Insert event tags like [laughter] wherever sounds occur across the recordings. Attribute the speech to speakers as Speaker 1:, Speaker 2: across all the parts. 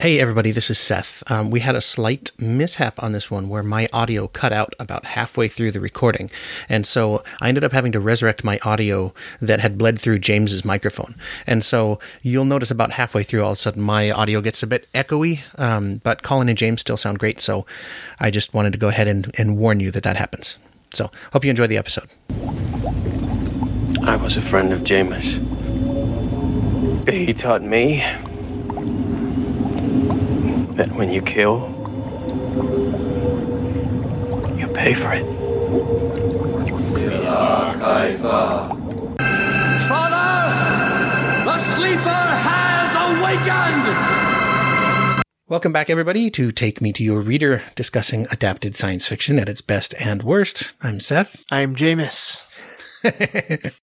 Speaker 1: Hey, everybody, this is Seth. Um, we had a slight mishap on this one where my audio cut out about halfway through the recording. And so I ended up having to resurrect my audio that had bled through James's microphone. And so you'll notice about halfway through, all of a sudden, my audio gets a bit echoey. Um, but Colin and James still sound great. So I just wanted to go ahead and, and warn you that that happens. So hope you enjoy the episode.
Speaker 2: I was a friend of Jameis. He taught me that when you kill, you pay for it.
Speaker 3: Father, the sleeper has awakened!
Speaker 1: Welcome back, everybody, to Take Me to Your Reader, discussing adapted science fiction at its best and worst. I'm Seth.
Speaker 4: I'm Jameis.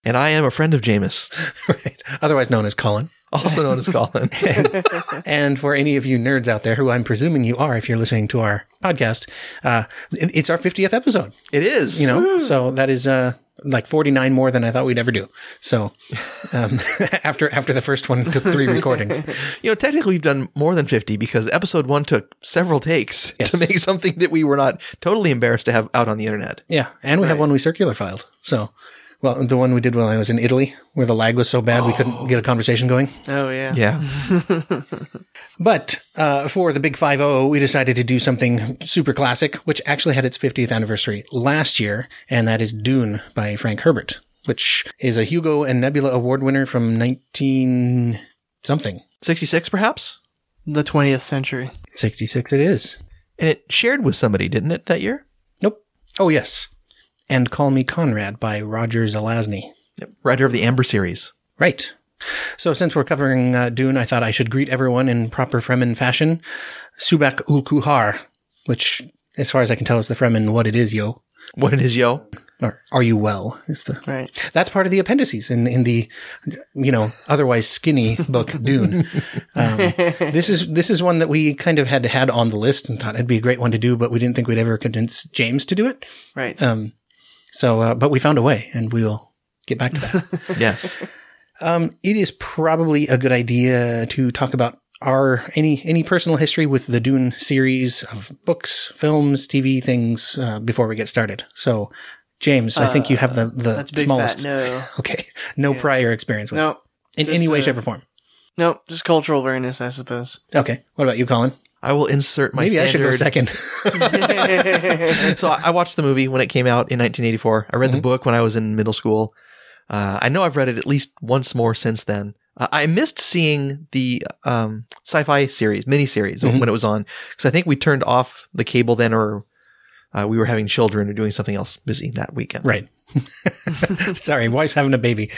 Speaker 5: And I am a friend of Jameis, [laughs]
Speaker 1: right? Otherwise known as Colin.
Speaker 5: also known as Colin.
Speaker 1: [laughs] And for any of you nerds out there, who I'm presuming you are if you're listening to our podcast, uh, it- it's our 50th episode,
Speaker 5: it is.
Speaker 1: you know? so that is uh, like 49 more than I thought we'd ever do. So um, [laughs] after after the first one took three recordings.
Speaker 5: You know, technically we've done more than 50 because episode one took several takes
Speaker 1: Yes.
Speaker 5: to make something that we were not totally embarrassed to have out on the internet.
Speaker 1: Yeah. And we have one we circular filed. So, well, the one we did when I was in Italy, where the lag was so bad we couldn't get a conversation going.
Speaker 4: Oh yeah.
Speaker 5: Yeah.
Speaker 1: But uh, for the Big Five O, we decided to do something super classic, which actually had its 50th anniversary last year, and that is Dune by Frank Herbert, which is a Hugo and Nebula Award winner from 19 something.
Speaker 5: 66 perhaps?
Speaker 4: The 20th century.
Speaker 1: 66 it is.
Speaker 5: And it shared with somebody, didn't it, that year?
Speaker 1: Nope. Oh, yes. And Call Me Conrad by Roger Zelazny.
Speaker 5: Yep. Writer of the Amber series.
Speaker 1: Right. So since we're covering uh, Dune, I thought I should greet everyone in proper Fremen fashion. Subak Ulkuhar, which, as far as I can tell, is the Fremen what it is, yo.
Speaker 5: What it is, yo.
Speaker 1: Or are you well? Is the
Speaker 4: Right.
Speaker 1: that's part of the appendices in in the you know otherwise skinny book Dune.
Speaker 4: [laughs]
Speaker 1: Um, this is this is one that we kind of had had on the list and thought it'd be a great one to do, but we didn't think we'd ever convince James to do it.
Speaker 4: Right.
Speaker 1: Um, so, uh, but we found a way, and we will get back to
Speaker 4: [laughs]
Speaker 1: that. [laughs]
Speaker 5: Yes.
Speaker 1: um, it is probably a good idea to talk about our any any personal history with the Dune series of books, films, TV things uh, before we get started. So. James, I think you have the, the
Speaker 4: Uh, That's big
Speaker 1: smallest.
Speaker 4: fat no.
Speaker 1: [laughs] Okay. No prior experience with it.
Speaker 4: No.
Speaker 1: in
Speaker 4: just,
Speaker 1: any way,
Speaker 4: uh,
Speaker 1: shape, or form.
Speaker 4: No, just cultural awareness, I
Speaker 1: [laughs]
Speaker 4: suppose. [laughs]
Speaker 1: Okay. What about you, Colin?
Speaker 5: I will insert my
Speaker 1: Maybe I should go second.
Speaker 5: standard-
Speaker 4: Oh, [laughs]
Speaker 5: [laughs] so I I watched the movie when it came out in 1984. I read
Speaker 1: Mm-hmm.
Speaker 5: the book when I was in middle school. Uh, I know I've read it at least once more since then. Uh, I missed seeing the um, sci-fi series, miniseries
Speaker 1: Mhm.
Speaker 5: when it was on, because I think we turned off the cable then, or uh, we were having children or doing something else busy that weekend.
Speaker 1: [laughs] right. [laughs] Sorry, wife's having a baby.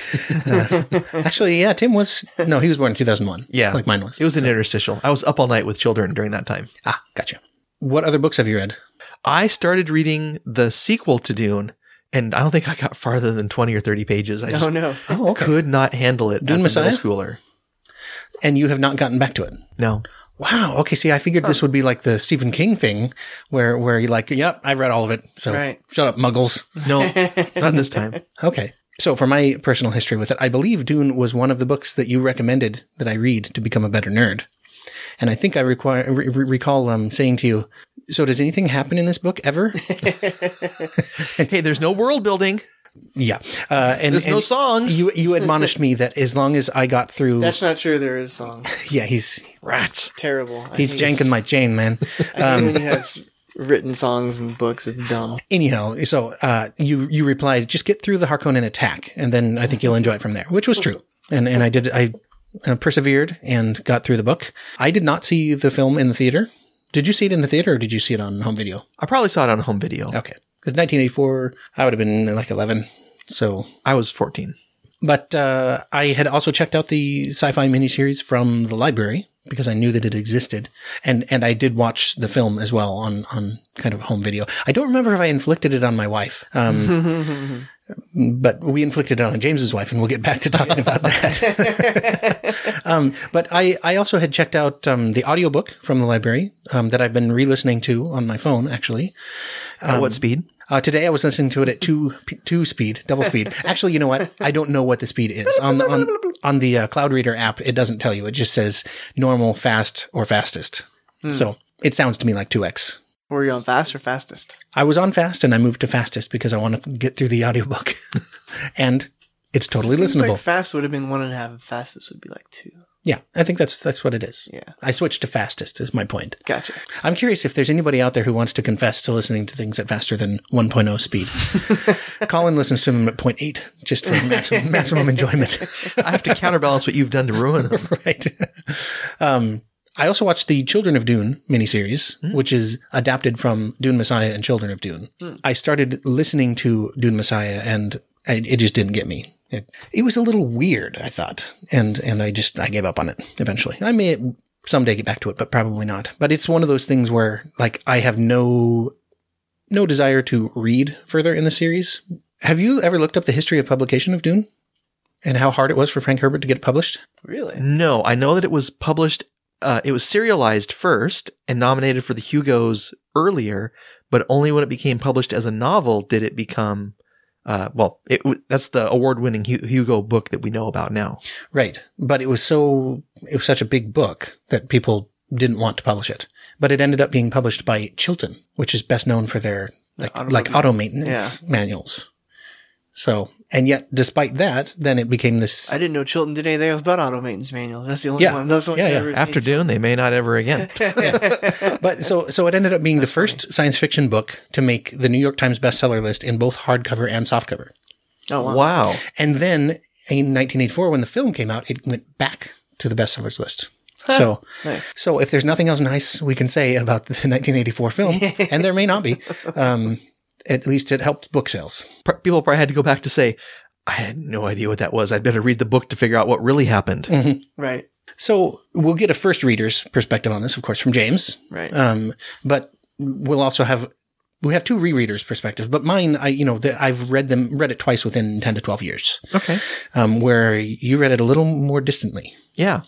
Speaker 1: Uh, actually, yeah, Tim was no, he was born in two thousand one.
Speaker 5: Yeah.
Speaker 1: like mine was.
Speaker 5: It was an interstitial. I was up all night with children during that time.
Speaker 1: ah, gotcha. What other books have you read?
Speaker 5: I started reading the sequel to Dune, and I don't think I got farther than 20 or 30 pages. I just
Speaker 4: Oh no.
Speaker 1: Oh, okay.
Speaker 5: could not handle it
Speaker 1: Dune
Speaker 5: as a
Speaker 1: Messiah?
Speaker 5: middle schooler.
Speaker 1: And you have not gotten back to it.
Speaker 5: No.
Speaker 1: Wow. Okay. See, I figured this would be like the Stephen King thing, where where you're like, "Yep, I've read all of it." So
Speaker 4: Right.
Speaker 1: shut up, muggles. [laughs]
Speaker 5: No, not this time.
Speaker 1: Okay. So for my personal history with it, I believe Dune was one of the books that you recommended that I read to become a better nerd. And I think I require, re- re- recall um, saying to you, so does anything happen in this book
Speaker 5: [laughs]
Speaker 1: ever?
Speaker 5: Hey, there's no world building.
Speaker 1: yeah. Uh, and,
Speaker 5: There's no
Speaker 1: and
Speaker 5: songs.
Speaker 1: You, you admonished me that as long as I got through,
Speaker 4: That's not true. There is song.
Speaker 1: yeah, he's,
Speaker 5: Rats.
Speaker 4: Terrible. I
Speaker 1: he's
Speaker 4: hate-
Speaker 1: janking um, my chain,
Speaker 5: [laughs]
Speaker 1: man.
Speaker 4: [laughs] I hate when you have written songs and books, it's dumb.
Speaker 1: Anyhow, so uh, you you replied, just get through the Harkonnen attack, and then I think you'll enjoy it from there, which was true. And and I did I uh, persevered and got through the book. I did not see the film in the theater. Did you see it in the theater, or did you see it on home video?
Speaker 5: I probably saw it on home video.
Speaker 1: Okay, because 1984, I would have been like 11. So,
Speaker 5: I was 14.
Speaker 1: but uh, I had also checked out the sci-fi miniseries from the library because I knew that it existed, and and I did watch the film as well on on kind of home video. I don't remember if I inflicted it on my wife. Um, [laughs] but we inflicted it on James's wife, and we'll get back to talking about that. [laughs] um, but I, I also had checked out um, the audiobook from the library um, that I've been re listening to on my phone, actually.
Speaker 5: At what speed?
Speaker 1: Uh, today I was listening to it at two p- two speed, double
Speaker 4: [laughs]
Speaker 1: speed. Actually, you know what? I don't know what the speed is on the on, on the uh, Cloud Reader app. It doesn't tell you. It just says normal, fast, or fastest.
Speaker 4: Hmm.
Speaker 1: So it sounds to me like two x.
Speaker 4: Were you on fast or fastest?
Speaker 1: I was on fast and I moved to fastest because I want to get through the audiobook, [laughs] and it's totally
Speaker 4: Seems
Speaker 1: listenable.
Speaker 4: Like fast would have been one and a half, and fastest would be like two.
Speaker 1: yeah, I think that's that's what it is.
Speaker 4: Yeah.
Speaker 1: I switched to fastest. Is my point.
Speaker 4: Gotcha.
Speaker 1: I'm curious if there's anybody out there who wants to confess to listening to things at faster than 1.0 speed. Colin listens to them at 0.8 just for maximum, maximum enjoyment.
Speaker 5: I have to counterbalance what you've done to ruin them.
Speaker 1: [laughs] right. Um, I also watched the Children of Dune miniseries, which is adapted from Dune Messiah and Children of Dune. I started listening to Dune Messiah and I, it just didn't get me. It, it was a little weird, I thought, and and I just I gave up on it eventually. I may someday get back to it, but probably not. But it's one of those things where like I have no no desire to read further in the series. Have you ever looked up the history of publication of Dune and how hard it was for Frank Herbert to get it published?
Speaker 4: Really?
Speaker 5: No, I know that it was published. Uh, it was serialized first and nominated for the Hugo's earlier, but only when it became published as a novel did it become. Uh, well, it w- that's the award-winning Hu- Hugo book that we know about now.
Speaker 1: Right. But it was so, it was such a big book that people didn't want to publish it. But it ended up being published by Chilton, which is best known for their like,
Speaker 4: auto-
Speaker 1: like auto maintenance manuals. So, and yet despite that, then it became this.
Speaker 4: I didn't know Chilton did anything else but auto maintenance manuals. That's the only
Speaker 1: Yeah.
Speaker 4: one. That's the one
Speaker 1: Yeah,
Speaker 4: I've
Speaker 1: yeah.
Speaker 4: ever seen.
Speaker 5: After Dune, they may not ever again.
Speaker 1: but so, so it ended up being the first science fiction book to make the New York Times bestseller list in both hardcover and softcover.
Speaker 4: Oh wow.
Speaker 5: wow,
Speaker 1: And then in 1984, when the film came out, it went back to the bestsellers list. So,
Speaker 4: Nice.
Speaker 1: so if there's nothing else nice we can say about the [laughs] 1984 film, and there may not be, um, at least it helped book sales.
Speaker 5: Pr- people probably had to go back to say, "I had no idea what that was. I'd better read the book to figure out what really happened."
Speaker 1: Mm.
Speaker 4: Right.
Speaker 1: So we'll get a first reader's perspective on this, of course, from James.
Speaker 4: Right.
Speaker 1: Um, but we'll also have we have two rereaders' perspective. But mine, I you know, the, I've read them read it twice within 10 to 12 years,
Speaker 5: Okay,
Speaker 1: um, where you read it a little more distantly.
Speaker 5: yeah,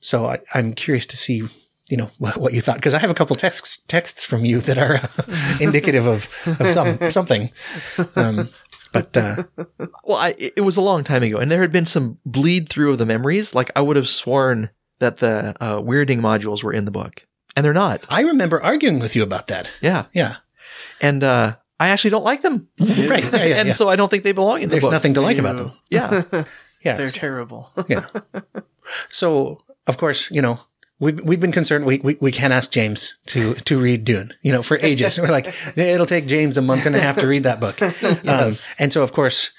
Speaker 1: so I, I'm curious to see, you know, what, what you thought because I have a couple texts texts from you that are uh, indicative of, of some something. Um, but uh,
Speaker 5: Well, I, it it was a long time ago, and there had been some bleed through of the memories. Like I would have sworn that the uh, weirding modules were in the book, and they're not.
Speaker 1: I remember arguing with you about that.
Speaker 5: Yeah,
Speaker 1: Yeah,
Speaker 5: and uh, I actually don't like them, [laughs]
Speaker 1: right. Yeah, yeah,
Speaker 5: and
Speaker 1: yeah.
Speaker 5: so I don't think they belong in the
Speaker 1: There's
Speaker 5: book.
Speaker 1: nothing to like about them. [laughs]
Speaker 5: Yeah,
Speaker 1: Yeah,
Speaker 4: They're terrible.
Speaker 1: yeah. So of course, you know. We've, we've been concerned. We, we, we can't ask James to, to read Dune, you know, for ages. We're like, it'll take James a month and a half to read that
Speaker 4: [laughs]
Speaker 1: book. Um, and so, of course,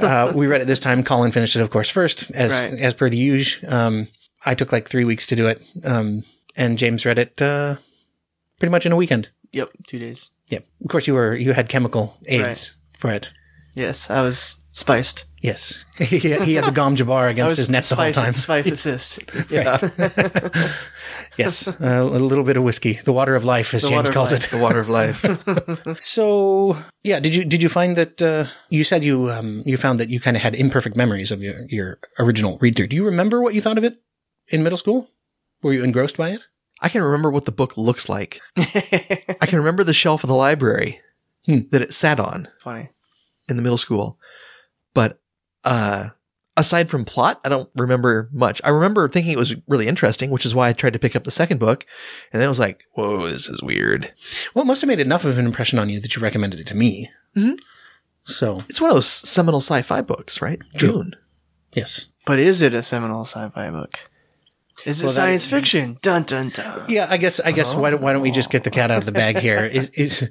Speaker 1: uh, we read it this time. Colin finished it, of course, first, as
Speaker 4: Right.
Speaker 1: as per the usual. Um, I took like three weeks to do it, um, and James read it uh, pretty much in a weekend.
Speaker 4: yep. Two days.
Speaker 1: Yeah, of course you were you had chemical aids for it.
Speaker 4: Yes, I was spiced.
Speaker 1: Yes, [laughs] he, he had the Gom Jabbar
Speaker 4: I
Speaker 1: against
Speaker 4: was
Speaker 1: his nets the whole
Speaker 4: spice,
Speaker 1: time. [laughs]
Speaker 4: Spice assist.
Speaker 1: Right. [laughs] yes, uh, a little bit of whiskey, the water of life, as
Speaker 4: The
Speaker 1: James
Speaker 4: water of
Speaker 1: calls
Speaker 4: life.
Speaker 1: it.
Speaker 5: the [laughs] water of
Speaker 1: [laughs]
Speaker 5: life.
Speaker 1: So yeah, did you did you find that uh, you said you um, you found that you kind of had imperfect memories of your your original read through? Do you remember what you thought of it in middle school? Were you engrossed by it?
Speaker 5: I can remember what the book looks like. I can remember the shelf of the library
Speaker 1: Hmm.
Speaker 5: that it sat on
Speaker 4: [laughs] Funny.
Speaker 5: in the middle school, but uh, aside from plot, I don't remember much. I remember thinking it was really interesting, which is why I tried to pick up the second book, and then I was like, "Whoa, this is weird."
Speaker 1: Well, it must have made enough of an impression on you that you recommended it to me.
Speaker 5: Mhm.
Speaker 1: So
Speaker 5: It's one of those seminal sci-fi books, right?
Speaker 1: True.
Speaker 5: Dune.
Speaker 1: yes,
Speaker 4: But is it a seminal sci-fi book? Is it
Speaker 1: Well, that-
Speaker 4: science fiction? Dun dun dun.
Speaker 1: yeah. I guess I guess why don't why don't we just get the cat out of the bag
Speaker 4: [laughs]
Speaker 1: here? Is is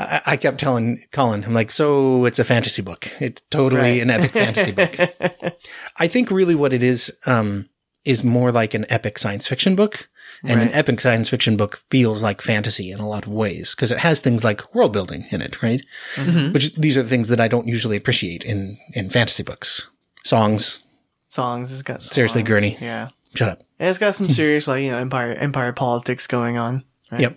Speaker 1: I, I kept telling Colin, I'm like, so it's a fantasy book. It's totally
Speaker 4: Right.
Speaker 1: an epic fantasy
Speaker 4: [laughs]
Speaker 1: book. I think really what it is um, is more like an epic science fiction book, and an
Speaker 4: Right.
Speaker 1: epic science fiction book feels like fantasy in a lot of ways because it has things like world building in it, right?
Speaker 4: Mm-hmm.
Speaker 1: Which these are things that I don't usually appreciate in in fantasy books. Songs,
Speaker 4: Songs. It's got songs.
Speaker 1: Seriously, Gurney.
Speaker 4: Yeah.
Speaker 1: shut up.
Speaker 4: And it's got some serious like you know empire empire politics going on. Right?
Speaker 1: Yep.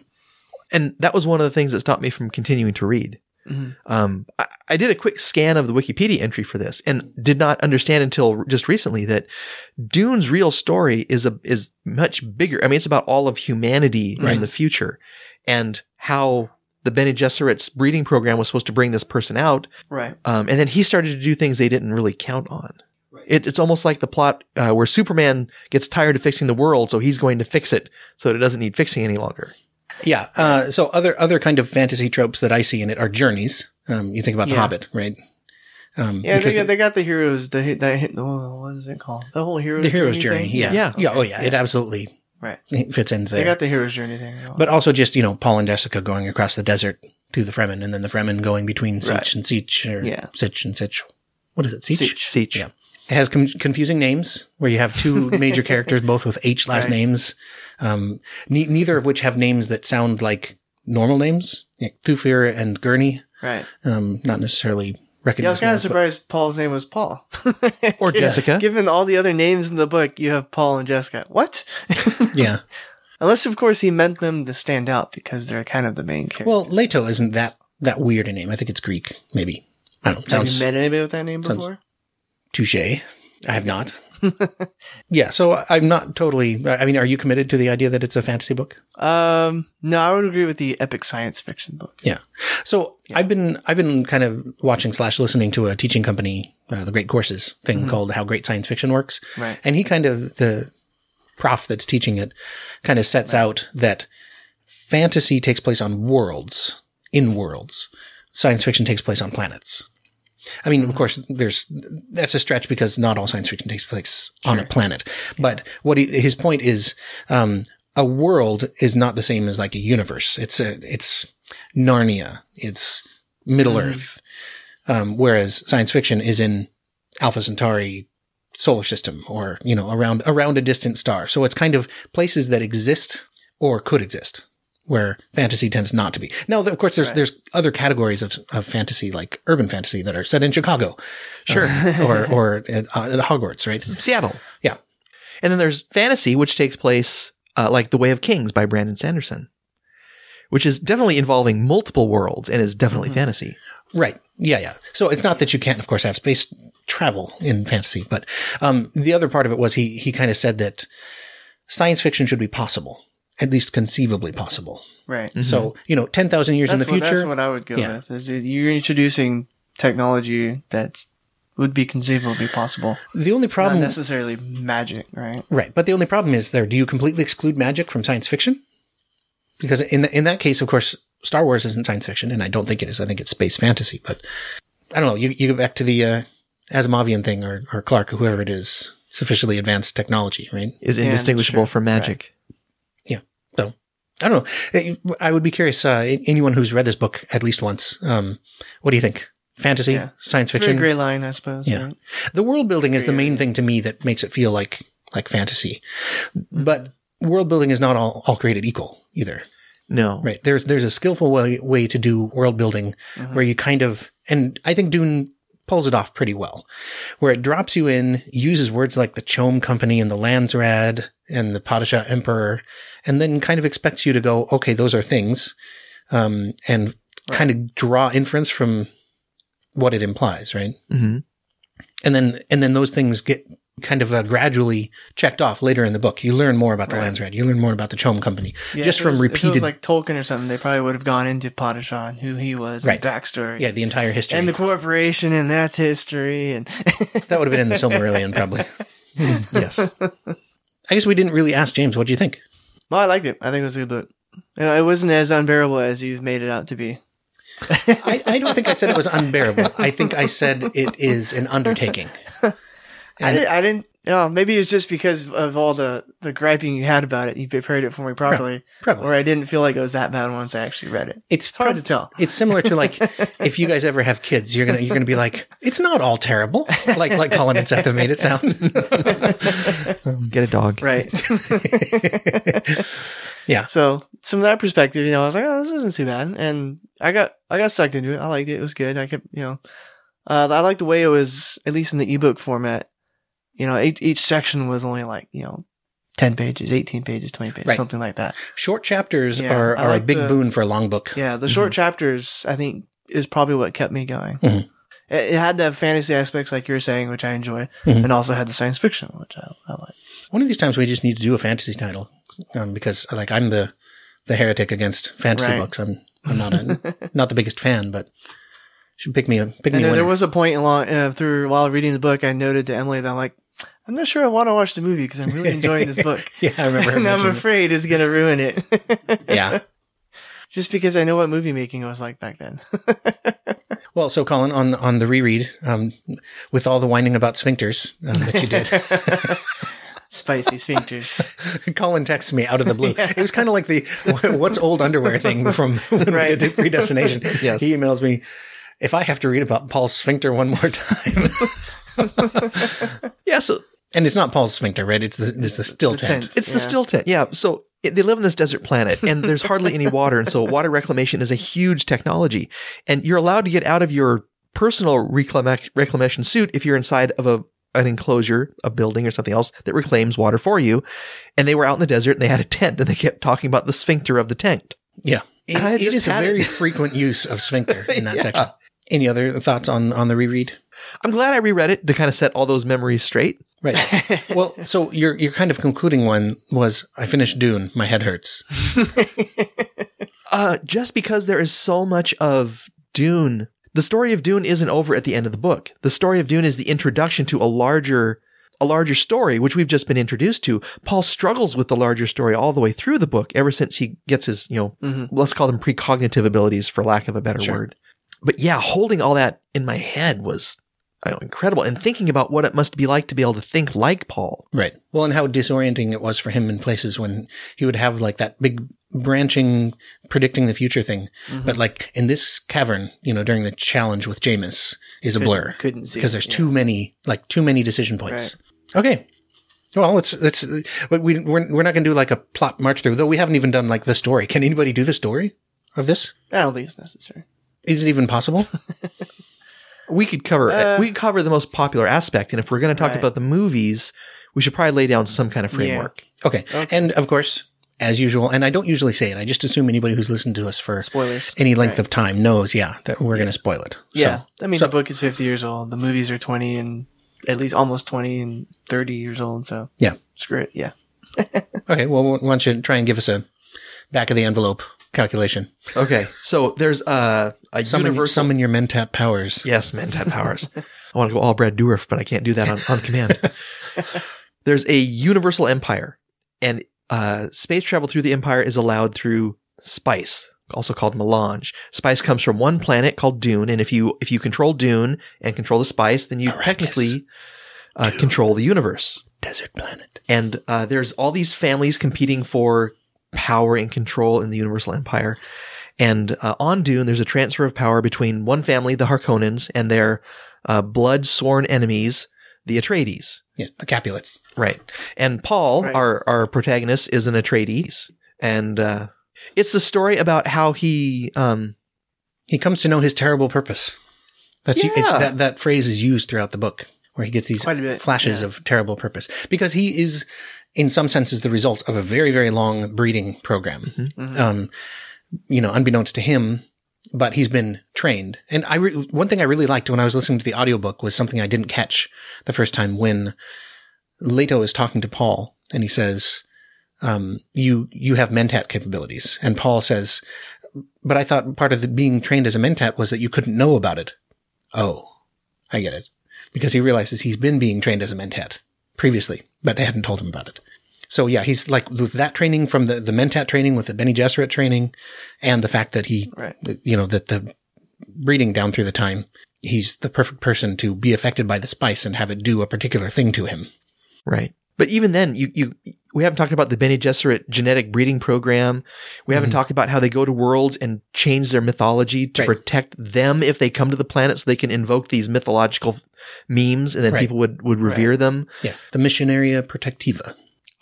Speaker 5: And that was one of the things that stopped me from continuing to read.
Speaker 4: Mhm.
Speaker 5: Um, I, I did a quick scan of the Wikipedia entry for this and did not understand until r- just recently that Dune's real story is a is much bigger. I mean, it's about all of humanity in the future and how the Bene Gesserit's breeding program was supposed to bring this person out,
Speaker 4: Right.
Speaker 5: um, and then he started to do things they didn't really count on. It, it's almost like the plot uh, where Superman gets tired of fixing the world, so he's going to fix it so that it doesn't need fixing any longer.
Speaker 1: Yeah. Uh, so other other kind of fantasy tropes that I see in it are journeys. Um, you think about The
Speaker 4: Yeah.
Speaker 1: Hobbit, right? Um,
Speaker 4: Yeah, they
Speaker 1: because
Speaker 4: got, they got the heroes. The that hit. Oh, what is it called? The whole heroes.
Speaker 1: the hero's
Speaker 4: thing?
Speaker 1: journey. Yeah.
Speaker 5: Yeah.
Speaker 1: Yeah. Oh, yeah. It absolutely
Speaker 4: Right.
Speaker 1: fits in there.
Speaker 4: They got the hero's journey thing. going.
Speaker 1: but also just you know Paul and Jessica going across the desert to the Fremen, and then the Fremen going between Siege
Speaker 4: Right.
Speaker 1: and Siege, or
Speaker 4: Yeah.
Speaker 1: Siege and Siege. What is it? Siege.
Speaker 4: Siege.
Speaker 5: Siege.
Speaker 1: Yeah. It has com- confusing names where you have
Speaker 4: [laughs]
Speaker 1: two major characters, both with H last
Speaker 4: Right.
Speaker 1: names, um, ne- neither of which have names that sound like normal names, like Thufir and Gurney.
Speaker 4: right.
Speaker 1: Um, not necessarily recognized.
Speaker 4: Yeah, I was kind of
Speaker 1: names, but-
Speaker 4: surprised Paul's name was Paul. [laughs]
Speaker 5: Or Jessica.
Speaker 4: Given all the other names in the book, you have Paul and Jessica. What? [laughs]
Speaker 1: Yeah.
Speaker 4: Unless, of course, he meant them to stand out because they're kind of the main character.
Speaker 1: Well, Leto isn't that that weird a name. I think it's Greek, maybe. I don't know.
Speaker 4: have
Speaker 1: Sounds
Speaker 4: you met anybody with that name
Speaker 1: sounds-
Speaker 4: before?
Speaker 1: touche. I have not. [laughs] yeah, so I'm not totally. I mean, are you committed to the idea that it's a fantasy book?
Speaker 4: Um, no, I would agree with the epic science fiction book.
Speaker 1: Yeah. So I've been I've been kind of watching slash listening to a teaching company, uh, the Great Courses thing called How Great Science Fiction Works,
Speaker 4: Right.
Speaker 1: and he kind of the prof that's teaching it kind of sets out that fantasy takes place on worlds in worlds, science fiction takes place on planets. I mean, of course, there's that's a stretch because not all science fiction takes place on a planet. But what he, his point is, um, a world is not the same as like a universe. It's a it's Narnia. It's Middle Earth. Um, whereas science fiction is in Alpha Centauri solar system or you know around around a distant star. So it's kind of places that exist or could exist where fantasy tends not to be. Now, of course, there's there's other categories of, of fantasy like urban fantasy that are set in Chicago, sure, or or at, uh, at Hogwarts, right?
Speaker 5: Seattle.
Speaker 1: Yeah.
Speaker 5: And then there's fantasy, which takes place uh, like The Way of Kings by Brandon Sanderson, which is definitely involving multiple worlds and is definitely fantasy.
Speaker 1: Right. Yeah, yeah. So it's not that you can't, of course, have space travel in fantasy, but um, the other part of it was he he kind of said that science fiction should be possible, at least conceivably possible.
Speaker 4: Right.
Speaker 1: So you know, ten thousand years
Speaker 4: Mm-hmm. That's
Speaker 1: in the
Speaker 4: what, that's
Speaker 1: future,
Speaker 4: what I would go
Speaker 1: Yeah.
Speaker 4: with. Is that you're introducing technology that would be conceivably possible,
Speaker 1: the only
Speaker 4: not
Speaker 1: problem,
Speaker 4: necessarily magic, right?
Speaker 1: right? But the only problem is there. Do you completely exclude magic from science fiction? Because in the, in that case, of course, Star Wars isn't science fiction, and I don't think it is. I think it's space fantasy. But I don't know. You you go back to the uh, Asimovian thing, or or Clark, or whoever it is, sufficiently advanced technology, right?
Speaker 5: Is
Speaker 4: that's
Speaker 5: indistinguishable
Speaker 4: true.
Speaker 5: from magic.
Speaker 1: yeah. So I don't know. I would be curious. Uh, anyone who's read this book at least once, um, what do you think? Fantasy,
Speaker 4: Yeah.
Speaker 1: science
Speaker 4: It's a very
Speaker 1: fiction.
Speaker 4: gray line, I suppose.
Speaker 1: Yeah.
Speaker 4: right?
Speaker 1: The world building is the main thing to me that makes it feel like like fantasy.
Speaker 4: Mm-hmm.
Speaker 1: But world building is not all, all created equal either.
Speaker 5: No.
Speaker 1: Right. There's there's a skillful way, way to do world building
Speaker 4: Mm-hmm.
Speaker 1: where you kind of and I think Dune pulls it off pretty well. Where it drops you in, uses words like the Chom Company and the Landsrad and the Padishah Emperor, and then kind of expects you to go, okay, those are things, um, and kind of draw inference from what it implies, right?
Speaker 5: hmm
Speaker 1: and then and then those things get kind of uh, gradually checked off later in the book. You learn more about the Landsred. You learn more about the Chom Company
Speaker 4: Yeah,
Speaker 1: just
Speaker 4: if it
Speaker 1: from
Speaker 4: was- If it
Speaker 1: repeated,
Speaker 4: was like Tolkien or something, they probably would have gone into Padishah and who he was,
Speaker 1: Right.
Speaker 4: and backstory,
Speaker 1: yeah, the entire history.
Speaker 4: and the corporation and that's history, and [laughs]
Speaker 1: that would have been in the Silmarillion probably.
Speaker 5: yes.
Speaker 1: I guess we didn't really ask James. What do you think?
Speaker 4: Well, I liked it. I think it was a good book. You know, It wasn't as unbearable as you've made it out to be.
Speaker 1: I, I don't think I said it was unbearable. I think I said it is an undertaking.
Speaker 4: I
Speaker 1: And-
Speaker 4: didn't. I didn't. You know, maybe it was just because of all the the griping you had about it. You prepared it for me properly,
Speaker 1: [laughs] probably.
Speaker 4: or I didn't feel like it was that bad once I actually read it.
Speaker 1: It's
Speaker 4: hard to tell.
Speaker 1: It's similar to like if you guys ever have kids, you're gonna you're gonna be like, it's not all terrible, like like Colin and Seth have made it
Speaker 4: [laughs]
Speaker 1: sound. [laughs]
Speaker 5: Get a
Speaker 4: [laughs]
Speaker 5: dog.
Speaker 4: Right.
Speaker 1: Yeah.
Speaker 4: So, from that perspective, you know, I was like, oh, this isn't too bad, and I got I got sucked into it. I liked it. It was good. I kept, you know, uh, I liked the way it was, at least in the ebook format. You know, each, each section was only like you know, ten pages, eighteen pages, twenty pages,
Speaker 1: Right.
Speaker 4: something like that.
Speaker 1: Short chapters
Speaker 4: Yeah,
Speaker 1: are,
Speaker 4: I
Speaker 1: are a
Speaker 4: like
Speaker 1: big
Speaker 4: the-
Speaker 1: boon for a long book.
Speaker 4: Yeah, the short chapters I think is probably what kept me going.
Speaker 1: Mhm.
Speaker 4: It, it had the fantasy aspects like you're saying, which I enjoy,
Speaker 1: Mhm.
Speaker 4: and also had the science fiction, which I, I like.
Speaker 1: One of these times we just need to do a fantasy title, um, because like I'm the the heretic against fantasy
Speaker 4: Right.
Speaker 1: books. I'm I'm not a,
Speaker 4: [laughs]
Speaker 1: not the biggest fan, but should pick me a pick me a
Speaker 4: And there, there
Speaker 1: winner.
Speaker 4: was a point along uh, through while reading the book, I noted to Emily that I'm like, I'm not sure I want to watch the movie because I'm really enjoying this book,
Speaker 1: [laughs] [laughs] yeah, I remember. her
Speaker 4: [laughs] and I'm
Speaker 1: mentioning
Speaker 4: afraid it's gonna ruin it. [laughs]
Speaker 1: it. yeah.
Speaker 4: Just because I know what movie making was like back then. [laughs]
Speaker 1: Well, so Colin, on on the reread, um, with all the whining about sphincters um, that you
Speaker 4: [laughs]
Speaker 1: did, [laughs]
Speaker 4: Spicy sphincters.
Speaker 1: Colin texts me out of the
Speaker 4: [laughs]
Speaker 1: blue. It was kind of like the [laughs] "what's old underwear" thing from [laughs] when we
Speaker 4: Right.
Speaker 1: did
Speaker 4: [laughs]
Speaker 1: predestination.
Speaker 5: Yes.
Speaker 1: He emails me if I have to read about Paul's sphincter one more [laughs] time,
Speaker 5: Yeah, so
Speaker 1: and it's not Paul's sphincter, right? It's the it's the still tent.
Speaker 4: tent.
Speaker 5: It's the
Speaker 4: Yeah.
Speaker 5: still tent. Yeah. So it, they live on this desert planet [laughs] and there's hardly any water. And so water reclamation is a huge technology. And you're allowed to get out of your personal reclama- reclamation suit if you're inside of a an enclosure, a building or something else that reclaims water for you. And they were out in the desert and they had a tent and they kept talking about the sphincter of the tent.
Speaker 1: Yeah, It-
Speaker 5: I
Speaker 1: it
Speaker 5: just
Speaker 1: is a
Speaker 5: had it.
Speaker 1: very frequent use of
Speaker 5: [laughs]
Speaker 1: sphincter in that
Speaker 5: Yeah.
Speaker 1: section. Any other thoughts on on the reread?
Speaker 5: I'm glad I reread it to kind of set all those memories straight.
Speaker 1: Right.
Speaker 4: [laughs]
Speaker 1: Well, so your your kind of concluding one was I finished Dune, my head hurts.
Speaker 5: Uh, just because there is so much of Dune, the story of Dune isn't over at the end of the book. The story of Dune is the introduction to a larger, a larger story, which we've just been introduced to. Paul struggles with the larger story all the way through the book, ever since he gets his, you know,
Speaker 1: Mm-hmm.
Speaker 4: Mhm.
Speaker 5: let's call them precognitive abilities, for lack of a better
Speaker 1: Sure.
Speaker 5: word. But yeah, holding all that in my head was I know, incredible, and thinking about what it must be like to be able to think like Paul.
Speaker 1: Right. Well, and how disorienting it was for him in places when he would have like that big branching, predicting the future thing.
Speaker 5: Mm-hmm.
Speaker 1: But like in this cavern, you know, during the challenge with Jameis is a blur
Speaker 4: Couldn't see
Speaker 1: because
Speaker 4: it,
Speaker 1: there's
Speaker 4: yeah.
Speaker 1: too many, like too many decision points. Okay. Well, it's it's but we we're, we're not going to do like a plot march through though. We haven't even done like the story. Can anybody do the story of this?
Speaker 4: I don't think it's necessary.
Speaker 1: Is it even possible?
Speaker 5: We could cover
Speaker 4: Uh,
Speaker 5: we could cover the most popular aspect, and if we're going to talk
Speaker 4: Right.
Speaker 5: about the movies, we should probably lay down some kind of framework.
Speaker 1: Okay. And of course, as usual, and I don't usually say it, I just assume anybody who's listened to us for
Speaker 4: Spoilers.
Speaker 1: any length of time knows, yeah, that we're going to spoil it.
Speaker 4: Yeah, I mean
Speaker 1: so-
Speaker 4: the book is 50 years old. The movies are 20 and at least almost 20 and 30 years old. So
Speaker 1: Yeah.
Speaker 4: screw it. Yeah.
Speaker 1: Okay. Well, why don't you try and give us a back of the envelope calculation?
Speaker 5: Okay, so there's a a
Speaker 1: Summon,
Speaker 5: universal.
Speaker 1: summon your mentat powers.
Speaker 5: yes, Mentat powers. I want to go all Brad Dourif, but I can't do that on, on command. there's a universal empire, and uh, space travel through the empire is allowed through spice, also called melange. Spice comes from one planet called Dune, and if you if you control Dune and control the spice, then you
Speaker 1: Arrakis.
Speaker 5: technically uh, control the universe.
Speaker 1: Desert planet.
Speaker 5: and uh, there's all these families competing for power and control in the Universal Empire. And uh, on Dune, there's a transfer of power between one family, the Harkonnens, and their uh, blood sworn enemies, the Atreides.
Speaker 1: Yes, the Capulets.
Speaker 5: Right. And Paul,
Speaker 4: Right.
Speaker 5: our our protagonist, is an Atreides, and uh, it's the story about how he. Um,
Speaker 1: He comes to know his terrible purpose. That's it's,
Speaker 5: Yeah.
Speaker 1: that that phrase is used throughout the book, where he gets these
Speaker 4: Quite a bit,
Speaker 1: flashes
Speaker 4: yeah.
Speaker 1: of terrible purpose because he is, in some senses, the result of a very very long breeding program.
Speaker 4: Mm-hmm.
Speaker 1: Um, you know, unbeknownst to him, but he's been trained. And I re- one thing I really liked when I was listening to the audiobook was something I didn't catch the first time when Leto is talking to Paul and he says, um, "You you have mentat capabilities," and Paul says, "But I thought part of the being trained as a mentat was that you couldn't know about it." Oh, I get it, because he realizes he's been being trained as a mentat previously, but they hadn't told him about it. So yeah, he's like with that training from the, the Mentat training, with the Benny Gesserit training, and the fact that he,
Speaker 4: Right.
Speaker 1: you know, that the breeding down through the time, he's the perfect person to be affected by the spice and have it do a particular thing to him.
Speaker 5: right. But even then, you, you we haven't talked about the Bene Gesserit genetic breeding program. We haven't talked about how they go to worlds and change their mythology to
Speaker 1: Mm-hmm. Right.
Speaker 5: protect them if they come to the planet, so they can invoke these mythological memes, and then
Speaker 1: Right.
Speaker 5: people would would revere them.
Speaker 1: Yeah, the Missionaria Protectiva.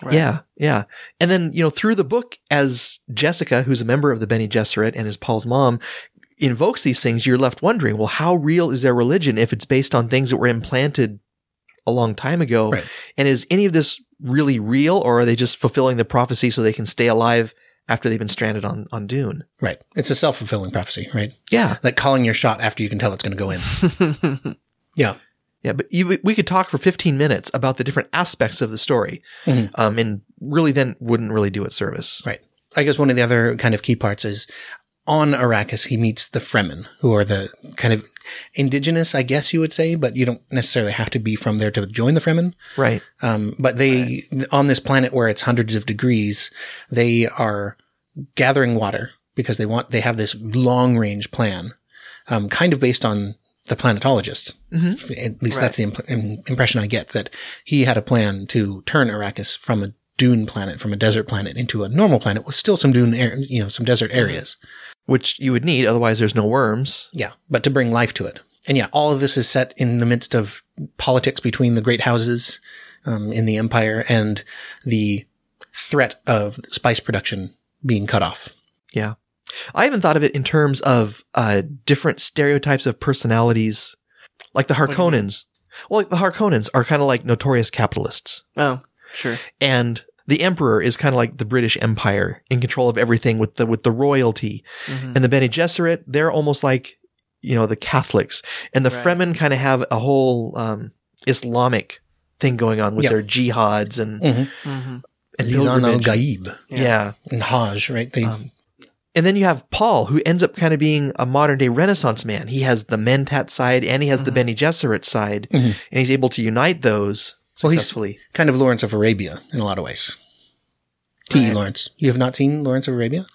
Speaker 4: Right.
Speaker 5: Yeah, yeah. And then, you know, through the book, as Jessica, who's a member of the Benny Gesserit and is Paul's mom, invokes these things, you're left wondering, well, how real is their religion if it's based on things that were implanted a long time ago?
Speaker 1: Right.
Speaker 5: And is any of this really real, or are they just fulfilling the prophecy so they can stay alive after they've been stranded on, on Dune?
Speaker 1: Right, it's a self fulfilling prophecy, right?
Speaker 5: Yeah,
Speaker 1: Like calling your shot after you can tell it's going to go in. yeah,
Speaker 5: yeah. But you, we could talk for 15 minutes about the different aspects of the story,
Speaker 1: Mhm.
Speaker 5: um, and really then wouldn't really do it service.
Speaker 1: Right. I guess one of the other kind of key parts is on Arrakis, he meets the Fremen, who are the kind of indigenous, I guess you would say, but you don't necessarily have to be from there to join the Fremen.
Speaker 5: Right.
Speaker 1: Um, but they, on this planet where it's hundreds of degrees, they are gathering water because they want, they have this long range plan, um, kind of based on the planetologists. At least that's the imp- im- impression I get that he had a plan to turn Arrakis from a dune planet, from a desert planet into a normal planet with still some dune, air you know, some desert areas.
Speaker 5: Which you would need, otherwise there's no worms.
Speaker 1: Yeah, but to bring life to it. And yeah, all of this is set in the midst of politics between the great houses um, in the empire and the threat of spice production being cut off.
Speaker 5: Yeah. I even thought of it in terms of uh, different stereotypes of personalities, like the
Speaker 4: do you mean?
Speaker 5: Harkonnens. Well, like the Harkonnens are kind of like notorious capitalists,
Speaker 4: Oh, sure.
Speaker 5: and the Emperor is kind of like the British Empire in control of everything with the with the royalty,
Speaker 4: Mhm.
Speaker 5: and the Bene Gesserit they're almost like you know the Catholics, and the
Speaker 4: Right.
Speaker 5: Fremen kind of have a whole um, Islamic thing going on with
Speaker 1: Yeah.
Speaker 5: their jihads and,
Speaker 4: Mhm.
Speaker 5: and
Speaker 1: Lisan al
Speaker 5: pilgrimage.
Speaker 1: Gaib
Speaker 4: Yeah.
Speaker 5: yeah,
Speaker 1: and Hajj, right? They,
Speaker 5: Um, and then you have Paul, who ends up kind of being a modern day Renaissance man. He has the Mentat side and he has the
Speaker 4: Mhm.
Speaker 5: Bene Gesserit side,
Speaker 1: Mhm.
Speaker 5: and he's able to unite those
Speaker 1: Well, he's-
Speaker 5: successfully.
Speaker 1: kind of Lawrence of Arabia in a lot of ways. T. E. Lawrence. You have not seen Lawrence of Arabia?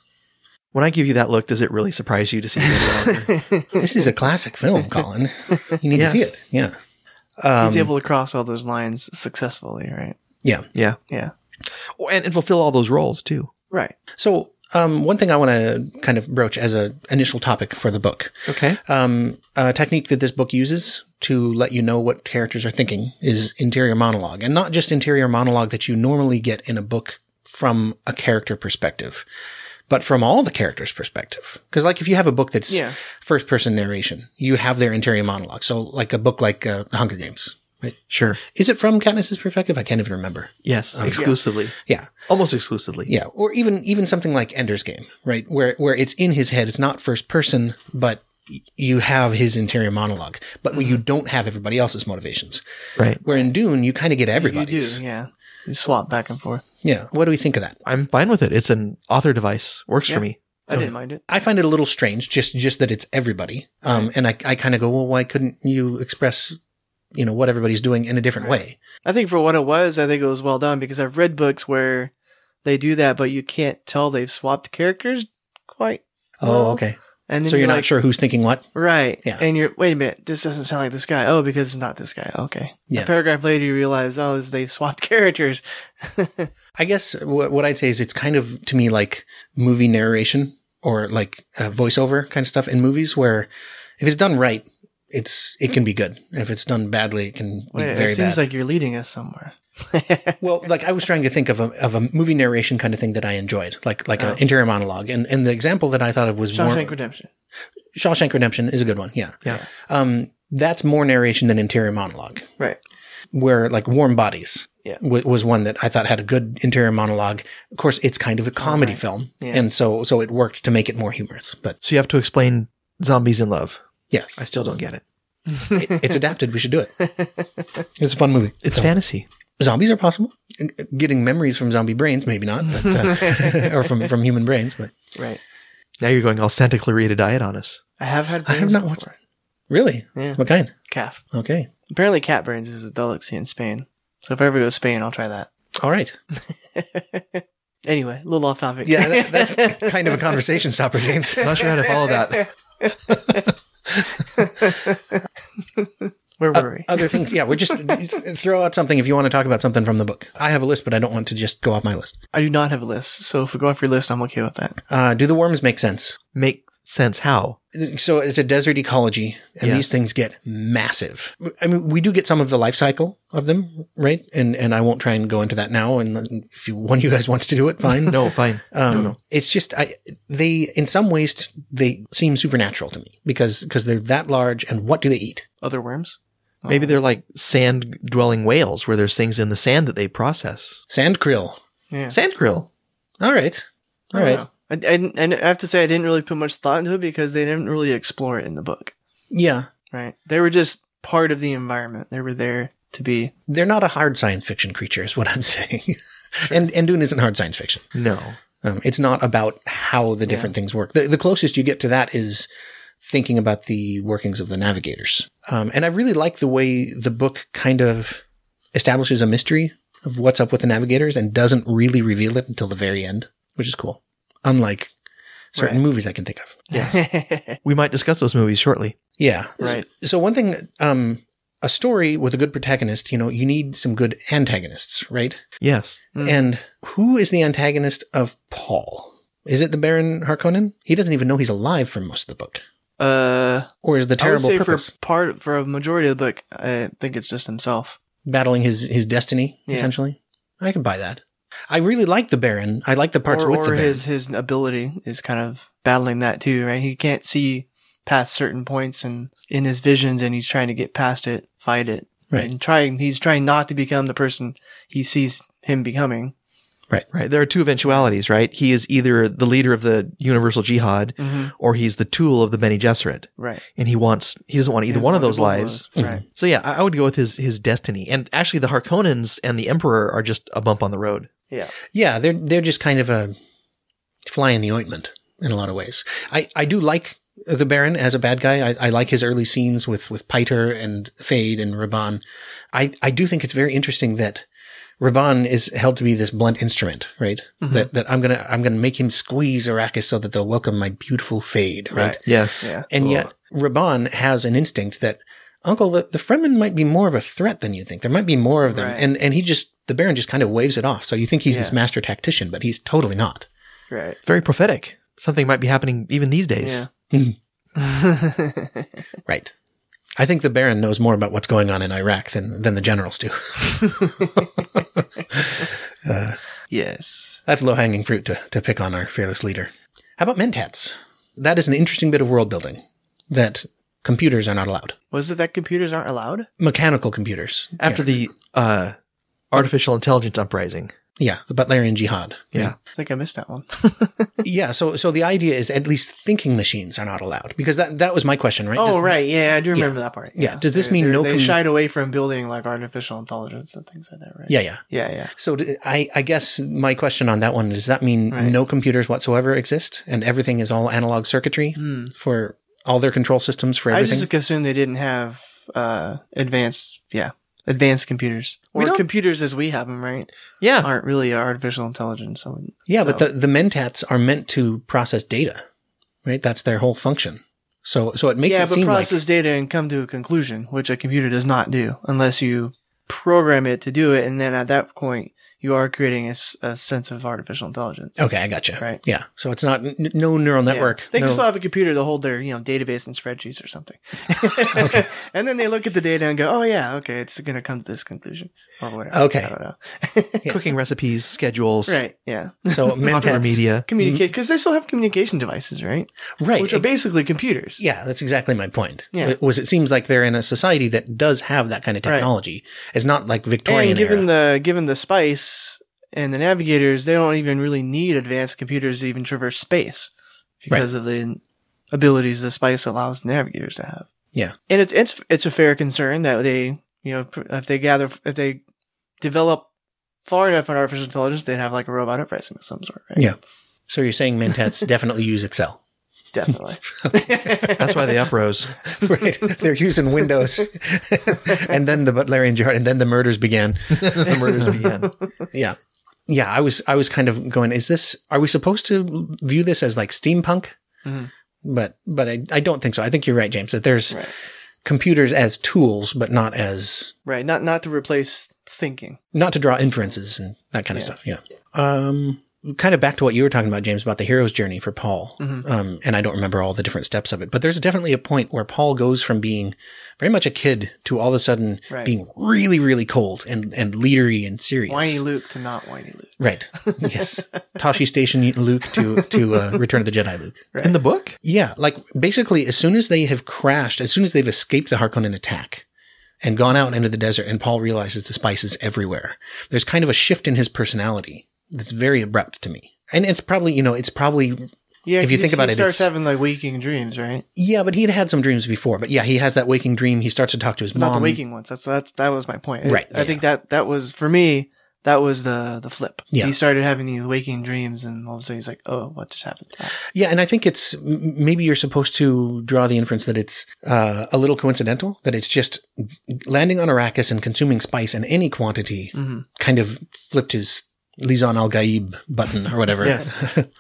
Speaker 5: when I give you that look, does it really surprise you to see him?
Speaker 1: This is a classic film, Colin. You need
Speaker 5: Yes.
Speaker 1: to see it. Yeah. Um,
Speaker 4: He's able to cross all those lines successfully, right?
Speaker 1: Yeah.
Speaker 5: yeah,
Speaker 4: Yeah.
Speaker 5: Oh, and, and fulfill all those roles too.
Speaker 4: Right.
Speaker 1: So, um, one thing I want to kind of broach as an initial topic for the book
Speaker 5: Okay,
Speaker 1: um, a technique that this book uses to let you know what characters are thinking is interior monologue, and not just interior monologue that you normally get in a book from a character perspective, but from all the characters' perspective. Because, like, if you have a book that's
Speaker 4: Yeah.
Speaker 1: first person narration, you have their interior monologue. So, like a book like uh, The Hunger Games, right?
Speaker 5: sure,
Speaker 1: Is it from Katniss's perspective? I can't even remember.
Speaker 5: yes, exclusively,
Speaker 1: Yeah.
Speaker 5: almost exclusively.
Speaker 1: Yeah, or even even something like Ender's Game, right? Where where it's in his head, it's not first person, but y- you have his interior monologue, but
Speaker 4: Mm-hmm.
Speaker 1: you don't have everybody else's motivations.
Speaker 5: Right.
Speaker 1: Where in Dune, you kind of get
Speaker 4: You do,
Speaker 1: everybody's.
Speaker 4: yeah. You swap back and forth.
Speaker 1: Yeah. What do we think of that?
Speaker 5: I'm fine with it. It's an author device. Works
Speaker 4: Yeah.
Speaker 5: for me.
Speaker 4: I didn't mind it.
Speaker 1: I find it a little strange, just just that it's everybody, um, and I I kind of go, well, why couldn't you express, you know, what everybody's doing in a different way?
Speaker 4: I think for what it was, I think it was well done because I've read books where they do that, but you can't tell they've swapped characters quite.
Speaker 1: Oh,
Speaker 4: well.
Speaker 1: okay.
Speaker 4: And then
Speaker 1: So you're not
Speaker 4: like,
Speaker 1: sure who's thinking what?
Speaker 4: right?
Speaker 1: Yeah.
Speaker 4: And you're wait a minute, this doesn't sound like this guy. Oh, because it's not this guy. Okay.
Speaker 1: Yeah.
Speaker 4: A paragraph later, you realize, oh, this- they've swapped [laughs] characters.
Speaker 1: I guess what, what I'd say is it's kind of to me like movie narration or like uh, voiceover kind of stuff in movies where if it's done right, it's it can be good. And if it's done badly, it can be
Speaker 4: Wait, it
Speaker 1: very
Speaker 4: seems
Speaker 1: bad.
Speaker 4: like you're leading us somewhere.
Speaker 1: well, like I was trying to think of a of a movie narration kind of thing that I enjoyed, like like an interior monologue. And and the example that I thought of was
Speaker 4: Oh. Shawshank
Speaker 1: more,
Speaker 4: Redemption.
Speaker 1: Shawshank Redemption is a good one. Yeah,
Speaker 5: Yeah.
Speaker 1: Um, that's more narration than interior monologue.
Speaker 4: Right.
Speaker 1: where like Warm Bodies
Speaker 4: Yeah.
Speaker 1: wa- was one that I thought had a good interior monologue. Of course, it's kind of a comedy film,
Speaker 4: Yeah.
Speaker 1: and so so it worked to make it more humorous. But
Speaker 5: So you have to explain zombies in love.
Speaker 1: yeah,
Speaker 5: I still don't get it.
Speaker 1: it, it's adapted. We should
Speaker 4: [laughs]
Speaker 1: do it. It's a fun movie.
Speaker 5: It's
Speaker 1: So,
Speaker 5: fantasy.
Speaker 1: Zombies are possible. G- Getting memories from zombie brains, maybe not, but,
Speaker 4: [laughs]
Speaker 1: uh, or from from human brains. But
Speaker 4: Right.
Speaker 5: Now you're going all Santa Clarita Diet on us.
Speaker 4: I have had.
Speaker 1: I
Speaker 4: Brains
Speaker 1: have not watched. Really?
Speaker 4: Yeah.
Speaker 1: What kind?
Speaker 4: calf.
Speaker 1: Okay.
Speaker 4: Apparently, cat brains is a delicacy in Spain. So if I ever go to Spain, I'll try that.
Speaker 1: All right.
Speaker 4: Anyway, a little off topic.
Speaker 1: Yeah,
Speaker 4: [laughs]
Speaker 1: that, that's kind of a conversation stopper, James. [laughs]
Speaker 5: Not sure how to follow that.
Speaker 4: Where
Speaker 1: uh,
Speaker 4: were we?
Speaker 1: Other things, yeah. We're just throw out something if you want to talk about something from the book. I have a list, but I don't want to just go off my list.
Speaker 4: I do not have a list, so if we go off your list, I'm okay with that.
Speaker 1: Uh, do the worms make sense?
Speaker 5: Make sense how?
Speaker 1: So it's a desert ecology, and
Speaker 5: Yes.
Speaker 1: these things get massive. I mean, we do get some of the life cycle of them, right? And and I won't try and go into that now. And if you, one of you guys [laughs] wants to do it, fine.
Speaker 5: No, fine.
Speaker 1: Um,
Speaker 5: no, no.
Speaker 1: It's just I they in some ways they seem supernatural to me because because they're that large and what do they eat?
Speaker 4: Other worms?
Speaker 5: Maybe they're like sand dwelling whales where there's things in the sand that they process.
Speaker 1: Sand krill.
Speaker 4: Yeah.
Speaker 5: Sand krill.
Speaker 1: All right, all
Speaker 5: Oh,
Speaker 1: right.
Speaker 4: I, I, didn't- and I have to say, I didn't really put much thought into it because they didn't really explore it in the book,
Speaker 1: Yeah,
Speaker 4: right? They were just part of the environment. They were there
Speaker 1: [laughs]
Speaker 4: to be.
Speaker 1: they're not a hard science fiction [laughs] creature, is what I'm saying. And and Dune isn't hard science fiction.
Speaker 5: No.
Speaker 1: Um, it's not about how the different things work. The, the closest you get to that is thinking about the workings of the navigators. Um, and I really like the way the book kind of establishes a mystery of what's up with the navigators and doesn't really reveal it until the very end, which is cool. Unlike certain
Speaker 4: Right.
Speaker 1: movies I can think of.
Speaker 4: Uh,
Speaker 5: We might discuss those movies shortly.
Speaker 1: Yeah.
Speaker 4: Right.
Speaker 1: So one thing, um, a story with a good protagonist, you know, you need some good antagonists, right?
Speaker 5: Yes.
Speaker 4: Mm.
Speaker 1: And who is the antagonist of Paul? Is it the Baron Harkonnen? He doesn't even know he's alive for most of the book.
Speaker 4: uh,
Speaker 1: Or is the
Speaker 4: I would
Speaker 1: terrible
Speaker 4: say
Speaker 1: purpose
Speaker 4: for part for a majority of the book, I think it's just himself.
Speaker 1: battling his his destiny
Speaker 4: Yeah.
Speaker 1: essentially? I can buy that. I really like the Baron. I like the parts
Speaker 4: or
Speaker 1: with
Speaker 4: or
Speaker 1: the Baron.
Speaker 4: his his ability is kind of battling that too, right? He can't see past certain points and in his visions, and he's trying to get past it, fight it,
Speaker 1: Right.
Speaker 4: And trying, he's trying not to become the person he sees him becoming.
Speaker 5: Right. There are two eventualities, right? He is either the leader of the Universal Jihad
Speaker 4: Mm-hmm.
Speaker 5: or he's the tool of the Bene Gesserit.
Speaker 4: Right.
Speaker 5: And he wants he doesn't want either
Speaker 4: He's
Speaker 5: one of
Speaker 4: wanted
Speaker 5: those
Speaker 4: both
Speaker 5: lives.
Speaker 4: those,
Speaker 1: Mhm.
Speaker 4: Right.
Speaker 5: So yeah, I I would go with his his destiny. And actually the Harkonnens and the Emperor are just a bump on the road.
Speaker 4: Yeah.
Speaker 1: Yeah, they're they're just kind of a fly in the ointment in a lot of ways. I, I do like the Baron as a bad guy. I, I like his early scenes with with Piter and Fade and Raban. I I do think it's very interesting that Raban is held to be this blunt instrument, right? That that I'm gonna I'm gonna make him squeeze Arrakis so that they'll welcome my beautiful Fade, right?
Speaker 4: Right.
Speaker 5: Yes.
Speaker 4: Yeah.
Speaker 1: And yet, Raban has an instinct that, Uncle, the, the Fremen might be more of a threat than you think. There might be more of them.
Speaker 4: Right.
Speaker 1: And, and he just, the Baron just kind of waves it off. So you think he's this
Speaker 4: Yeah.
Speaker 1: master tactician, but he's totally not.
Speaker 4: Right.
Speaker 5: Very prophetic. Something might be happening even these days.
Speaker 4: Yeah.
Speaker 1: Mm-hmm. Right. I think the Baron knows more about what's going on in Iraq than, than the generals do.
Speaker 4: [laughs]
Speaker 1: [laughs]
Speaker 4: Yes.
Speaker 1: That's low hanging fruit to, to pick on our fearless leader. How about Mentats? That is an interesting bit of world building that computers are not allowed.
Speaker 4: Was it that computers aren't allowed?
Speaker 1: Mechanical computers.
Speaker 5: After the uh artificial intelligence uprising.
Speaker 1: Yeah, the Butlerian Jihad.
Speaker 5: Yeah.
Speaker 4: I think I missed that one.
Speaker 1: Yeah, so so the idea is at least thinking machines are not allowed because that that was my question, right?
Speaker 4: oh
Speaker 1: Does-
Speaker 4: right, yeah, I do remember that part.
Speaker 1: Yeah, does this mean
Speaker 4: they're-
Speaker 1: no
Speaker 4: They
Speaker 1: com-
Speaker 4: shied away from building like artificial intelligence and things like that, right?
Speaker 1: Yeah, yeah.
Speaker 4: yeah, yeah.
Speaker 1: So d- I I guess my question on that one does that mean
Speaker 4: Right.
Speaker 1: no computers whatsoever exist and everything is all analog circuitry for all their control systems for
Speaker 4: Hmm. I
Speaker 1: everything?
Speaker 4: just assume they didn't have uh, advanced, yeah, advanced computers
Speaker 5: We
Speaker 4: or
Speaker 5: don't-
Speaker 4: computers as we have them, right?
Speaker 5: Yeah.
Speaker 4: Aren't really artificial intelligence. I wouldn't-
Speaker 1: yeah, but
Speaker 4: so-
Speaker 1: the the mentats are meant to process data, right? That's their whole function. So so it makes
Speaker 4: yeah,
Speaker 1: it
Speaker 4: but
Speaker 1: seem like
Speaker 4: process data and come to a conclusion, which a computer does not do unless you program it to do it, and then at that point you are creating a, s- a sense of artificial intelligence.
Speaker 1: okay, I gotcha.
Speaker 4: Right.
Speaker 1: Yeah. So it's not n- no neural
Speaker 4: Yeah.
Speaker 1: network.
Speaker 4: They can
Speaker 1: no-
Speaker 4: still have a computer to hold their, you know, database and spreadsheets or
Speaker 1: [laughs]
Speaker 4: something. [laughs] And then they look at the data and go, "Oh yeah, okay, it's going to come to this conclusion or whatever."
Speaker 1: Okay.
Speaker 4: I don't know.
Speaker 5: Cooking recipes, schedules,
Speaker 4: Right? Yeah. [laughs]
Speaker 1: so
Speaker 5: popular
Speaker 1: mentats
Speaker 5: media.
Speaker 4: Communicate because they still have communication devices, right?
Speaker 1: Mm-hmm. right?
Speaker 4: Which are basically computers.
Speaker 1: Yeah, that's exactly my point.
Speaker 4: Yeah.
Speaker 1: It was it seems like they're in a society that does have that kind of
Speaker 4: Right.
Speaker 1: technology. It's not like Victorian
Speaker 4: And given
Speaker 1: era.
Speaker 4: the given the spice and the navigators, they don't even really need advanced computers to even traverse space because of the abilities the spice allows the navigators to have.
Speaker 1: Yeah.
Speaker 4: and it's it's it's a fair concern that they you know pr- if they gather if they develop far enough in artificial intelligence, they'd have like a robot uprising of some sort. Right?
Speaker 1: Yeah. so you're saying
Speaker 4: [laughs]
Speaker 1: Mentats definitely use Excel, [laughs]
Speaker 4: definitely. [laughs]
Speaker 5: That's why they uprose.
Speaker 1: right? they're using
Speaker 4: [laughs]
Speaker 1: Windows, and then the Butlerian Jihad, and then the murders began.
Speaker 4: [laughs]
Speaker 5: the murders began.
Speaker 1: Yeah, yeah. I was I was kind of going, is this? Are we supposed to view this as like steampunk?
Speaker 4: Mhm.
Speaker 1: But but I, I don't think so. I think you're right, James. That there's
Speaker 4: Right.
Speaker 1: computers as tools, but not as
Speaker 4: right, not not to replace thinking.
Speaker 1: not to draw inferences and that kind of stuff. Yeah. Um, kind of back to what you were talking about, James, about the hero's journey for Paul.
Speaker 4: Mm-hmm.
Speaker 1: Um, and I don't remember all the different steps of it, but there's definitely a point where Paul goes from being very much a kid to all of a sudden
Speaker 4: Right.
Speaker 1: being really, really cold and, and leadery and serious.
Speaker 4: Whiny Luke to not whiny Luke.
Speaker 1: Right.
Speaker 4: [laughs]
Speaker 1: Yes. Tashi Station Luke to, to, uh, Return of the Jedi Luke.
Speaker 5: In the book?
Speaker 1: Yeah, like basically, as soon as they have crashed, as soon as they've escaped the Harkonnen attack and gone out into the desert, and Paul realizes the spice is everywhere, there's kind of a shift in his personality that's very abrupt to me. And it's probably, you know, it's probably,
Speaker 4: Yeah,
Speaker 1: If you
Speaker 4: 'cause
Speaker 1: think
Speaker 4: he
Speaker 1: about it,
Speaker 4: starts
Speaker 1: it's-
Speaker 4: having like waking dreams, right?
Speaker 1: yeah, but he'd had some dreams before. But yeah, he has that waking dream. He starts to talk to his mom.
Speaker 4: Not the waking ones. That's that's that was my point.
Speaker 1: Right,
Speaker 4: I,
Speaker 1: yeah,
Speaker 4: think that that was for me. that was the the flip.
Speaker 1: Yeah.
Speaker 4: He started having these waking dreams, and all of a sudden he's like, "Oh, what just happened?"
Speaker 1: Yeah, and I think it's m- maybe you're supposed to draw the inference that it's uh, a little coincidental, that it's just landing on Arrakis and consuming spice in any quantity
Speaker 4: Mhm.
Speaker 1: kind of flipped his Lisan al Gaib button or whatever.
Speaker 5: Yes.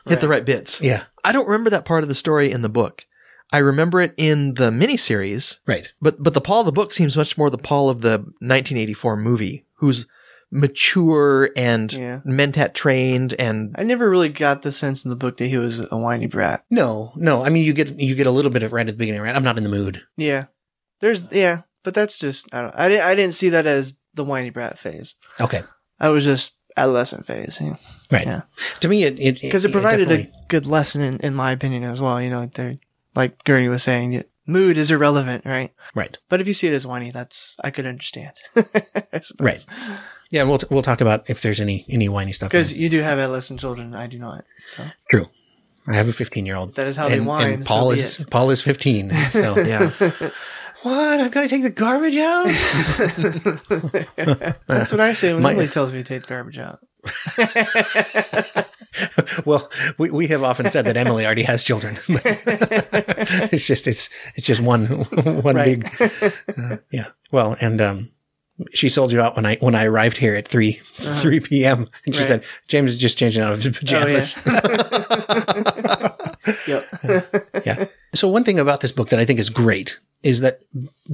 Speaker 5: Hit the right
Speaker 1: [laughs]
Speaker 5: bits.
Speaker 1: yeah,
Speaker 5: I don't remember that part of the story in the book. I remember it in the miniseries,
Speaker 1: right.
Speaker 5: but but the Paul of the book seems much more the Paul of the 1984 movie, who's mature and
Speaker 4: Yeah.
Speaker 5: mentat trained and
Speaker 4: I never really got the sense in the book that he was a whiny brat.
Speaker 1: No, no. I mean, you get you get a little bit of right at the beginning, right? I'm not in the mood.
Speaker 4: Yeah, there's yeah, but that's just I don't I didn't I didn't see that as the whiny brat phase.
Speaker 1: Okay,
Speaker 4: I was just adolescent phase, you know.
Speaker 1: right.
Speaker 4: Yeah.
Speaker 1: To me, it it
Speaker 4: because it provided
Speaker 1: definitely-
Speaker 4: a good lesson in, in my opinion as well. You know, they're, like Gurney was saying, that mood is irrelevant, right?
Speaker 1: right.
Speaker 4: But if you see it as whiny, that's I could understand, [laughs]
Speaker 1: Right. Yeah, and we'll t- we'll talk about if there's any any whiny stuff. in
Speaker 4: Because
Speaker 1: it.
Speaker 4: you do have adolescent children, I do not. So
Speaker 1: true, I have a 15 year old.
Speaker 4: That is how they whine,
Speaker 1: And
Speaker 4: so
Speaker 1: Paul
Speaker 4: be
Speaker 1: is [laughs]
Speaker 4: it.
Speaker 1: Paul is 15.
Speaker 4: [laughs]
Speaker 1: So
Speaker 5: yeah.
Speaker 1: what? I've got to take the garbage [laughs] out.
Speaker 4: that's what I say when
Speaker 1: My-
Speaker 4: Emily tells me to take garbage out.
Speaker 1: well, we, we have often said that Emily already has children. [laughs]
Speaker 4: [laughs]
Speaker 1: it's just it's it's just one [laughs] one
Speaker 4: Right.
Speaker 1: big uh, yeah. Well, and um, she sold you out when I when I arrived here at 3 three p.m. and she
Speaker 4: Uh-huh. Right. Oh,
Speaker 1: said James is just changing out of his pajamas.
Speaker 4: [laughs] Yep.
Speaker 1: yeah. So one thing about this book that I think is great is that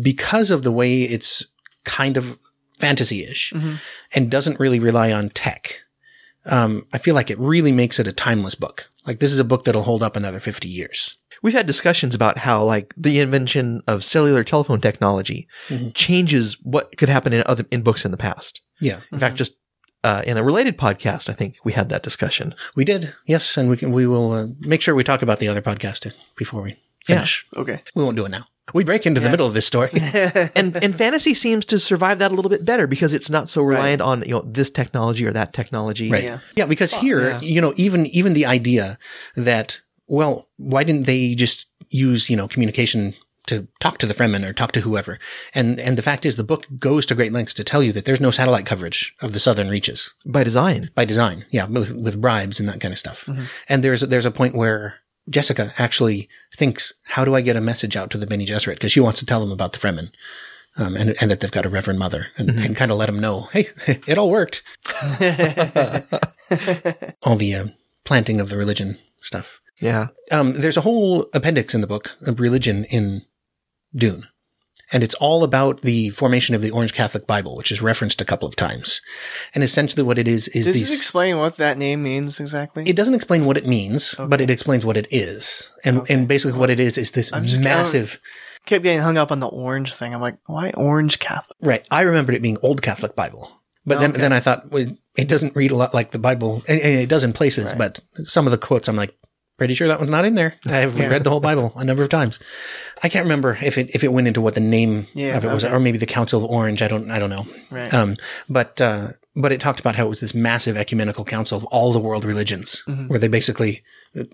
Speaker 1: because of the way it's kind of fantasy-ish
Speaker 4: Mm-hmm.
Speaker 1: and doesn't really rely on tech, um, I feel like it really makes it a timeless book. Like this is a book that'll hold up another 50 years.
Speaker 5: We've had discussions about how like the invention of cellular telephone technology changes what could happen in other in books in the past.
Speaker 1: Yeah.
Speaker 5: In fact, just uh, in a related podcast, I think we had that discussion.
Speaker 1: We did. Yes. And we can, we will uh, make sure we talk about the other podcast before we finish. [laughs]
Speaker 4: Okay.
Speaker 1: We won't do it now. We break into the middle of this story.
Speaker 5: and and fantasy seems to survive that a little bit better because it's not so reliant on you know this technology or that technology.
Speaker 1: Right.
Speaker 4: Yeah.
Speaker 1: Yeah. because here, you know, even even the idea that well, why didn't they just use, you know, communication to talk to the Fremen or talk to whoever? And and the fact is the book goes to great lengths to tell you that there's no satellite coverage of the southern reaches
Speaker 5: By design.
Speaker 1: by design. Yeah, with, with bribes and that kind of stuff. And there's there's a point where Jessica actually thinks, how do I get a message out to the Bene Gesserit? Because she wants to tell them about the Fremen. Um, and, and that they've got a reverend mother and, and kind of let them know, hey, [laughs] it all worked. all the uh, planting of the religion stuff.
Speaker 5: Yeah.
Speaker 1: Um, there's a whole appendix in the book of religion in Dune. And it's all about the formation of the Orange Catholic Bible, which is referenced a couple of times. And essentially what it is, is
Speaker 4: Does
Speaker 1: these.
Speaker 4: this explain what that name means exactly?
Speaker 1: It doesn't explain what it means, but it explains what it is. And and basically what it is is this
Speaker 4: just-
Speaker 1: massive
Speaker 4: kept getting hung up on the orange thing. I'm like, why orange Catholic?
Speaker 1: right. I remembered it being old Catholic Bible. But then then I thought well, it doesn't read a lot like the Bible and, and it does in places, but some of the quotes I'm like pretty sure that one's not in there. I've read the whole Bible a number of times. I can't remember if it if it went into what the name
Speaker 4: Yeah,
Speaker 1: of it was
Speaker 4: okay.
Speaker 1: or maybe the Council of Orange, I don't I don't know.
Speaker 4: Right.
Speaker 1: Um, but uh, but it talked about how it was this massive ecumenical council of all the world religions,
Speaker 4: Mm-hmm.
Speaker 1: where they basically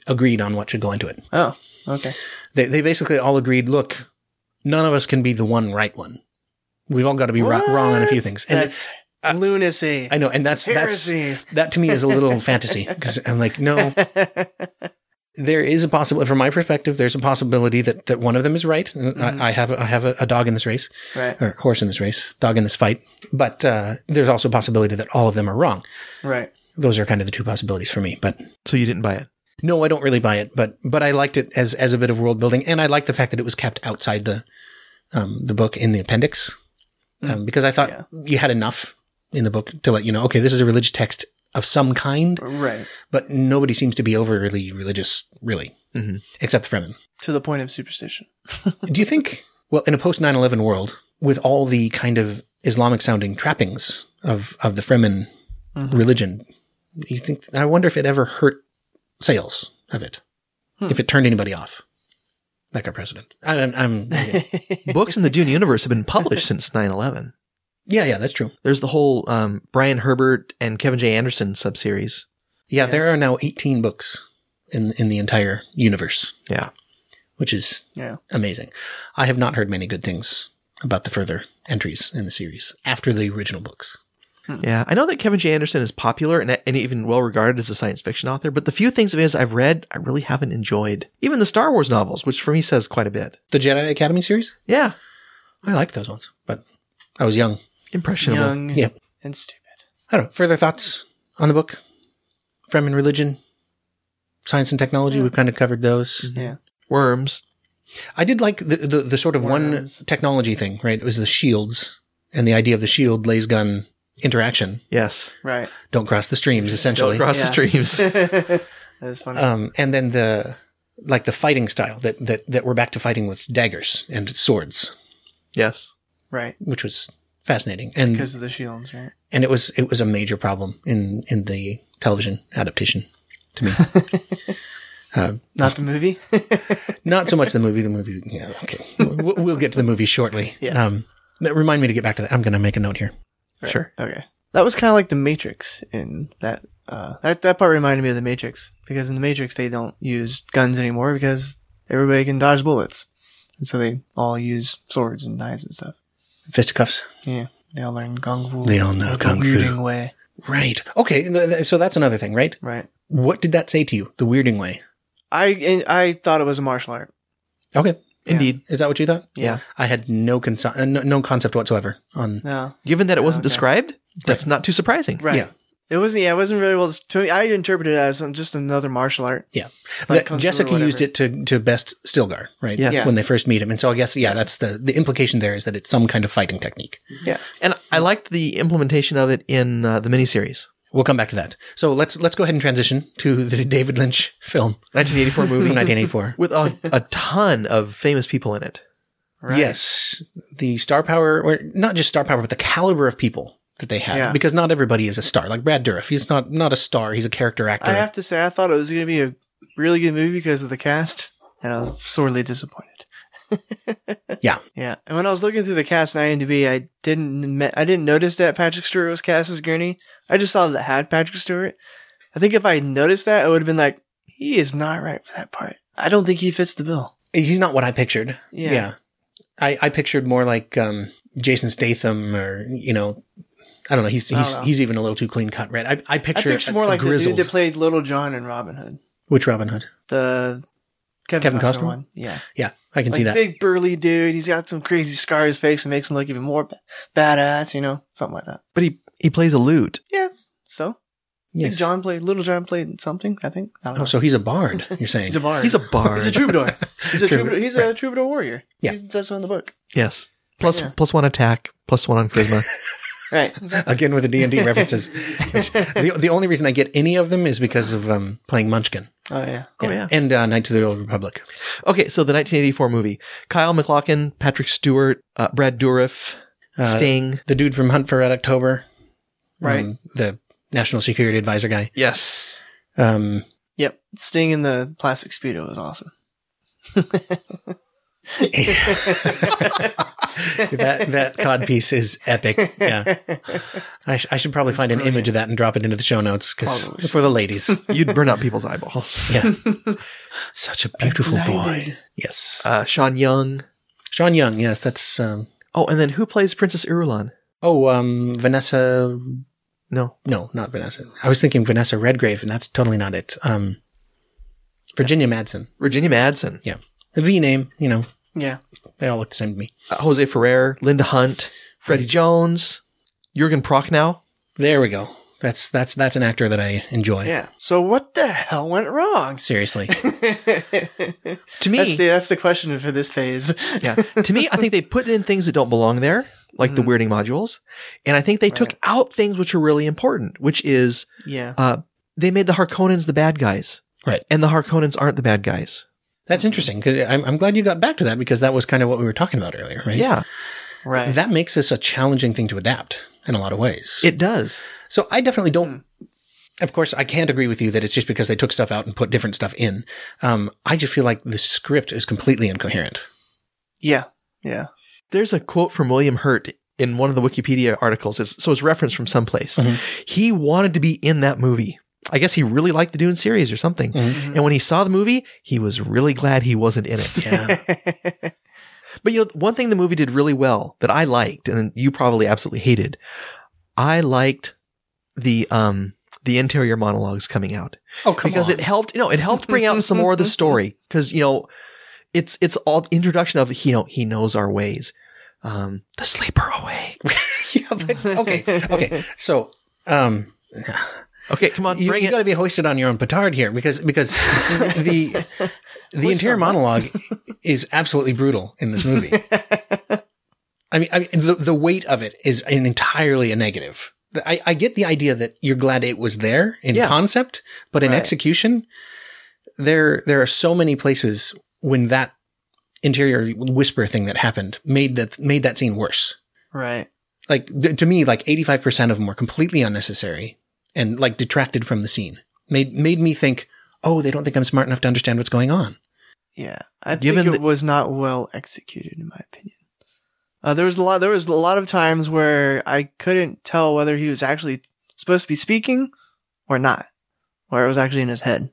Speaker 1: agreed on what should go into it.
Speaker 4: Oh, okay.
Speaker 1: They they basically all agreed. Look, none of us can be the one right one. We've all got to be ro- wrong on a few things. And
Speaker 4: That's lunacy.
Speaker 1: I know, and that's
Speaker 4: Heresy.
Speaker 1: that's that to me is a
Speaker 4: [laughs]
Speaker 1: little fantasy because I'm like, no. There is a possible, from my perspective, there's a possibility that, that one of them is right. And
Speaker 4: Mm.
Speaker 1: I, I have I have a, a dog in this race,
Speaker 4: Right.
Speaker 1: or horse in this race, dog in this fight. But uh, there's also a possibility that all of them are wrong.
Speaker 4: Right.
Speaker 1: Those are kind of the two possibilities for me. But
Speaker 5: So you didn't buy it.
Speaker 1: no, I don't really buy it, but but I liked it as as a bit of world building, and I liked the fact that it was kept outside the um, the book in the appendix um, because I thought
Speaker 4: Yeah.
Speaker 1: you had enough in the book to let you know, okay, this is a religious text of some kind,
Speaker 4: Right.
Speaker 1: but nobody seems to be overly religious, really,
Speaker 5: Mhm.
Speaker 1: except the Fremen.
Speaker 4: To the point of superstition.
Speaker 1: Do you think, well, in a post 9 11 world, with all the kind of Islamic sounding trappings of, of the Fremen religion, you think, I wonder if it ever hurt sales of it, if it turned anybody off, like our president. I, I'm, I'm
Speaker 5: Books in the Dune universe have been published since 9-11.
Speaker 1: yeah, yeah, that's true.
Speaker 5: There's the whole um, Brian Herbert and Kevin J. Anderson subseries.
Speaker 1: Yeah, there are now 18 books in, in the entire universe,
Speaker 5: Yeah.
Speaker 1: which is
Speaker 4: Yeah.
Speaker 1: amazing. I have not heard many good things about the further entries in the series after the original books.
Speaker 5: Yeah, I know that Kevin J. Anderson is popular and, and even well regarded as a science fiction author, but the few things of his I've read, I really haven't enjoyed. Even the Star Wars novels, which for me says quite a bit.
Speaker 1: The Jedi Academy series?
Speaker 5: Yeah,
Speaker 1: I liked those ones, but I was young.
Speaker 5: impressionable.
Speaker 4: Young
Speaker 1: Yeah.
Speaker 4: and stupid.
Speaker 1: I don't know. Further thoughts on the book? Fremen religion, science and technology. We've kind of covered those.
Speaker 4: Yeah.
Speaker 5: Worms.
Speaker 1: I did like the, the, the sort of
Speaker 4: Worms.
Speaker 1: one technology thing, right? It was the shields and the idea of the shield lays gun interaction.
Speaker 5: Yes,
Speaker 4: Right.
Speaker 1: Don't cross the streams, essentially.
Speaker 5: across
Speaker 4: Yeah.
Speaker 5: the
Speaker 4: [laughs]
Speaker 5: streams.
Speaker 4: that was funny.
Speaker 1: um, and then the like the fighting style that, that that we're back to fighting with daggers and swords,
Speaker 5: yes,
Speaker 4: right.
Speaker 1: which was fascinating. And
Speaker 4: Because of the shields, right?
Speaker 1: and it was it was a major problem in in the television adaptation to
Speaker 4: [laughs]
Speaker 1: me.
Speaker 4: Not the movie. [laughs]
Speaker 1: Not so much the movie. The movie, yeah, okay. we'll, we'll get to the movie shortly.
Speaker 4: Yeah.
Speaker 1: Um, but remind me to get back to that. I'm going to make a note here.
Speaker 5: sure.
Speaker 4: Okay. That was kind of like the Matrix in that. Uh, that that part reminded me of the Matrix because in the Matrix they don't use guns anymore because everybody can dodge bullets, and so they all use swords and knives and stuff.
Speaker 1: Fisticuffs.
Speaker 4: Yeah, they all learn kung fu.
Speaker 1: They all know
Speaker 4: the
Speaker 1: kung fu.
Speaker 4: weirding way,
Speaker 1: Right. Okay. th- th- So that's another thing, right?
Speaker 4: right?
Speaker 1: What did that say to you? The weirding way.
Speaker 4: I and I thought it was a martial art.
Speaker 1: Okay.
Speaker 5: Indeed.
Speaker 1: Is that what you thought?
Speaker 4: Yeah.
Speaker 1: I had no, conce- uh, no, no concept whatsoever on.
Speaker 4: No,
Speaker 5: Given that it wasn't
Speaker 4: Okay.
Speaker 5: described, that's not too surprising.
Speaker 4: right?
Speaker 1: Yeah.
Speaker 4: It wasn't. Yeah, it wasn't really well. To me, I interpreted it as some- just another martial art.
Speaker 1: Yeah.
Speaker 4: Like
Speaker 1: That
Speaker 4: kung fu or
Speaker 1: Jessica used
Speaker 4: whatever.
Speaker 1: it to, to best Stilgar, right?
Speaker 5: Yes.
Speaker 4: Yeah.
Speaker 1: When they first meet him. And so I guess, yeah, that's the, the implication there is that it's some kind of fighting technique.
Speaker 4: Yeah,
Speaker 5: And I liked the implementation of it in uh, the miniseries,
Speaker 1: We'll come back to that. So let's, let's go ahead and transition to the [laughs] David Lynch film [laughs]
Speaker 5: 1984
Speaker 1: from
Speaker 5: movie,
Speaker 1: 1984.
Speaker 5: with a, a ton of famous people in it.
Speaker 4: right.
Speaker 1: Yes, the star power, or not just star power, but the caliber of people that they have,
Speaker 4: Yeah.
Speaker 1: because not everybody is a star. Like Brad Dourif, he's not not a star; he's a character actor.
Speaker 4: I have to say, I thought it was going to be a really good movie because of the cast, and I was sorely disappointed. [laughs]
Speaker 1: Yeah.
Speaker 4: yeah. And when I was looking through the cast on IMDb, I didn't me- I didn't notice that Patrick Stewart was cast as Gurney. I just saw that it had Patrick Stewart. I think if I had noticed that, I would have been like, he is not right for that part. I don't think he fits the bill.
Speaker 1: he's not what I pictured.
Speaker 4: Yeah.
Speaker 1: I, I pictured more like um, Jason Statham, or you know, I don't know. He's
Speaker 4: I don't
Speaker 1: he's,
Speaker 4: know.
Speaker 1: he's even a little too clean cut, right? I, I
Speaker 4: I
Speaker 1: picture
Speaker 4: picture more like
Speaker 1: grizzled.
Speaker 4: the dude that played Little John in Robin Hood.
Speaker 1: which Robin Hood?
Speaker 4: The Kevin,
Speaker 1: Kevin
Speaker 4: Costner,
Speaker 1: Costner?
Speaker 4: one. Yeah.
Speaker 1: Yeah, I can
Speaker 4: Like
Speaker 1: see that.
Speaker 4: big burly dude. He's got some crazy scar on his face and makes him look even more ba- badass, you know, something like that.
Speaker 5: But he he plays a lute.
Speaker 4: Yes. So Big
Speaker 1: yes.
Speaker 4: John played Little John played something, I think. I don't know.
Speaker 1: Oh, so he's a bard.
Speaker 4: [laughs]
Speaker 1: You're saying?
Speaker 4: he's a bard.
Speaker 5: He's a bard.
Speaker 4: He's a troubadour. He's a
Speaker 1: [laughs] Troubadour,
Speaker 4: troubadour. He's a troubadour warrior.
Speaker 1: Yeah.
Speaker 4: He says so in the book.
Speaker 5: yes. Plus-
Speaker 4: Yeah.
Speaker 5: plus one attack, plus one on charisma.
Speaker 4: Right.
Speaker 1: Again with the D and
Speaker 5: [laughs]
Speaker 1: D references. [laughs] the the only reason I get any of them is because of um, playing Munchkin.
Speaker 4: [laughs] Oh yeah.
Speaker 5: Oh, yeah.
Speaker 1: and uh, Knights of the Old Republic.
Speaker 5: Okay, so the 1984 movie: Kyle MacLachlan, Patrick Stewart, uh, Brad Dourif,
Speaker 1: Uh,
Speaker 5: Sting.
Speaker 1: the dude from Hunt for Red October,
Speaker 4: Right.
Speaker 1: um, the national security advisor guy.
Speaker 5: Yes,
Speaker 1: Um,
Speaker 4: Yep. Sting in the plastic speedo was awesome.
Speaker 1: that
Speaker 5: [laughs]
Speaker 1: that cod piece is epic. Yeah, I, sh- I should probably find an image of that and drop it into the show notes 'cause-
Speaker 5: Oh,
Speaker 4: Probably should.
Speaker 1: for the
Speaker 5: [laughs]
Speaker 1: ladies.
Speaker 5: [laughs] you'd burn out people's eyeballs.
Speaker 1: Yeah, such a beautiful boy.
Speaker 4: Blinded.
Speaker 1: Yes,
Speaker 5: Uh, Sean Young.
Speaker 1: Sean Young. Yes, that's um,
Speaker 5: Oh, and then who plays Princess Irulan?
Speaker 1: oh um, Vanessa.
Speaker 5: No,
Speaker 1: No, not Vanessa. I was thinking Vanessa Redgrave, and that's totally not it. Um, Virginia Madsen.
Speaker 5: Virginia Madsen,
Speaker 1: Yeah, the V name. You know,
Speaker 4: Yeah.
Speaker 1: they all look the same to me.
Speaker 5: uh, Jose Ferrer, Linda Hunt, Freddie Jones, Jurgen Prochnow.
Speaker 1: There we go. That's that's that's an actor that I enjoy.
Speaker 4: Yeah. So what the hell went wrong? [laughs]
Speaker 1: Seriously.
Speaker 5: To me, [laughs]
Speaker 4: That's the that's the question for this phase.
Speaker 5: yeah. To me, I think they put in things that don't belong there, like the weirding modules, and I think they took
Speaker 4: Right.
Speaker 5: out things which are really important, which is
Speaker 4: [laughs] Yeah.
Speaker 5: uh, they made the Harkonnens the bad guys,
Speaker 1: Right.
Speaker 5: And the Harkonnens aren't the bad guys.
Speaker 1: that's interesting because I'm, I'm glad you got back to that because that was kind of what we were talking about earlier, right?
Speaker 5: Yeah,
Speaker 4: Right.
Speaker 1: That makes this a challenging thing to adapt in a lot of ways.
Speaker 5: it does.
Speaker 1: so I definitely don't. Of course, I can't agree with you that it's just because they took stuff out and put different stuff in. Um, I just feel like the script is completely incoherent.
Speaker 4: yeah.
Speaker 1: [laughs]
Speaker 4: Yeah.
Speaker 5: There's a quote from William Hurt in one of the Wikipedia articles. It's, so it's referenced from someplace.
Speaker 1: Mhm.
Speaker 5: He wanted to be in that movie. I guess he really liked the Dune series or something.
Speaker 1: Mhm.
Speaker 5: And when he saw the movie, he was really glad he wasn't in [laughs] it.
Speaker 1: Yeah.
Speaker 4: Mm-hmm. [laughs]
Speaker 5: But you know, one thing the movie did really well that I liked and you probably absolutely hated, I liked the um the interior monologues coming out
Speaker 1: [laughs] Oh, come
Speaker 5: because
Speaker 1: on.
Speaker 5: it [laughs] helped. You know, it helped bring out some more of the story because you know, it's it's all the introduction of you know he knows our ways. Um, the sleeper away.
Speaker 1: yeah,
Speaker 4: [laughs]
Speaker 1: but, okay, [laughs] okay. So, um,
Speaker 5: Okay, come on,
Speaker 1: you,
Speaker 5: bring
Speaker 1: you
Speaker 5: it.
Speaker 1: got to be hoisted on your own petard here because because the
Speaker 5: [laughs]
Speaker 1: the entire monologue is absolutely brutal in this
Speaker 5: [laughs]
Speaker 1: movie. I mean, I mean the the weight of it is an entirely a negative. The- I, I get the idea that you're glad it was there in
Speaker 5: Yeah.
Speaker 1: concept, but in
Speaker 4: Right.
Speaker 1: execution, there there are so many places when that interior whisper thing that happened made that made that scene worse
Speaker 4: Right.
Speaker 1: like th- to me like 85% of them were completely unnecessary and like detracted from the scene made made me think oh they don't think i'm smart enough to understand what's going on
Speaker 4: Yeah. I
Speaker 5: Given
Speaker 4: think it
Speaker 5: the-
Speaker 4: was not well executed in my opinion. Uh, there was a lot there was a lot of times where I couldn't tell whether he was actually supposed to be speaking or not. Or it was actually in his head.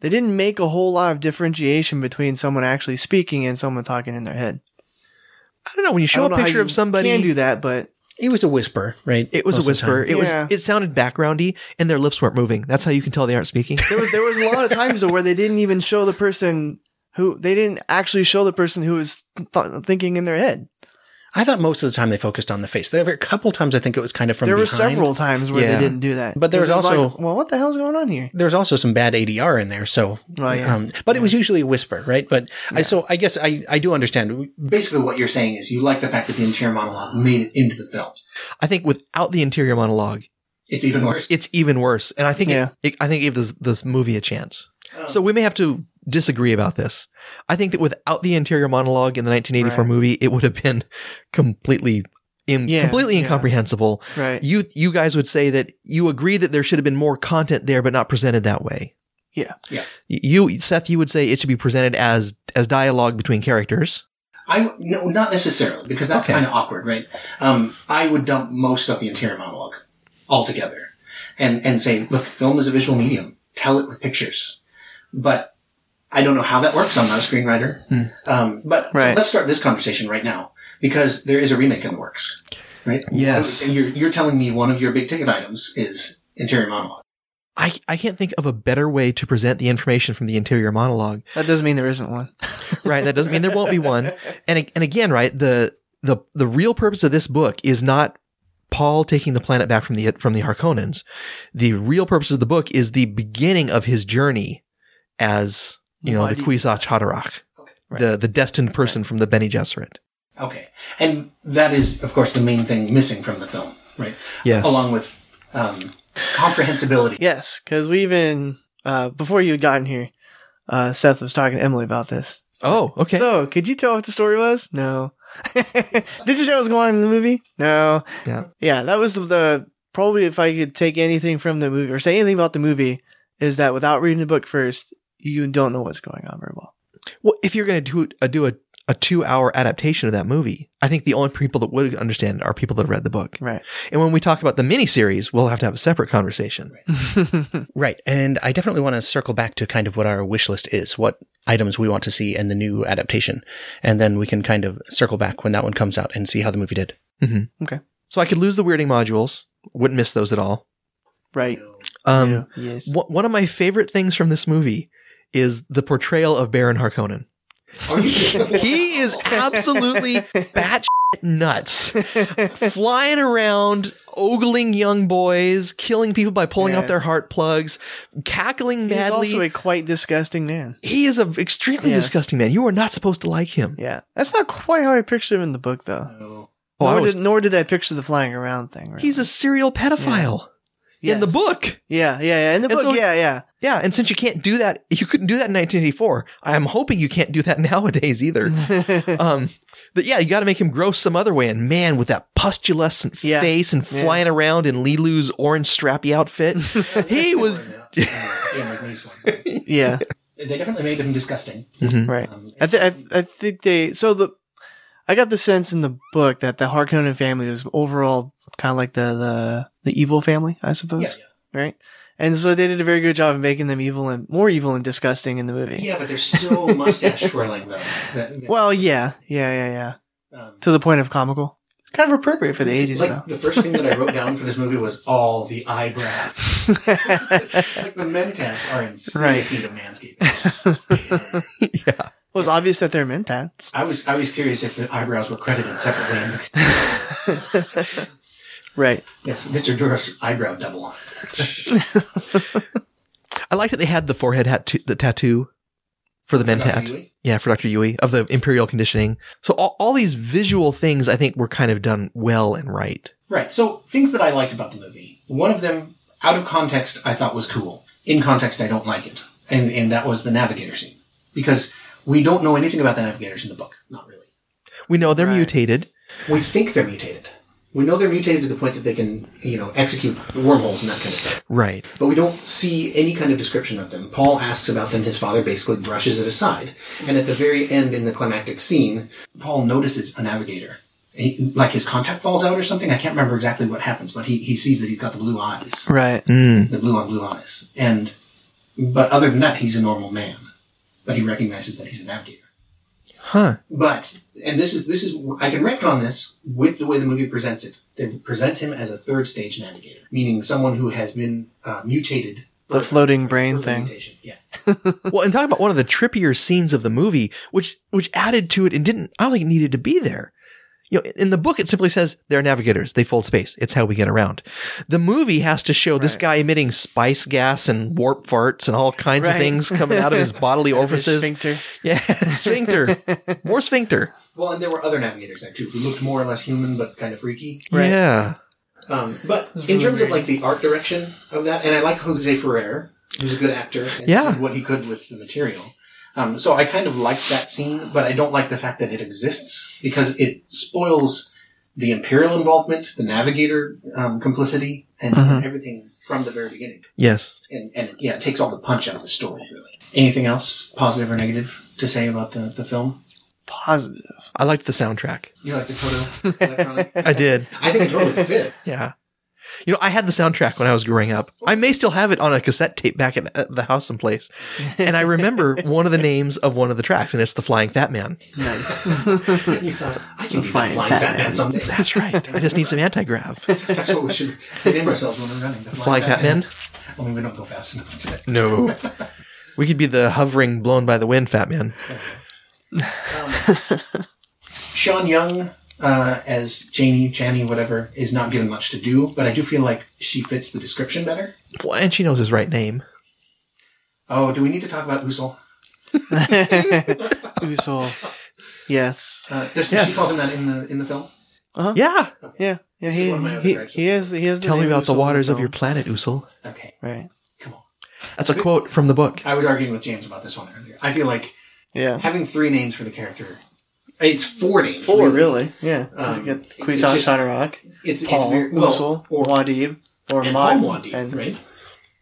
Speaker 4: They didn't make a whole lot of differentiation between someone actually speaking and someone talking in their head.
Speaker 5: I don't know when
Speaker 4: I
Speaker 5: you show
Speaker 4: don't
Speaker 5: a
Speaker 4: know how
Speaker 5: picture
Speaker 4: you
Speaker 5: of somebody.
Speaker 4: can do that, but
Speaker 1: it was a whisper right
Speaker 5: It was
Speaker 1: most
Speaker 5: a
Speaker 1: of the
Speaker 5: whisper.
Speaker 1: time.
Speaker 5: It was.
Speaker 4: Yeah.
Speaker 5: It sounded backgroundy, and their lips weren't moving. That's how you can tell they aren't speaking.
Speaker 4: there was there was a lot of times though where they didn't even show the person who they didn't actually show the person who was th- thinking in their head.
Speaker 1: i thought most of the time they focused on the face there were a couple times i think it was kind of from
Speaker 4: there were
Speaker 1: behind.
Speaker 4: several times where
Speaker 5: Yeah.
Speaker 4: they didn't do that.
Speaker 1: But there
Speaker 4: It
Speaker 1: was also-
Speaker 4: like, well, what the hell's going on here?
Speaker 1: there was also some bad ADR in there, so
Speaker 4: Oh, yeah.
Speaker 1: um, but it was usually a whisper, right? But I, so I guess I, I do understand. Basically, what you're saying is you like the fact that the interior monologue made it into the film.
Speaker 5: I think without the interior monologue,
Speaker 1: It's even worse.
Speaker 5: it's even worse. And I think
Speaker 4: Yeah.
Speaker 5: it, it, I think it gave this, this movie a chance. So we may have to disagree about this. I think that without the interior monologue in the 1984
Speaker 4: Right.
Speaker 5: movie, it would have been completely in,
Speaker 4: Yeah,
Speaker 5: completely
Speaker 4: yeah.
Speaker 5: incomprehensible.
Speaker 4: Right.
Speaker 5: You you guys would say that you agree that there should have been more content there, but not presented that way.
Speaker 4: Yeah.
Speaker 1: Yeah.
Speaker 5: You Seth, you would say it should be presented as as dialogue between characters.
Speaker 1: I no, not necessarily because that's kind of awkward, right? Um, I would dump most of the interior monologue altogether, and and say, look, film is a visual medium. Tell it with pictures, but I don't know how that works. I'm not a screenwriter, um, but so
Speaker 4: Right.
Speaker 1: let's start this conversation right now because there is a remake in the works, right?
Speaker 5: Yes.
Speaker 1: And you're you're telling me one of your big ticket items is interior monologue.
Speaker 5: I, I can't think of a better way to present the information from the interior monologue
Speaker 4: That doesn't mean there isn't one. [laughs]
Speaker 5: right? That doesn't mean there won't be one. And ag- and again, right? The the the real purpose of this book is not Paul taking the planet back from the from the Harkonnens. The real purpose of the book is the beginning of his journey as you know the
Speaker 4: Mighty-
Speaker 5: Kwisatz Haderach,
Speaker 4: Right.
Speaker 5: the the destined person from the Bene Gesserit.
Speaker 1: Okay, and that is of course the main thing missing from the film, right?
Speaker 5: Yes.
Speaker 1: along with um, comprehensibility.
Speaker 4: Yes, because we even uh, before you had gotten here, uh, Seth was talking to Emily about this.
Speaker 5: Oh, okay.
Speaker 4: So, could you tell what the story was? No. [laughs] Did you know what was going on in the movie? No.
Speaker 5: Yeah.
Speaker 4: Yeah, that was the probably if I could take anything from the movie or say anything about the movie is that without reading the book first, you don't know what's going on very well.
Speaker 5: well, if you're going to do a, do a a two hour adaptation of that movie. I think the only people that would understand are people that have read the book.
Speaker 4: Right. [laughs]
Speaker 5: And when we talk about the miniseries, we'll have to have a separate conversation.
Speaker 6: Right. And I definitely want to circle back to kind of what our wish list is, what items we want to see in the new adaptation. And then we can kind of circle back when that one comes out and see how the movie did.
Speaker 5: So I could lose the weirding modules. Wouldn't miss those at all.
Speaker 4: right.
Speaker 5: Um,
Speaker 4: Yeah. Yes.
Speaker 5: wh- one of my favorite things from this movie is the portrayal of Baron
Speaker 4: [laughs]
Speaker 5: Harkonnen. [laughs] he is absolutely batshit nuts, flying around, ogling young boys, killing people by pulling out
Speaker 4: Yes.
Speaker 5: their heart plugs, cackling
Speaker 4: He's
Speaker 5: madly.
Speaker 4: also a quite disgusting man.
Speaker 5: he is an extremely
Speaker 4: Yes.
Speaker 5: disgusting man. You are not supposed to like him.
Speaker 4: Yeah. That's not quite how I pictured him in the book though.
Speaker 5: Oh, I
Speaker 4: nor,
Speaker 5: was-
Speaker 4: did, nor did I picture the flying around thing. Really.
Speaker 5: he's a serial pedophile in the
Speaker 4: Yes.
Speaker 5: book.
Speaker 4: Yeah, yeah, yeah. In the
Speaker 5: And
Speaker 4: book,
Speaker 5: so-
Speaker 4: yeah, yeah.
Speaker 5: Yeah, and since you can't do that, you couldn't do that in 1984. I'm hoping you can't do that [laughs] nowadays either. um, but yeah, you got to make him grow some other way. And man, with that pustulescent
Speaker 4: Yeah.
Speaker 5: face and
Speaker 4: Yeah.
Speaker 5: flying around in Lilu's orange strappy outfit, he was.
Speaker 7: Uh,
Speaker 5: [laughs]
Speaker 4: Yeah. [laughs]
Speaker 1: They definitely made him disgusting.
Speaker 5: mm-hmm.
Speaker 4: Right.
Speaker 7: Um,
Speaker 4: I, th- I, th- I think they. So the, I got the sense in the book that the Harkonnen family was overall kind of like the the the evil family, I suppose. Right. And so they did a very good job of making them evil and more evil and disgusting in the movie.
Speaker 1: Yeah, but they're
Speaker 4: [laughs]
Speaker 1: so mustache twirling though. That, that,
Speaker 4: Well, yeah, yeah, yeah, yeah.
Speaker 1: um,
Speaker 4: To the point of comical. It's kind of appropriate for the 80s,
Speaker 7: Like
Speaker 4: though.
Speaker 7: [laughs] the first thing that I wrote down for this movie was all the
Speaker 4: [laughs]
Speaker 7: eyebrows. like the men tats are in serious
Speaker 4: Right.
Speaker 7: need of manscaping.
Speaker 4: Well, it's obvious that they're mint hats.
Speaker 7: I was I was curious if the eyebrows were credited separately. In the,
Speaker 4: Right.
Speaker 7: yes, Mr. Durr's eyebrow double.
Speaker 5: I liked that they had the forehead hat, t- the tattoo for the men
Speaker 7: Dr.
Speaker 5: tat.
Speaker 7: Yui?
Speaker 5: Yeah, for Dr. Yui of the Imperial conditioning. So all, all these visual things I think were kind of done well and right.
Speaker 7: Right. So things that I liked about the movie. One of them, out of context, I thought was cool. In context, I don't like it, and and that was the navigator scene because we don't know anything about the navigators in the book. Not really.
Speaker 5: We know they're mutated.
Speaker 7: We think they're mutated. We know they're mutated to the point that they can, you know, execute wormholes and that kind of stuff.
Speaker 5: Right.
Speaker 7: But we don't see any kind of description of them. Paul asks about them. His father basically brushes it aside. And at the very end, in the climactic scene, Paul notices a navigator. He, like his contact falls out or something. I can't remember exactly what happens, but he, he sees that he's got the blue eyes,
Speaker 4: Right.
Speaker 7: the blue on blue eyes. And but other than that, he's a normal man. But he recognizes that he's a navigator.
Speaker 5: Huh.
Speaker 7: But and this is this is I can reckon on this with the way the movie presents it. They present him as a third stage navigator, meaning someone who has been uh, mutated.
Speaker 4: The floating brain
Speaker 7: further
Speaker 4: thing.
Speaker 7: mutation. Yeah.
Speaker 5: well, and talk about one of the trippier scenes of the movie, which which added to it and didn't. I don't think it needed to be there. You know, in the book, it simply says they're navigators. They fold space. It's how we get around. The movie has to show this guy emitting spice gas and warp farts and all kinds of
Speaker 4: Right.
Speaker 5: things coming out of his
Speaker 4: [laughs]
Speaker 5: bodily orifices.
Speaker 4: Sphincter.
Speaker 5: Yeah, [laughs] sphincter. More sphincter.
Speaker 7: Well, and there were other navigators there too, who looked more or less human but kind of freaky.
Speaker 4: Right.
Speaker 5: Yeah.
Speaker 7: Um, but in terms of like the art direction of that, and I like Jose Ferrer, who's a good actor. And
Speaker 5: Yeah.
Speaker 7: did what he could with the material. Um, so I kind of liked that scene, but I don't like the fact that it exists because it spoils the imperial involvement, the navigator um, complicity, and
Speaker 4: Mm-hmm.
Speaker 7: everything from the very beginning.
Speaker 5: Yes.
Speaker 7: And, and yeah, it takes all the punch out of the story. Really. Anything else, positive or negative, to say about the, the film?
Speaker 4: [laughs] Positive.
Speaker 5: I liked
Speaker 4: [laughs]
Speaker 5: the soundtrack.
Speaker 7: You like the photo electronic?
Speaker 5: I did.
Speaker 7: I think it totally fits.
Speaker 5: Yeah. You know, I had the soundtrack when I was growing up. I may still have it on a cassette tape back at at the house someplace. And I remember one of the names of one of the tracks, and it's The Flying Fat Man.
Speaker 7: You thought, I can be
Speaker 4: Flying
Speaker 7: flying, flying
Speaker 4: Fat
Speaker 7: Batman
Speaker 4: Man.
Speaker 7: someday.
Speaker 5: That's right. I just need some anti grav.
Speaker 7: That's what we should name ourselves when we're running. The
Speaker 5: Flying Fat Man?
Speaker 7: Only we don't go fast enough today.
Speaker 5: No. We could be the hovering, blown by the wind Fat Man.
Speaker 7: Sean Young uh, as Janie, Janie, whatever, is not given much to do, but I do feel like she fits the description better.
Speaker 5: Well, and she knows his right name.
Speaker 7: Oh, do we need to talk about Usul?
Speaker 4: Usul. Yes.
Speaker 7: Uh, does, She
Speaker 5: Yes.
Speaker 7: calls him that in the in the film.
Speaker 5: Yeah.
Speaker 4: Yeah. Yeah.
Speaker 7: This is one of my
Speaker 4: He,
Speaker 7: other
Speaker 4: he,
Speaker 7: gripes.
Speaker 4: he is. He is. The
Speaker 5: Tell me
Speaker 4: name
Speaker 5: about the
Speaker 4: Usul in
Speaker 5: waters of
Speaker 4: film.
Speaker 5: your planet, Usul.
Speaker 7: Okay,
Speaker 4: Right.
Speaker 7: come on.
Speaker 5: That's a quote from the book.
Speaker 7: I was arguing with James about this one earlier. I feel like
Speaker 4: Yeah.
Speaker 7: having three names for the character. It's four names.
Speaker 4: Four, really? Yeah.
Speaker 7: Um,
Speaker 4: you get
Speaker 7: it's
Speaker 4: Quisatz
Speaker 7: just-
Speaker 4: Shadarach,
Speaker 7: It's, it's
Speaker 4: Paul,
Speaker 7: very- well,
Speaker 4: Usul,
Speaker 7: or
Speaker 4: Wadib, or
Speaker 7: and
Speaker 4: Mahdi,
Speaker 7: Paul Wandi,
Speaker 4: and
Speaker 7: right?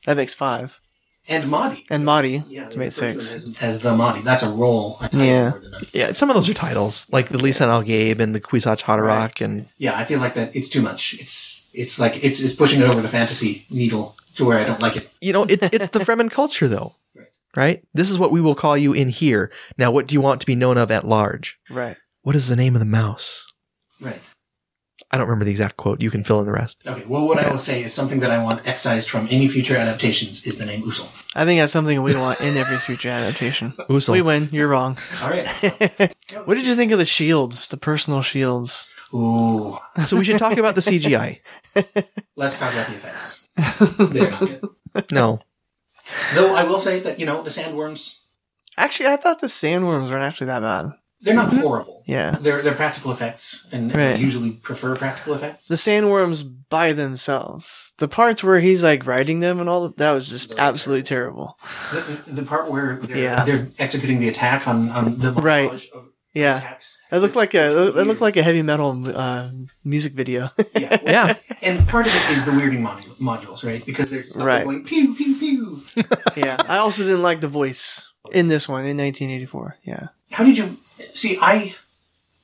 Speaker 4: That makes five.
Speaker 7: And Mahdi.
Speaker 4: And Mahdi,
Speaker 7: Yeah,
Speaker 4: to make
Speaker 7: they refer to
Speaker 4: six.
Speaker 7: him As, as the Mahdi. That's a role. I tell you
Speaker 4: Yeah.
Speaker 7: more than that.
Speaker 5: Yeah, some of those are titles, like the Lisan Al Gabe and the Kwisatz Haderach and
Speaker 7: Yeah, I feel like that it's too much. It's it's like it's, it's pushing it over the fantasy needle to where I don't like it.
Speaker 5: you know, it's it's the Fremen culture though. Right? This is what we will call you in here. Now what do you want to be known of at large?
Speaker 4: Right.
Speaker 5: What is the name of the mouse?
Speaker 7: Right.
Speaker 5: I don't remember the exact quote. You can fill in the rest.
Speaker 7: Okay. Well, what I will say is something that I want excised from any future adaptations is the name Usul.
Speaker 4: I think that's something we want in every future adaptation.
Speaker 5: Usul.
Speaker 4: We win. You're wrong.
Speaker 7: All right.
Speaker 4: What did you think of the shields? The personal shields.
Speaker 7: [laughs] Ooh.
Speaker 5: So we should talk about
Speaker 4: [laughs]
Speaker 5: the CGI.
Speaker 7: Let's talk about the effects. They're not good.
Speaker 5: No.
Speaker 7: Though I will say that you know the sandworms,
Speaker 4: Actually, I thought the sandworms weren't actually that bad.
Speaker 7: they're not horrible.
Speaker 4: Yeah.
Speaker 7: They're they're practical effects, and
Speaker 4: Mm-hmm. Right.
Speaker 7: I usually prefer practical effects.
Speaker 4: The sandworms by themselves. The parts where he's like riding them and all that, that was just absolutely terrible.
Speaker 7: The, the part where they're,
Speaker 4: Yeah.
Speaker 7: they're executing the attack on, on the
Speaker 4: Right.
Speaker 7: montage of
Speaker 4: Yeah.
Speaker 7: attacks.
Speaker 4: It looked like a it looked
Speaker 7: Weird.
Speaker 4: like a heavy metal uh, music video. [laughs]
Speaker 7: yeah.
Speaker 5: Yeah.
Speaker 7: And part of it is the weirding mod- modules, right? Because there's up there
Speaker 4: Right.
Speaker 7: going pew pew pew.
Speaker 4: yeah. I also didn't like the voice in this one in 1984. Yeah.
Speaker 7: How did you see? I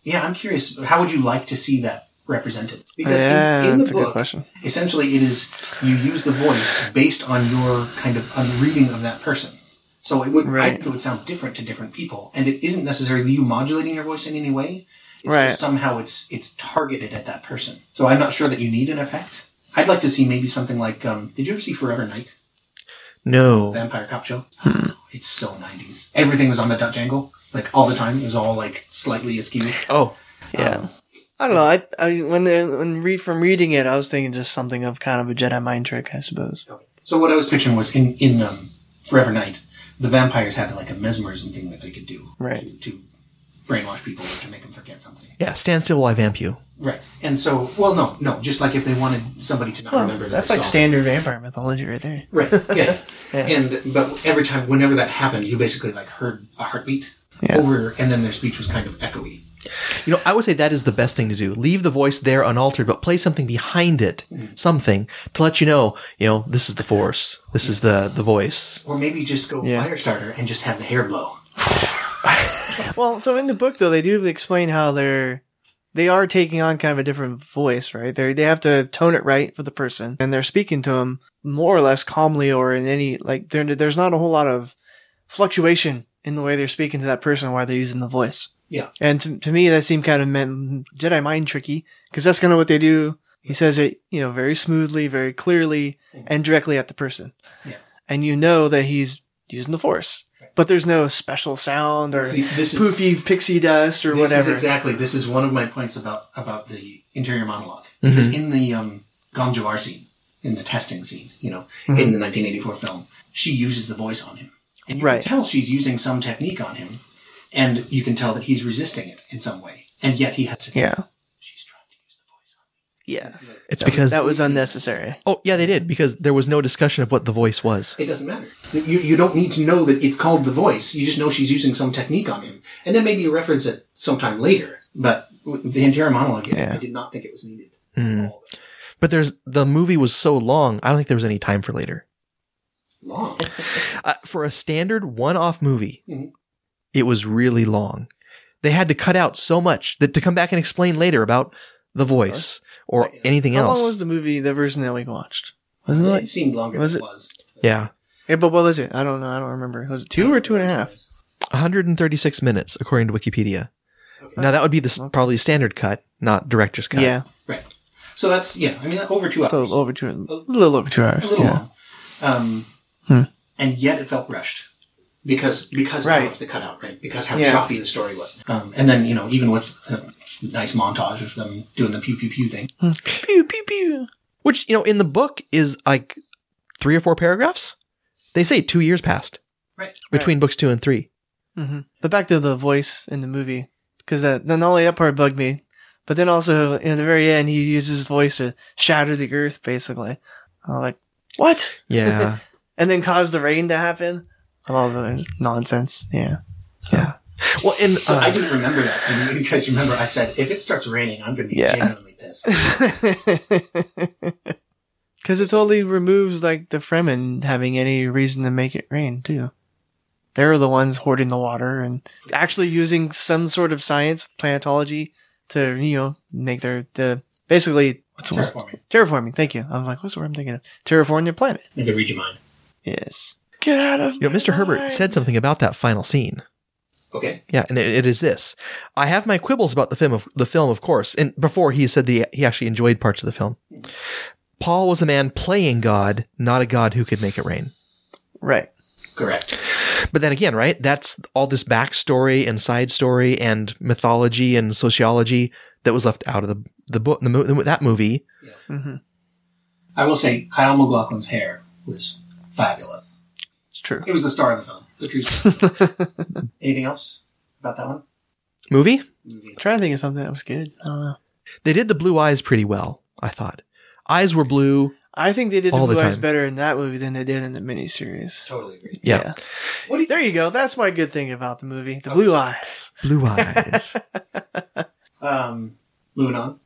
Speaker 7: yeah, I'm curious. How would you like to see that represented? Because
Speaker 4: Yeah,
Speaker 7: in, in
Speaker 4: that's
Speaker 7: the
Speaker 4: a good
Speaker 7: book, um,
Speaker 4: question.
Speaker 7: essentially, it is you use the voice based on your kind of on reading of that person. So it would I
Speaker 4: Right.
Speaker 7: think it would sound different to different people, and it isn't necessarily you modulating your voice in any way. It's
Speaker 4: Right.
Speaker 7: just somehow it's it's targeted at that person. So I'm not sure that you need an effect. I'd like to see maybe something like um, Did you ever see Forever Night,
Speaker 5: No.
Speaker 7: Vampire Cop Show? It's so 90s. Everything was on the Dutch angle, like all the time. It was all like slightly askew.
Speaker 5: Oh,
Speaker 4: Yeah. I don't know. I, I when the, when read from reading it, I was thinking just something of kind of a Jedi mind trick, I suppose.
Speaker 7: So what I was picturing was in in um, Forever Night, the vampires had like a mesmerism thing that they could do
Speaker 4: Right.
Speaker 7: to, to brainwash people or to make them forget something.
Speaker 5: yeah. Stand still while I vamp you.
Speaker 7: Right. And so, well, no, no. Just like if they wanted somebody to not remember that
Speaker 4: That's
Speaker 7: they
Speaker 4: like
Speaker 7: saw it.
Speaker 4: standard vampire mythology, right there. [laughs]
Speaker 7: Right. Yeah. And but every time, whenever that happened, you basically like heard a heartbeat
Speaker 4: Yeah.
Speaker 7: over, and then their speech was kind of echoey.
Speaker 5: You know, I would say that is the best thing to do. Leave the voice there unaltered, but play something behind it,
Speaker 4: Mm.
Speaker 5: something to let you know, you know, this is the force. This is the the voice.
Speaker 7: Or maybe just go
Speaker 4: Yeah.
Speaker 7: Firestarter and just have the hair blow.
Speaker 4: Well, so in the book though, they do explain how they're they are taking on kind of a different voice, right? They they have to tone it right for the person, and they're speaking to them more or less calmly, or in any like there there's not a whole lot of fluctuation in the way they're speaking to that person while they're using the voice.
Speaker 7: Yeah.
Speaker 4: and to, to me that seemed kind of meant Jedi mind tricky because that's kind of what they do. He says it, you know, very smoothly, very clearly, and directly at the person.
Speaker 7: Mm-hmm. Yeah.
Speaker 4: and you know that he's using the force. But there's no special sound or
Speaker 7: See, this is-
Speaker 4: poofy pixie dust or
Speaker 7: This
Speaker 4: whatever.
Speaker 7: is exactly. This is one of my points about about the interior monolog
Speaker 4: Mm-hmm.
Speaker 7: Because in the um, Gamjavar scene, in the testing scene, you know,
Speaker 4: Mm-hmm.
Speaker 7: in the 1984 film, she uses the voice on him, and you
Speaker 4: Right.
Speaker 7: can tell she's using some technique on him, and you can tell that he's resisting it in some way, and yet he has to.
Speaker 4: Yeah.
Speaker 7: She's trying to use the voice on
Speaker 4: Yeah.
Speaker 5: It's because
Speaker 4: That was unnecessary.
Speaker 5: oh yeah, they did because there was no discussion of what the voice was.
Speaker 7: It doesn't matter. You, you don't need to know that it's called the voice. You just know she's using some technique on him. And then maybe you reference it sometime later. But w- the entire monologue, I- I did not think it was needed.
Speaker 4: Mm.
Speaker 7: All that
Speaker 5: But there's the movie was so long. I don't think there was any time for later.
Speaker 7: Long.
Speaker 5: Uh, for a standard one-off movie,
Speaker 7: Mhm.
Speaker 5: it was really long. They had to cut out so much that to come back and explain later about the voice or anything
Speaker 4: How
Speaker 5: else.
Speaker 4: long was the movie, the version that we watched? Wasn't it?
Speaker 7: It
Speaker 4: Like,
Speaker 7: seemed longer
Speaker 4: was
Speaker 7: than
Speaker 4: it-
Speaker 7: it was.
Speaker 5: yeah,
Speaker 4: yeah, but what was it? I don't know. I don't remember. Was it two or two and a half?
Speaker 5: 136 minutes according to Wikipedia. Now that would be the s probably standard cut, not director's cut.
Speaker 4: Yeah.
Speaker 7: Right. So that's, yeah, I mean, over two hours.
Speaker 4: So over two, a little over two hours.
Speaker 7: a little
Speaker 4: yeah. Hmm.
Speaker 7: long. Um, And yet it felt rushed because because of how
Speaker 4: Right.
Speaker 7: much they cut out, right? Because how
Speaker 4: Yeah.
Speaker 7: choppy the story was. Um, and then you know, even with a nice montage of them doing the pew pew pew thing,
Speaker 4: Hmm. Pew, pew, pew.
Speaker 5: Which, you know, in the book is like three or four paragraphs. They say two years passed
Speaker 7: right?
Speaker 5: between books two and three.
Speaker 4: Mm-hmm. But back to the voice in the movie, because that not only that part bugged me, but then also in the very end he uses his voice to shatter the earth, basically. I'm like, what?
Speaker 5: Yeah.
Speaker 4: And then cause the rain to happen. And all the other nonsense. Yeah.
Speaker 5: yeah. Well, and
Speaker 7: So I
Speaker 5: uh,
Speaker 7: didn't remember that. And you guys remember I said, if it starts raining, I'm going to be
Speaker 4: Yeah.
Speaker 7: genuinely pissed.
Speaker 4: Because [laughs] it totally removes like the Fremen having any reason to make it rain too. They're the ones hoarding the water and actually using some sort of science, planetology, to you know make their the basically what's the word?
Speaker 7: Terraforming.
Speaker 4: Terraforming. Thank you. I was like, what's the word I'm thinking of? Terraform your planet.
Speaker 7: Maybe read your mind.
Speaker 4: Yes. Get out of.
Speaker 5: you know, Mr. Herbert said something about that final scene.
Speaker 7: Okay.
Speaker 5: Yeah, and it, it is this. I have my quibbles about the film, of, the film, of course. And before he said that he, he actually enjoyed parts of the film. Paul was a man playing God, not a God who could make it rain.
Speaker 4: Right.
Speaker 7: Correct.
Speaker 5: But then again, right? That's all this backstory and side story and mythology and sociology that was left out of the the book, the, mo- the, mo- that movie.
Speaker 7: I will say Kyle McLaughlin's hair was fabulous.
Speaker 4: It's true.
Speaker 7: It was the star of the film. The true story. Anything else about that one?
Speaker 5: Movie?
Speaker 4: I'm trying to think of something that was good. Uh, I don't know.
Speaker 5: They did the blue eyes pretty well, I thought. Eyes were blue.
Speaker 4: I think they did
Speaker 5: All
Speaker 4: the
Speaker 5: the
Speaker 4: blue eyes
Speaker 5: time.
Speaker 4: better in that movie than they did in the miniseries.
Speaker 7: Totally agree.
Speaker 5: Yeah.
Speaker 7: What do you
Speaker 4: There you go. That's my good thing about the movie. The blue eyes.
Speaker 5: Blue [laughs] eyes.
Speaker 7: Um, moving on.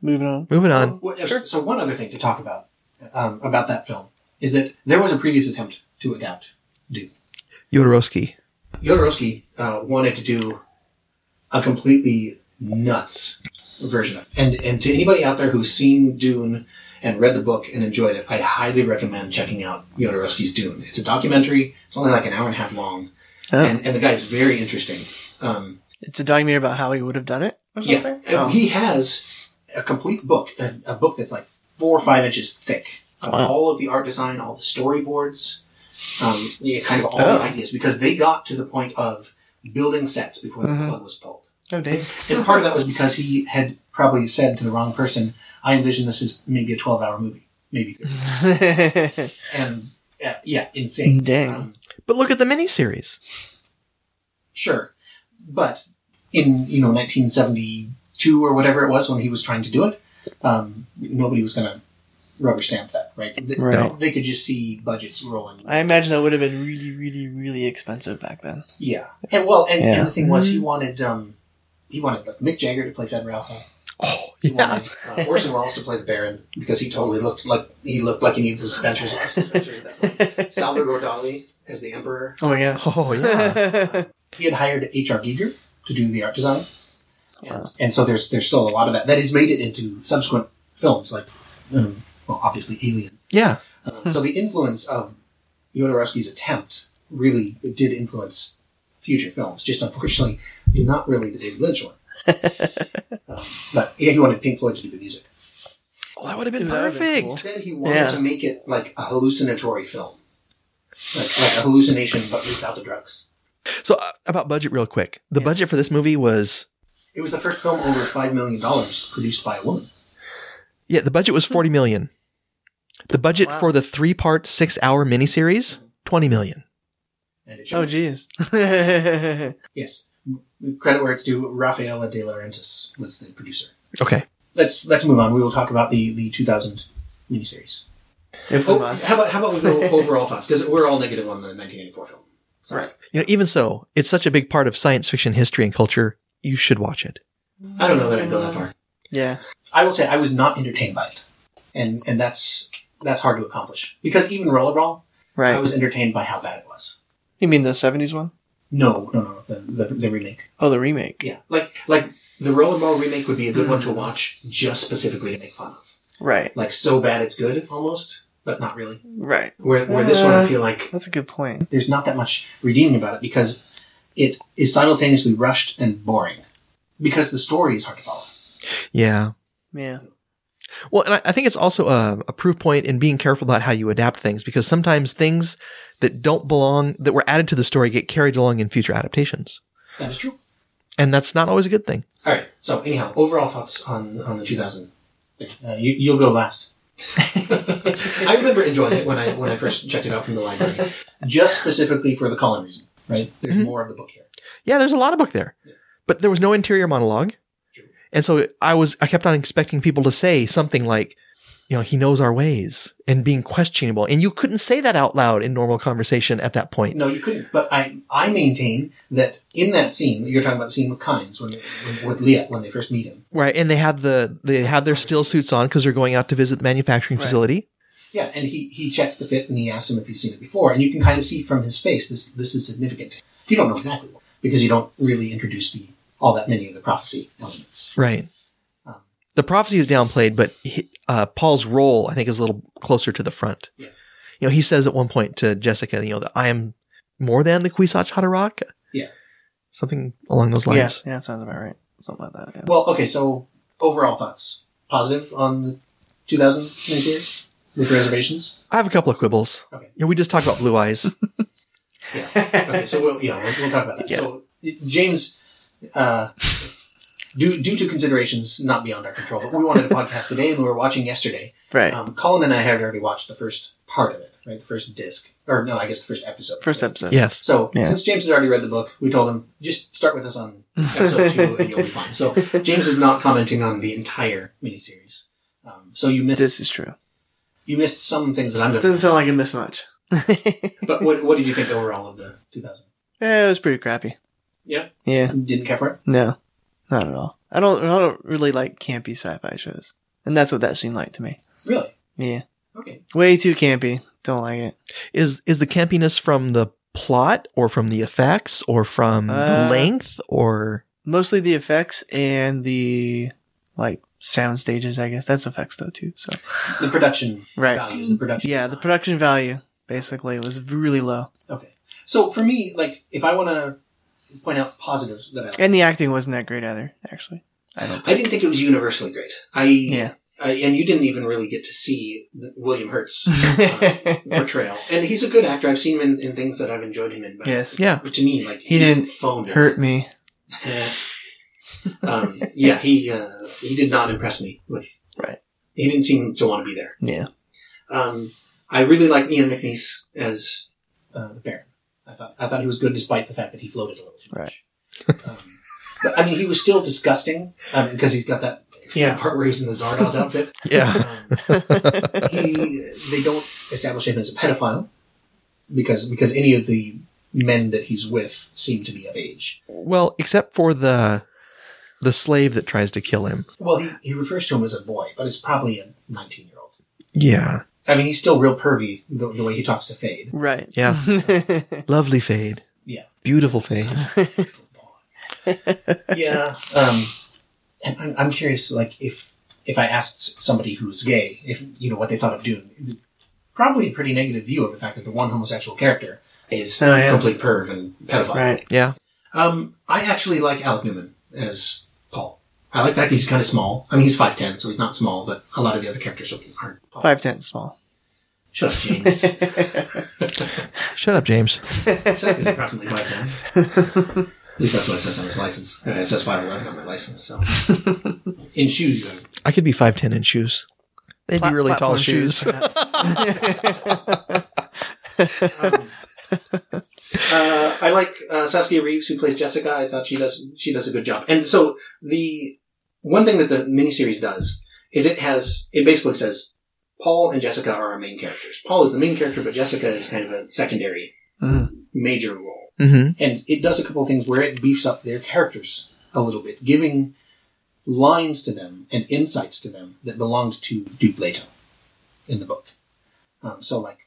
Speaker 4: Moving on.
Speaker 5: Moving on.
Speaker 7: What- So one other thing to talk about um, about that film is that there was a previous attempt to adapt Dune.
Speaker 5: Jodorowsky.
Speaker 7: Jodorowsky uh, wanted to do a completely nuts version of it. And, and to anybody out there who's seen Dune and read the book and enjoyed it, I highly recommend checking out Jodorowsky's Dune. It's a documentary. It's only like an hour and
Speaker 4: Oh.
Speaker 7: Oh. a half long. And, and the guy's very interesting. Um,
Speaker 4: It's a documentary about how he would have done it. or
Speaker 7: Yeah,
Speaker 4: something?
Speaker 7: Uh, he has a complete book, a, a book that's like four or five inches thick. of
Speaker 4: Wow.
Speaker 7: All of the art design, all the storyboards, um, yeah, kind of all the
Speaker 4: Oh.
Speaker 7: ideas, because they got to the point of building sets before the plug was pulled.
Speaker 4: Oh,
Speaker 7: [laughs]
Speaker 4: Dave.
Speaker 7: And part of that was because he had probably said to the wrong person, "I envision this as maybe a twelve-hour movie, maybe." 30.
Speaker 4: Mm-hmm.
Speaker 7: and uh, yeah, insane.
Speaker 4: Dang.
Speaker 7: Um,
Speaker 5: But look at the miniseries.
Speaker 7: sure, but in you know 1972 or whatever it was when he was trying to do it, um, nobody was going to rubber stamp that, right? They,
Speaker 4: Right.
Speaker 7: they could just see budgets rolling.
Speaker 4: I imagine that would have been really, really, really expensive back then.
Speaker 7: Yeah, and well, and,
Speaker 4: Yeah.
Speaker 7: and the thing was, he wanted um, he wanted like, Mick Jagger to play Fed Ralph.
Speaker 5: Oh,
Speaker 7: He
Speaker 5: yeah.
Speaker 7: wanted uh, Orson Welles to play the Baron because he totally looked like he looked like he needed the suspenders. on his suspenders at that point. Salvador Dali as the Emperor.
Speaker 4: Oh my god.
Speaker 5: Oh, yeah.
Speaker 7: He had hired H.R. Giger to do the art design, and, and so there's there's still a lot of that that has made it into subsequent films like um, well, obviously Alien.
Speaker 5: Yeah.
Speaker 7: Um, so the influence of Jodorowsky's attempt really did influence future films. Just unfortunately, not really the David Lynch one. um, but yeah, he wanted Pink Floyd to do the music.
Speaker 5: Oh, that would have been
Speaker 4: That would've been
Speaker 5: perfect.
Speaker 4: cool.
Speaker 7: Instead, he wanted
Speaker 4: Yeah.
Speaker 7: to make it like a hallucinatory film, like, like a hallucination, but without the drugs.
Speaker 5: So uh, about budget, real quick. The budget for this movie was
Speaker 7: It was the first film over five million dollars produced by a woman.
Speaker 5: yeah, the budget was forty million. The budget for the three-part, six-hour miniseries, twenty million.
Speaker 7: And it
Speaker 4: Oh,
Speaker 7: showed.
Speaker 4: jeez. [laughs]
Speaker 7: yes, credit where it's due. Rafaela De Laurentiis was the producer.
Speaker 5: Okay.
Speaker 7: Let's let's move on. We will talk about the the 2000 miniseries.
Speaker 4: if we
Speaker 7: Oh,
Speaker 4: must.
Speaker 7: how about how about we go overall thoughts? Because we're all negative on the 1984 film. Right.
Speaker 5: You know, even so, it's such a big part of science fiction history and culture. You should watch it.
Speaker 7: I don't know that I'd go that far.
Speaker 4: Yeah.
Speaker 7: I will say I was not entertained by it, and and that's that's hard to accomplish because even Rollerball,
Speaker 4: Right.
Speaker 7: I was entertained by how bad it was.
Speaker 4: you mean the 70s one?
Speaker 7: No, no, no, the, the, the remake.
Speaker 4: Oh, the remake.
Speaker 7: Yeah, like like the Rollerball remake would be a good one to watch just specifically to make fun of.
Speaker 4: Right.
Speaker 7: Like so bad it's good almost, but not really.
Speaker 4: Right.
Speaker 7: Where where this one I feel like
Speaker 4: That's a good point.
Speaker 7: there's not that much redeeming about it because it is simultaneously rushed and boring because the story is hard to follow.
Speaker 5: Yeah.
Speaker 4: Yeah.
Speaker 5: Well, and I, I think it's also a, a proof point in being careful about how you adapt things because sometimes things that don't belong, that were added to the story, get carried along in future adaptations.
Speaker 7: That is true.
Speaker 5: And that's not always a good thing.
Speaker 7: All right. So anyhow, overall thoughts on on the 2000. Uh, you, you'll go last. I remember enjoying it when I when I first checked it out from the library, just specifically for the Colin reason. Right? There's more of the book here.
Speaker 5: Yeah, there's a lot of book there, but there was no interior monologue, and so I was I kept on expecting people to say something like, you know, he knows our ways and being questionable, and you couldn't say that out loud in normal conversation at that point.
Speaker 7: No, you couldn't. But I I maintain that in that scene, you're talking about the scene with Kynes when, when with Leah when they first meet him.
Speaker 5: Right, and they have the they have their still suits on because they're going out to visit the manufacturing facility.
Speaker 7: Yeah, and he he checks the fit and he asks him if he's seen it before, and you can kind of see from his face this this is significant. You don't know exactly what, because you don't really introduce the all that many of the prophecy elements.
Speaker 5: Right.
Speaker 7: Um,
Speaker 5: The prophecy is downplayed, but he, uh, Paul's role, I think, is a little closer to the front.
Speaker 7: Yeah.
Speaker 5: You know, he says at one point to Jessica, you know, that I am more than the Kwisatz Haderach.
Speaker 7: Yeah.
Speaker 5: Something along those lines.
Speaker 4: Yeah. Yeah, that sounds about right. Something like that. Yeah.
Speaker 7: Well, okay, so overall thoughts positive on the 2000 miniseries with reservations.
Speaker 5: I have a couple of quibbles.
Speaker 7: Okay.
Speaker 5: You know, we just talked about Blue
Speaker 7: [laughs]
Speaker 5: Eyes.
Speaker 7: Yeah. Okay, so we'll yeah we'll, we'll talk about that. So James. Uh, Due, due to considerations not beyond our control, but we wanted a podcast today and we were watching yesterday.
Speaker 4: right.
Speaker 7: Um, Colin and I had already watched the first part of it, right? The first disc, or no, I guess the first episode.
Speaker 4: First episode.
Speaker 5: yes.
Speaker 7: So
Speaker 4: Yeah.
Speaker 7: since James has already read the book, we told him just start with us on episode
Speaker 4: [laughs]
Speaker 7: two and you'll be fine. So James is not commenting on the entire miniseries. Um, so you missed
Speaker 4: This is true.
Speaker 7: you missed some things that I'm going
Speaker 4: Doesn't
Speaker 7: to.
Speaker 4: sound like I missed [laughs] much. yeah,
Speaker 7: But what, what did you think overall of the 2000?
Speaker 4: it was pretty crappy.
Speaker 7: Yeah,
Speaker 4: Yeah.
Speaker 7: didn't care for it.
Speaker 4: No, not at all. I don't. I don't really like campy sci-fi shows, and that's what that seemed like to me.
Speaker 7: Really?
Speaker 4: Yeah,
Speaker 7: Okay.
Speaker 4: way too campy. Don't like it.
Speaker 5: Is is the campiness from the plot or from the effects or from
Speaker 4: Uh,
Speaker 5: the length or
Speaker 4: Mostly the effects and the like sound stages. I guess that's effects though too. So
Speaker 7: The production
Speaker 4: Right.
Speaker 7: values, the production.
Speaker 4: yeah, the
Speaker 7: design.
Speaker 4: production value basically was really low,
Speaker 7: okay. So for me, like if I want to point out positives that I like,
Speaker 4: and the acting wasn't that great either. Actually, I don't
Speaker 7: I
Speaker 4: think.
Speaker 7: didn't think it was universally great. I
Speaker 4: yeah.
Speaker 7: I, and you didn't even really get to see the-
Speaker 4: [laughs]
Speaker 7: William Hurt's uh, portrayal. And he's a good actor. I've seen him in, in things that I've enjoyed him in. But
Speaker 4: yes.
Speaker 5: Yeah.
Speaker 7: to me, like
Speaker 4: He didn't
Speaker 7: phoned it.
Speaker 4: [laughs] Hurt me.
Speaker 7: um, yeah, he uh, he did not impress me with.
Speaker 4: Right.
Speaker 7: He didn't seem to want to be there.
Speaker 4: Yeah.
Speaker 7: Um, I really like Ian McNeice as uh, the Baron. I thought I thought he was good despite the fact that he floated a little too much. um, but I mean, he was still disgusting because he's got that
Speaker 8: Yeah.
Speaker 7: part where he's in the Zardoz
Speaker 4: [laughs]
Speaker 7: outfit. [laughs]
Speaker 5: Yeah.
Speaker 7: Um, he they don't establish him as a pedophile because because any of the men that he's with seem to be of age.
Speaker 5: Well, except for the the slave that tries to kill him.
Speaker 7: Well, he, he refers to him as a boy, but it's probably a 19 year old.
Speaker 5: Yeah.
Speaker 7: I mean, he's still real pervy the, the way he talks to
Speaker 4: [laughs]
Speaker 7: Fade. [laughs]
Speaker 4: Right.
Speaker 5: Yeah. Lovely fade.
Speaker 7: Yeah.
Speaker 5: Beautiful fade.
Speaker 7: yeah. Um, and I'm, I'm curious, like, if if I asked somebody who's gay, if you know what they thought of Dune, probably a pretty negative view of the fact that the one homosexual character is
Speaker 4: Oh, yeah.
Speaker 7: complete perv and pedophile.
Speaker 4: Right.
Speaker 5: Yeah.
Speaker 7: Um, I actually like Alec Newman as Paul. I like the fact that he's kind of small. I mean, he's 5'10", so he's not small, but a lot of the other characters aren't. Paul.
Speaker 4: Five ten small.
Speaker 7: Shut up,
Speaker 4: [laughs]
Speaker 7: James.
Speaker 5: Shut up, James.
Speaker 7: Seth is [laughs] approximately five ten. At least that's what it says on his license. Uh, It says five eleven on my license. So in shoes, I'm
Speaker 5: I could be 5'10 in shoes. They'd
Speaker 4: Pla-
Speaker 5: be really tall
Speaker 4: platform [laughs]
Speaker 5: shoes.
Speaker 4: perhaps.
Speaker 7: uh, I like uh, Saskia Reeves, who plays Jessica. I thought she does she does a good job. And so the one thing that the miniseries does is it has it basically says Paul and Jessica are our main characters. Paul is the main character, but Jessica is kind of a secondary
Speaker 4: Mhm.
Speaker 7: major role.
Speaker 5: Mm-hmm.
Speaker 7: And it does a couple of things where it beefs up their characters a little bit, giving lines to them and insights to them that belonged to Duke Leto in the book. Um, so, like,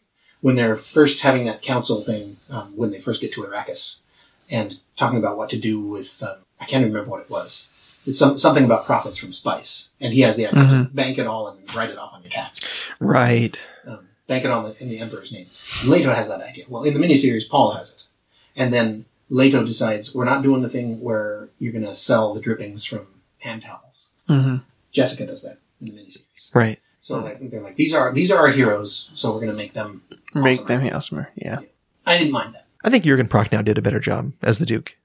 Speaker 7: when they're first having that council thing, um, when they first get to Arrakis, and talking about what to do with, um, I can't remember what it was. It's some, something about profits from spice, and he has the idea to bank it all and write it off on your taxes
Speaker 5: Right.
Speaker 7: um, bank it on the, in the emperor's name. Leto has that idea. Well, in the miniseries, Paul has it, and then Leto decides we're not doing the thing where you're going to sell the drippings from hand towels.
Speaker 4: Mhm.
Speaker 7: Jessica does that in the miniseries.
Speaker 5: Right.
Speaker 7: So like, they're like these are these are our heroes, so we're going to make them.
Speaker 4: Make
Speaker 7: awesome.
Speaker 4: them handsomer. Yeah.
Speaker 7: I didn't mind that.
Speaker 5: I think Jurgen Proch now did a better job as the Duke.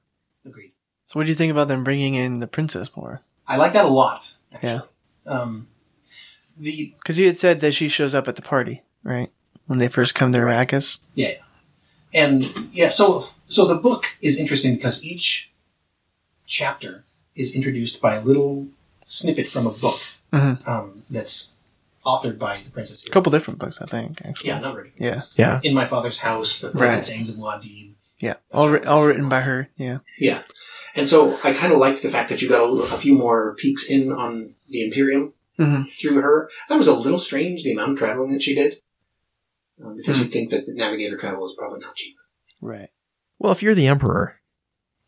Speaker 7: Agreed.
Speaker 4: So what do you think about them bringing in the princess more?
Speaker 7: I like that a lot. Actually.
Speaker 4: Yeah.
Speaker 7: Um, the
Speaker 4: Because you had said that she shows up at the party, right? When they first come to Arrakis.
Speaker 7: and yeah, so so the book is interesting because each chapter is introduced by a little snippet from a book
Speaker 4: Mhm.
Speaker 7: um, that's authored by the princess.
Speaker 4: A couple different books, I think. Actually.
Speaker 7: Yeah, a number of different
Speaker 4: Yeah.
Speaker 7: books.
Speaker 5: Yeah.
Speaker 7: In my father's house, the
Speaker 4: Right.
Speaker 7: right. Ames of Muad'Dib.
Speaker 4: Yeah. All wri- all written by her. Yeah.
Speaker 7: Yeah, and so I kind of liked the fact that you got a, little- a few more peeks in on the Imperium
Speaker 4: Mhm.
Speaker 7: through her. That was a little strange the amount of traveling that she did, um,
Speaker 4: Mm-hmm.
Speaker 7: because you'd think that navigator travel is probably not cheap.
Speaker 4: Right.
Speaker 5: Well, if you're the emperor,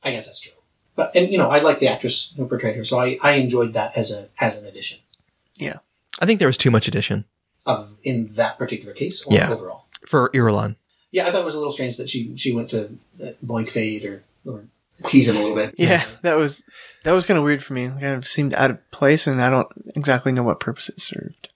Speaker 7: I guess that's true. But and you know, I like the actress who portrayed her, so I, I enjoyed that as a as an addition
Speaker 5: I think there was too much addition
Speaker 7: of in that particular case or
Speaker 5: Yeah.
Speaker 7: overall.
Speaker 5: for Irulan.
Speaker 7: Yeah, I thought it was a little strange that she she went to uh, Boink Fade or, or tease him a little bit.
Speaker 4: Yeah. [laughs] That was that was kind of weird for me. Like, it seemed out of place, and I don't exactly know what purpose it served.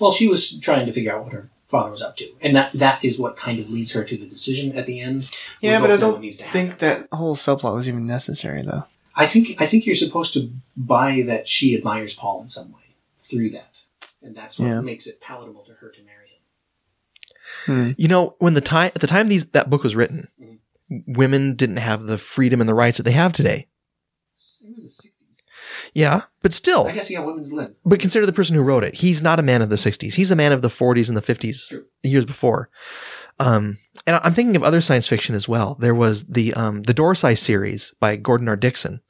Speaker 7: Well, she was trying to figure out what her father was up to, and that that is what kind of leads her to the decision at the end. We
Speaker 4: Yeah, but
Speaker 7: both
Speaker 4: I
Speaker 7: know
Speaker 4: don't
Speaker 7: it needs to happen.
Speaker 4: think that whole subplot was even necessary, though.
Speaker 7: I think I think you're supposed to buy that she admires Paul in some way through that, and that's what
Speaker 4: Yeah.
Speaker 7: makes it palatable to her to marry him.
Speaker 5: You know, when the time at the time these that book was written, women didn't have the freedom and the rights that they have today.
Speaker 7: It was the sixties.
Speaker 5: Yeah, but still,
Speaker 7: I guess yeah, women's lib.
Speaker 5: but consider the person who wrote it. He's not a man of the 60s. He's a man of the 40s and the 50s
Speaker 7: True.
Speaker 5: years before. Um, and I- I'm thinking of other science fiction as well. There was the um, the Dorsey series by Gordon R. Dixon,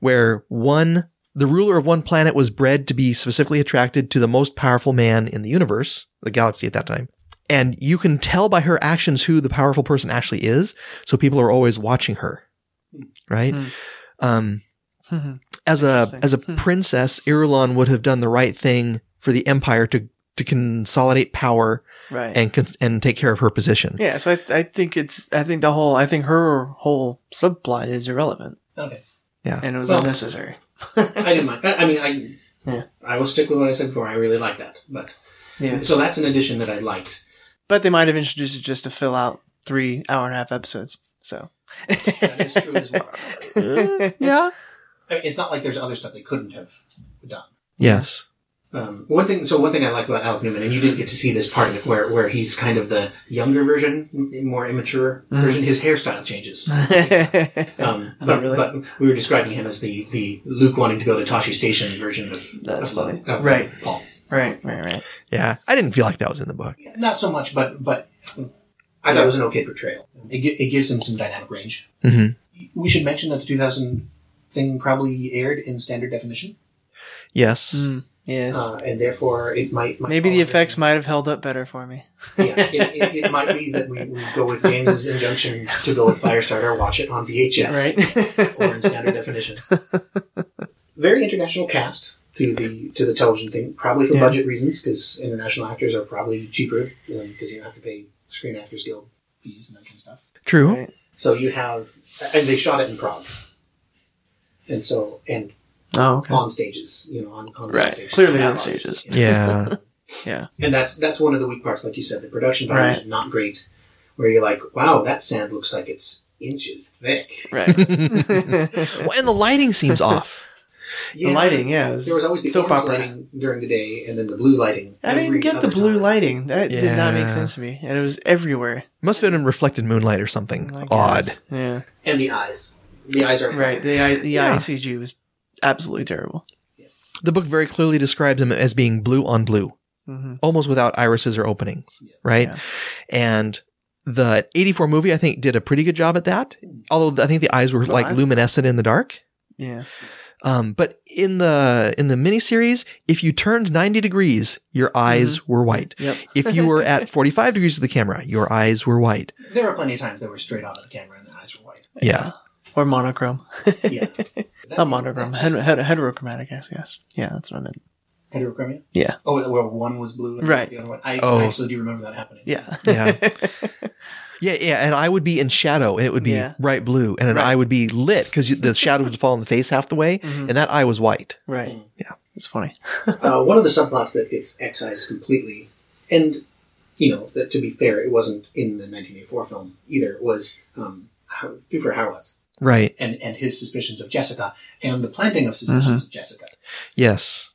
Speaker 5: where one the ruler of one planet was bred to be specifically attracted to the most powerful man in the universe, the galaxy at that time. And you can tell by her actions who the powerful person actually is. So people are always watching her, right?
Speaker 4: Hmm.
Speaker 5: Um,
Speaker 4: Mm-hmm.
Speaker 5: as a
Speaker 4: Interesting.
Speaker 5: as a
Speaker 4: Hmm.
Speaker 5: princess, Irulan would have done the right thing for the empire to to consolidate power
Speaker 4: right.
Speaker 5: and con- and take care of her position.
Speaker 4: yeah. So I I think it's I think the whole I think her whole subplot is irrelevant
Speaker 7: Okay.
Speaker 5: Yeah.
Speaker 4: and it was
Speaker 7: Well-
Speaker 4: unnecessary.
Speaker 7: I didn't mind. I I mean, I
Speaker 4: Yeah.
Speaker 7: I will stick with what I said before. I really like that, but
Speaker 4: Yeah.
Speaker 7: so that's an addition that I liked.
Speaker 4: But they might have introduced it just to fill out three hour and a half episodes. So
Speaker 7: That is true as
Speaker 4: [laughs]
Speaker 7: well.
Speaker 5: yeah.
Speaker 7: I mean, it's not like there's other stuff they couldn't have done.
Speaker 5: Yes.
Speaker 7: Um, one thing, so one thing I like about Alec Newman, and you didn't get to see this part of it, where where he's kind of the younger version, m- more immature
Speaker 4: Mm-hmm.
Speaker 7: version. His
Speaker 4: [laughs]
Speaker 7: hairstyle changes, um, but,
Speaker 4: Oh, really?
Speaker 7: but we were describing him as the the Luke wanting to go to Tashi Station version of
Speaker 4: That's
Speaker 7: of,
Speaker 4: funny.
Speaker 7: of
Speaker 4: Right.
Speaker 7: Paul.
Speaker 4: [laughs] right, right, right.
Speaker 5: Yeah. I didn't feel like that was in the book.
Speaker 7: Not so much, but but I thought it was an okay portrayal. It, gi- it gives him some dynamic range.
Speaker 5: Mhm.
Speaker 7: We should mention that the 2000 thing probably aired in standard definition,
Speaker 5: Yes.
Speaker 4: Hmm. Yes.
Speaker 7: uh, oh, and therefore it might, might
Speaker 4: Maybe
Speaker 7: fall
Speaker 4: the
Speaker 7: under-
Speaker 4: effects might have held up better for me.
Speaker 7: [laughs] yeah, it, it, it might be that we, we go with James's injunction to go with Firestarter, watch it on VHS,
Speaker 4: Right.
Speaker 7: [laughs] or in standard definition. Very international cast to the to the television thing, probably for
Speaker 4: Yeah.
Speaker 7: budget reasons, because international actors are probably cheaper because you don't have to pay Screen Actors Guild fees and that kind of stuff.
Speaker 5: True.
Speaker 4: Right.
Speaker 7: So you have, and they shot it in Prague, and so and
Speaker 4: Oh, okay.
Speaker 7: on stages, you know, on, on
Speaker 4: Right.
Speaker 7: stages,
Speaker 4: Clearly on
Speaker 7: Outlaws,
Speaker 4: stages.
Speaker 7: you know.
Speaker 5: Yeah.
Speaker 7: And that's that's one of the weak parts, like you said, the production values
Speaker 4: Right.
Speaker 7: are not great. Where you're like, wow, that sand looks like it's inches thick.
Speaker 4: Right.
Speaker 5: well, and the lighting
Speaker 4: [laughs]
Speaker 5: seems off.
Speaker 4: The
Speaker 7: Yeah.
Speaker 4: lighting, yeah. it was
Speaker 7: There was always the
Speaker 4: soap
Speaker 7: orange
Speaker 4: opera.
Speaker 7: lighting during the day, and then the blue lighting.
Speaker 4: I didn't
Speaker 7: every
Speaker 4: get the
Speaker 7: other
Speaker 4: blue
Speaker 7: time.
Speaker 4: lighting. That did not make
Speaker 5: Yeah.
Speaker 4: sense to me. And it was everywhere.
Speaker 5: Must have been in reflected moonlight or something
Speaker 4: I guess.
Speaker 5: odd.
Speaker 4: Yeah.
Speaker 7: and the eyes. The eyes are
Speaker 4: Right. The, I- the
Speaker 5: Yeah.
Speaker 4: ICG was absolutely terrible.
Speaker 5: The book very clearly describes him as being blue on blue,
Speaker 4: hmm
Speaker 5: almost without irises or openings, right?
Speaker 4: Yeah.
Speaker 5: And the 84 movie, I think, did a pretty good job at that. Although I think the eyes were
Speaker 4: So
Speaker 5: like
Speaker 4: I-
Speaker 5: luminescent in the dark.
Speaker 4: Yeah.
Speaker 5: Um, but in the in the miniseries, if you turned 90 degrees, your
Speaker 4: Mm-hmm.
Speaker 5: eyes were white.
Speaker 4: Yep.
Speaker 5: If you
Speaker 4: [laughs]
Speaker 5: were at 45 degrees of the camera, your eyes were white.
Speaker 7: There were plenty of times that were straight out of the camera, and the eyes were white.
Speaker 5: Yeah.
Speaker 4: Or monochrome.
Speaker 7: Yeah,
Speaker 4: Not monochrome.
Speaker 7: That's
Speaker 4: Heter- heter- heterochromatic, I guess. Yeah, that's what I meant.
Speaker 7: heterochromia.
Speaker 4: Yeah.
Speaker 7: Oh, where one was blue, and
Speaker 4: Right.
Speaker 7: The other one. I
Speaker 5: Oh.
Speaker 7: actually do remember that happening.
Speaker 4: Yeah.
Speaker 5: Yeah. yeah, yeah. And I would be in shadow, and it would be
Speaker 4: Yeah.
Speaker 5: bright blue, and an
Speaker 4: Right.
Speaker 5: eye would be lit because the shadow would fall on the face half the way,
Speaker 4: Mhm.
Speaker 5: and that eye was white.
Speaker 4: [laughs] Right.
Speaker 5: Yeah.
Speaker 4: It's funny.
Speaker 7: uh, one of the subplots that gets excised completely, and you know that to be fair, it wasn't in the 1984 film either. Was um, How- Thufir Howard
Speaker 5: Right.
Speaker 7: and and his suspicions of Jessica and the planting of suspicions of Jessica,
Speaker 5: Yes.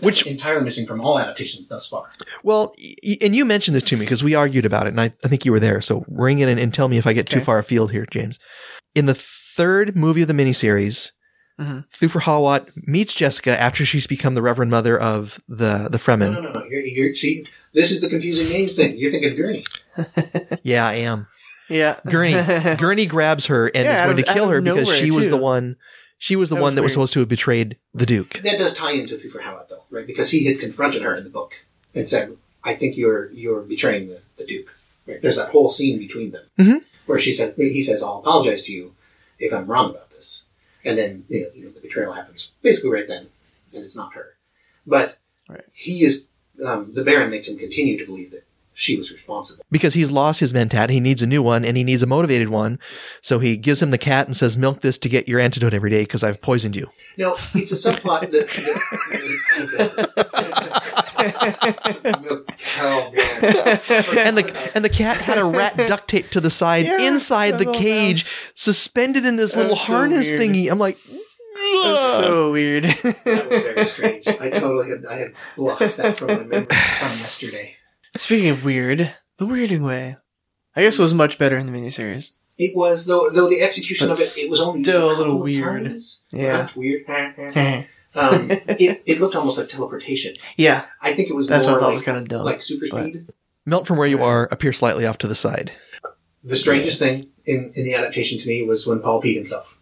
Speaker 5: Which
Speaker 7: entirely missing from all adaptations thus far.
Speaker 5: Well, y- y- and you mentioned this to me because we argued about it, and I, I think you were there. So ring in and, and tell me if I get too
Speaker 4: Okay.
Speaker 5: far afield here, James. In the third movie of the miniseries,
Speaker 4: Mhm.
Speaker 5: Thufir Hawat meets Jessica after she's become the Reverend Mother of the the
Speaker 7: No,
Speaker 4: [laughs]
Speaker 5: Fremen.
Speaker 7: no, no, no. You're, you're see, this is the confusing names thing. You're thinking Gurney.
Speaker 5: Yeah, I am.
Speaker 4: Yeah.
Speaker 5: [laughs]
Speaker 4: [laughs]
Speaker 5: Gurney Gurney grabs her and
Speaker 4: Yeah, out
Speaker 5: is going
Speaker 4: of-
Speaker 5: to kill
Speaker 4: out
Speaker 5: her
Speaker 4: of
Speaker 5: because she
Speaker 4: nowhere,
Speaker 5: was the
Speaker 4: too.
Speaker 5: one. She was the
Speaker 4: That
Speaker 5: one
Speaker 4: was
Speaker 5: that was
Speaker 4: weird.
Speaker 5: supposed to have betrayed the Duke.
Speaker 7: That does tie into Thufir Howard though, right? Because he had confronted her in the book and said, "I think you're you're betraying the, the Duke." Right? There's that whole scene between them
Speaker 5: Mhm.
Speaker 7: where she said, "He says I'll apologize to you if I'm wrong about this," and then you know, you know the betrayal happens basically right then, and it's not her, but
Speaker 4: Right.
Speaker 7: he is um, the Baron makes him continue to believe that she was responsible.
Speaker 5: because he's lost his mentat. He needs a new one and he needs a motivated one. So he gives him the cat and says, Milk this to get your antidote every day because I've poisoned you.
Speaker 7: No, it's a subplot that. that- Exactly.
Speaker 5: And the and the cat had
Speaker 4: [laughs]
Speaker 5: a rat duct taped to the side
Speaker 4: Yeah,
Speaker 5: inside
Speaker 4: that
Speaker 5: the
Speaker 4: little
Speaker 5: cage,
Speaker 4: mouse.
Speaker 5: suspended in this
Speaker 4: That
Speaker 5: little
Speaker 4: was so
Speaker 5: harness
Speaker 4: weird.
Speaker 5: thingy. I'm like,
Speaker 4: That's so weird.
Speaker 7: That [laughs] was very strange. I totally had, I had blocked that from my memory from yesterday.
Speaker 4: Speaking of weird, the weirding way. I guess it was much better in the miniseries.
Speaker 7: It was though though the execution of
Speaker 4: But
Speaker 7: it it was only
Speaker 4: still a
Speaker 7: used
Speaker 4: little
Speaker 7: couple of
Speaker 4: weird.
Speaker 7: times.
Speaker 4: Yeah.
Speaker 7: Huh,
Speaker 4: [laughs]
Speaker 7: weird. um, it, it looked almost like teleportation.
Speaker 4: yeah.
Speaker 7: I think it was
Speaker 4: That's what I
Speaker 7: more
Speaker 4: thought
Speaker 7: like,
Speaker 4: was kinda dumb,
Speaker 7: like super
Speaker 4: but-
Speaker 7: speed.
Speaker 5: melt from where you are, appear slightly off to the side.
Speaker 7: The strangest
Speaker 4: Yes.
Speaker 7: thing in, in the adaptation to me was when Paul peed himself,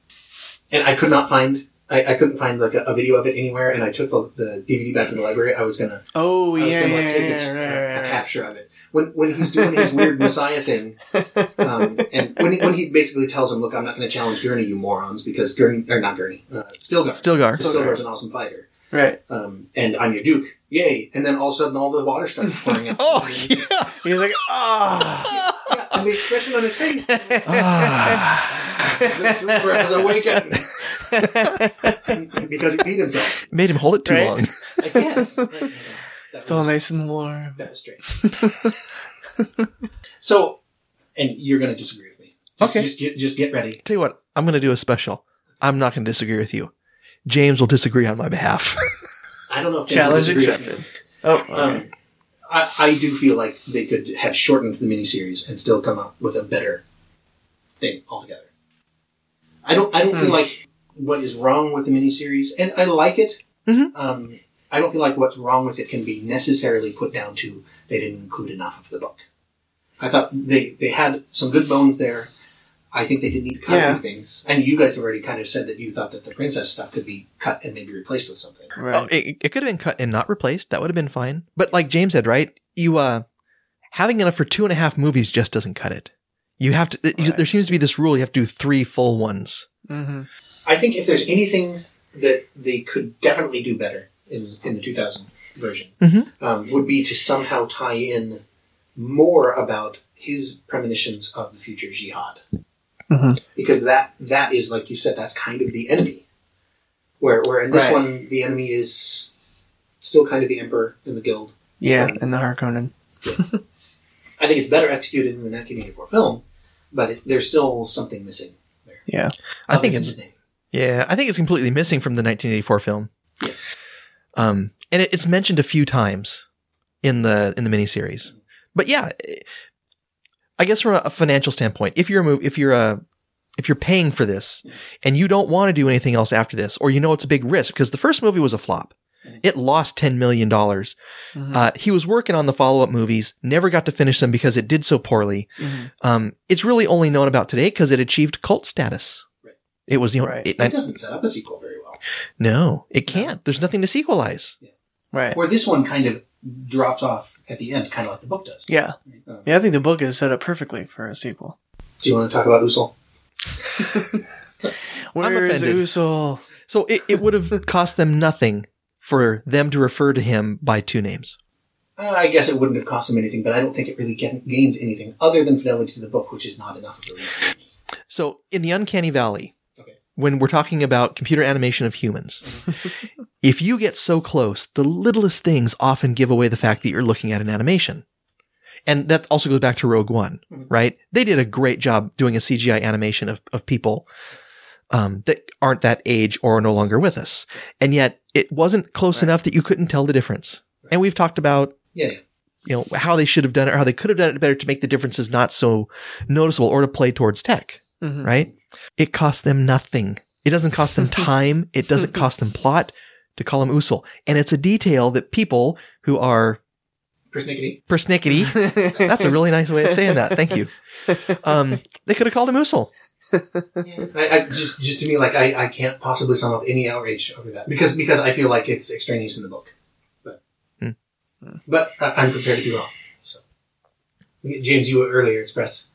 Speaker 7: and I could not find I, I couldn't find like a, a video of it anywhere. And I took the, the DVD back to the library. I was gonna
Speaker 4: Oh,
Speaker 7: I was
Speaker 4: yeah,
Speaker 7: gonna
Speaker 4: yeah,
Speaker 7: like take
Speaker 4: yeah,
Speaker 7: a,
Speaker 4: right,
Speaker 7: a
Speaker 4: right, right.
Speaker 7: capture of it when when he's doing his weird
Speaker 4: [laughs]
Speaker 7: Messiah thing, um, and when he, when he basically tells him, "Look, I'm not going to challenge Gurney, you morons, because Gurney or not Gurney, uh, Stilgar,
Speaker 5: Stilgar.
Speaker 4: [laughs]
Speaker 7: Stilgar's an awesome fighter, [laughs]
Speaker 4: Right.
Speaker 7: um, and I'm your Duke, yay!" And then all of a sudden, all the water starts
Speaker 4: [laughs]
Speaker 7: pouring out.
Speaker 5: Oh
Speaker 7: yeah.
Speaker 5: yeah.
Speaker 4: He's like, ah.
Speaker 7: and the expression on his face,
Speaker 5: Ah.
Speaker 7: the super has awakened. [laughs]
Speaker 4: "Ah."
Speaker 7: because he beat himself.
Speaker 5: Made him hold it too
Speaker 4: Right?
Speaker 5: long. [laughs]
Speaker 7: I guess. But, you know, that
Speaker 4: It's all
Speaker 7: was-
Speaker 4: nice and warm.
Speaker 7: That was strange. so, and you're going to disagree with me. Just,
Speaker 8: Okay.
Speaker 7: Just get, just get ready.
Speaker 5: Tell you what, I'm going to do a special. I'm not going to disagree with you. James will disagree on my behalf. [laughs]
Speaker 7: I don't know if they
Speaker 4: Challenge
Speaker 7: disagree with me.
Speaker 4: accepted. Oh, okay.
Speaker 7: Um, I, I do feel like they could have shortened the miniseries and still come up with a better thing altogether. I don't. I don't
Speaker 4: Hmm.
Speaker 7: feel like what is wrong with the miniseries, and I like it.
Speaker 4: Mm-hmm.
Speaker 5: Mhm.
Speaker 7: Um, I don't feel like what's wrong with it can be necessarily put down to they didn't include enough of the book. I thought they they had some good bones there. I think they did need to cut a
Speaker 4: Yeah.
Speaker 7: few things, and you guys have already kind of said that you thought that the princess stuff could be cut and maybe replaced with something.
Speaker 4: right.
Speaker 5: Oh, it, it could have been cut and not replaced. That would have been fine. But like James said, right? You uh, having enough for two and a half movies just doesn't cut it. You have to. you-
Speaker 4: Right.
Speaker 5: there seems to be this rule: you have to do three full ones.
Speaker 4: hmm
Speaker 7: I think if there's anything that they could definitely do better in, in the 2000 version,
Speaker 5: Mhm.
Speaker 7: um, would be to somehow tie in more about his premonitions of the future jihad,
Speaker 5: Mm-hmm.
Speaker 4: Mhm.
Speaker 7: because that that is like you said, that's kind of the enemy. Where where in this
Speaker 4: Right.
Speaker 7: one, the enemy is still kind of the emperor and the guild.
Speaker 4: Yeah, and the Harkonnen.
Speaker 7: I think it's better executed in the 1984 film, but it, there's still something missing.
Speaker 4: Yeah.
Speaker 5: I
Speaker 7: other
Speaker 5: think
Speaker 7: than
Speaker 5: it's
Speaker 7: the name.
Speaker 5: yeah. I think it's completely missing from the 1984 film.
Speaker 7: yes.
Speaker 5: Um, and it, it's mentioned a few times in the in the miniseries. But yeah, it- I guess from a financial standpoint, if you're a mov- if you're a if you're paying for this and you don't want to do anything else after this, or you know it's a big risk because the first movie was a flop, it lost ten million dollars.
Speaker 4: Hmm.
Speaker 5: Uh, he was working on the follow up movies, never got to finish them because it did so poorly.
Speaker 4: Mhm.
Speaker 5: Um, it's really only known about today because it achieved cult status.
Speaker 7: Right.
Speaker 5: It was you know
Speaker 4: Right.
Speaker 5: it-
Speaker 7: That doesn't set up a sequel very well.
Speaker 5: no, it can't. There's nothing to sequelize.
Speaker 4: Right.
Speaker 7: Where this one kind of drops off at the end, kind of like the book does.
Speaker 4: Yeah.
Speaker 7: Um,
Speaker 4: Yeah, I think the book is set up perfectly for a sequel.
Speaker 7: Do you want to talk about Usul?
Speaker 4: Where is
Speaker 5: offended.
Speaker 4: Usul?
Speaker 5: So it, it would have cost them nothing for them to refer to him by two names.
Speaker 7: Uh, I guess it wouldn't have cost him anything, but I don't think it really ga- gains anything other than fidelity to the book, which is not enough of a reason.
Speaker 5: So in the Uncanny Valley,
Speaker 7: Okay.
Speaker 5: when we're talking about computer animation of humans, if you get so close, the littlest things often give away the fact that you're looking at an animation. And that also goes back to Rogue One, right? They did a great job doing a CGI animation of, of people um, that aren't that age or are no longer with us. And yet it wasn't close enough that you couldn't tell the difference. And we've talked about
Speaker 7: Yeah, yeah.
Speaker 5: you know how they should have done it or how they could have done it better to make the differences not so noticeable or to play towards tech
Speaker 4: Mhm.
Speaker 5: right it costs them nothing it doesn't cost them time it doesn't cost them plot to call him usul and it's a detail that people who are
Speaker 7: Persnickety.
Speaker 5: persnickety
Speaker 4: [laughs]
Speaker 5: [laughs] that's a really nice way of saying that thank you um, they could have called him usul
Speaker 7: I, I just, just to me, like I, I can't possibly sum up any outrage over that because because I feel like it's extraneous in the book, but
Speaker 5: Hmm.
Speaker 7: but I, I'm prepared to be wrong. So, James, you earlier expressed.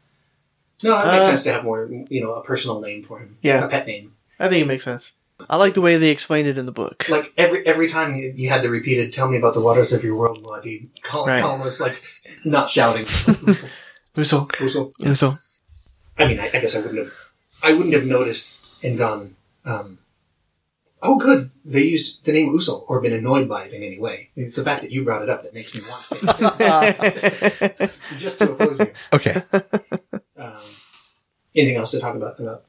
Speaker 7: No, it makes
Speaker 4: Uh,
Speaker 7: sense to have more, you know, a personal name for him.
Speaker 4: Yeah.
Speaker 7: a pet name.
Speaker 4: I think it makes sense. I like the way they explained it in the book.
Speaker 7: like every every time you, you had the repeated "Tell me about the waters of your world," Bloody, Colin,
Speaker 4: Right.
Speaker 7: Colin was like not shouting. [laughs]
Speaker 4: Usul,
Speaker 7: Also,
Speaker 5: [laughs]
Speaker 4: Usul. [laughs]
Speaker 7: I mean, I, I guess I wouldn't have, I wouldn't have noticed and gone, um, "Oh, good, they used the name Usul," or been annoyed by it in any way. It's the fact that you brought it up that makes me want to [laughs] just to oppose you.
Speaker 5: okay
Speaker 7: Um, anything else to talk about? About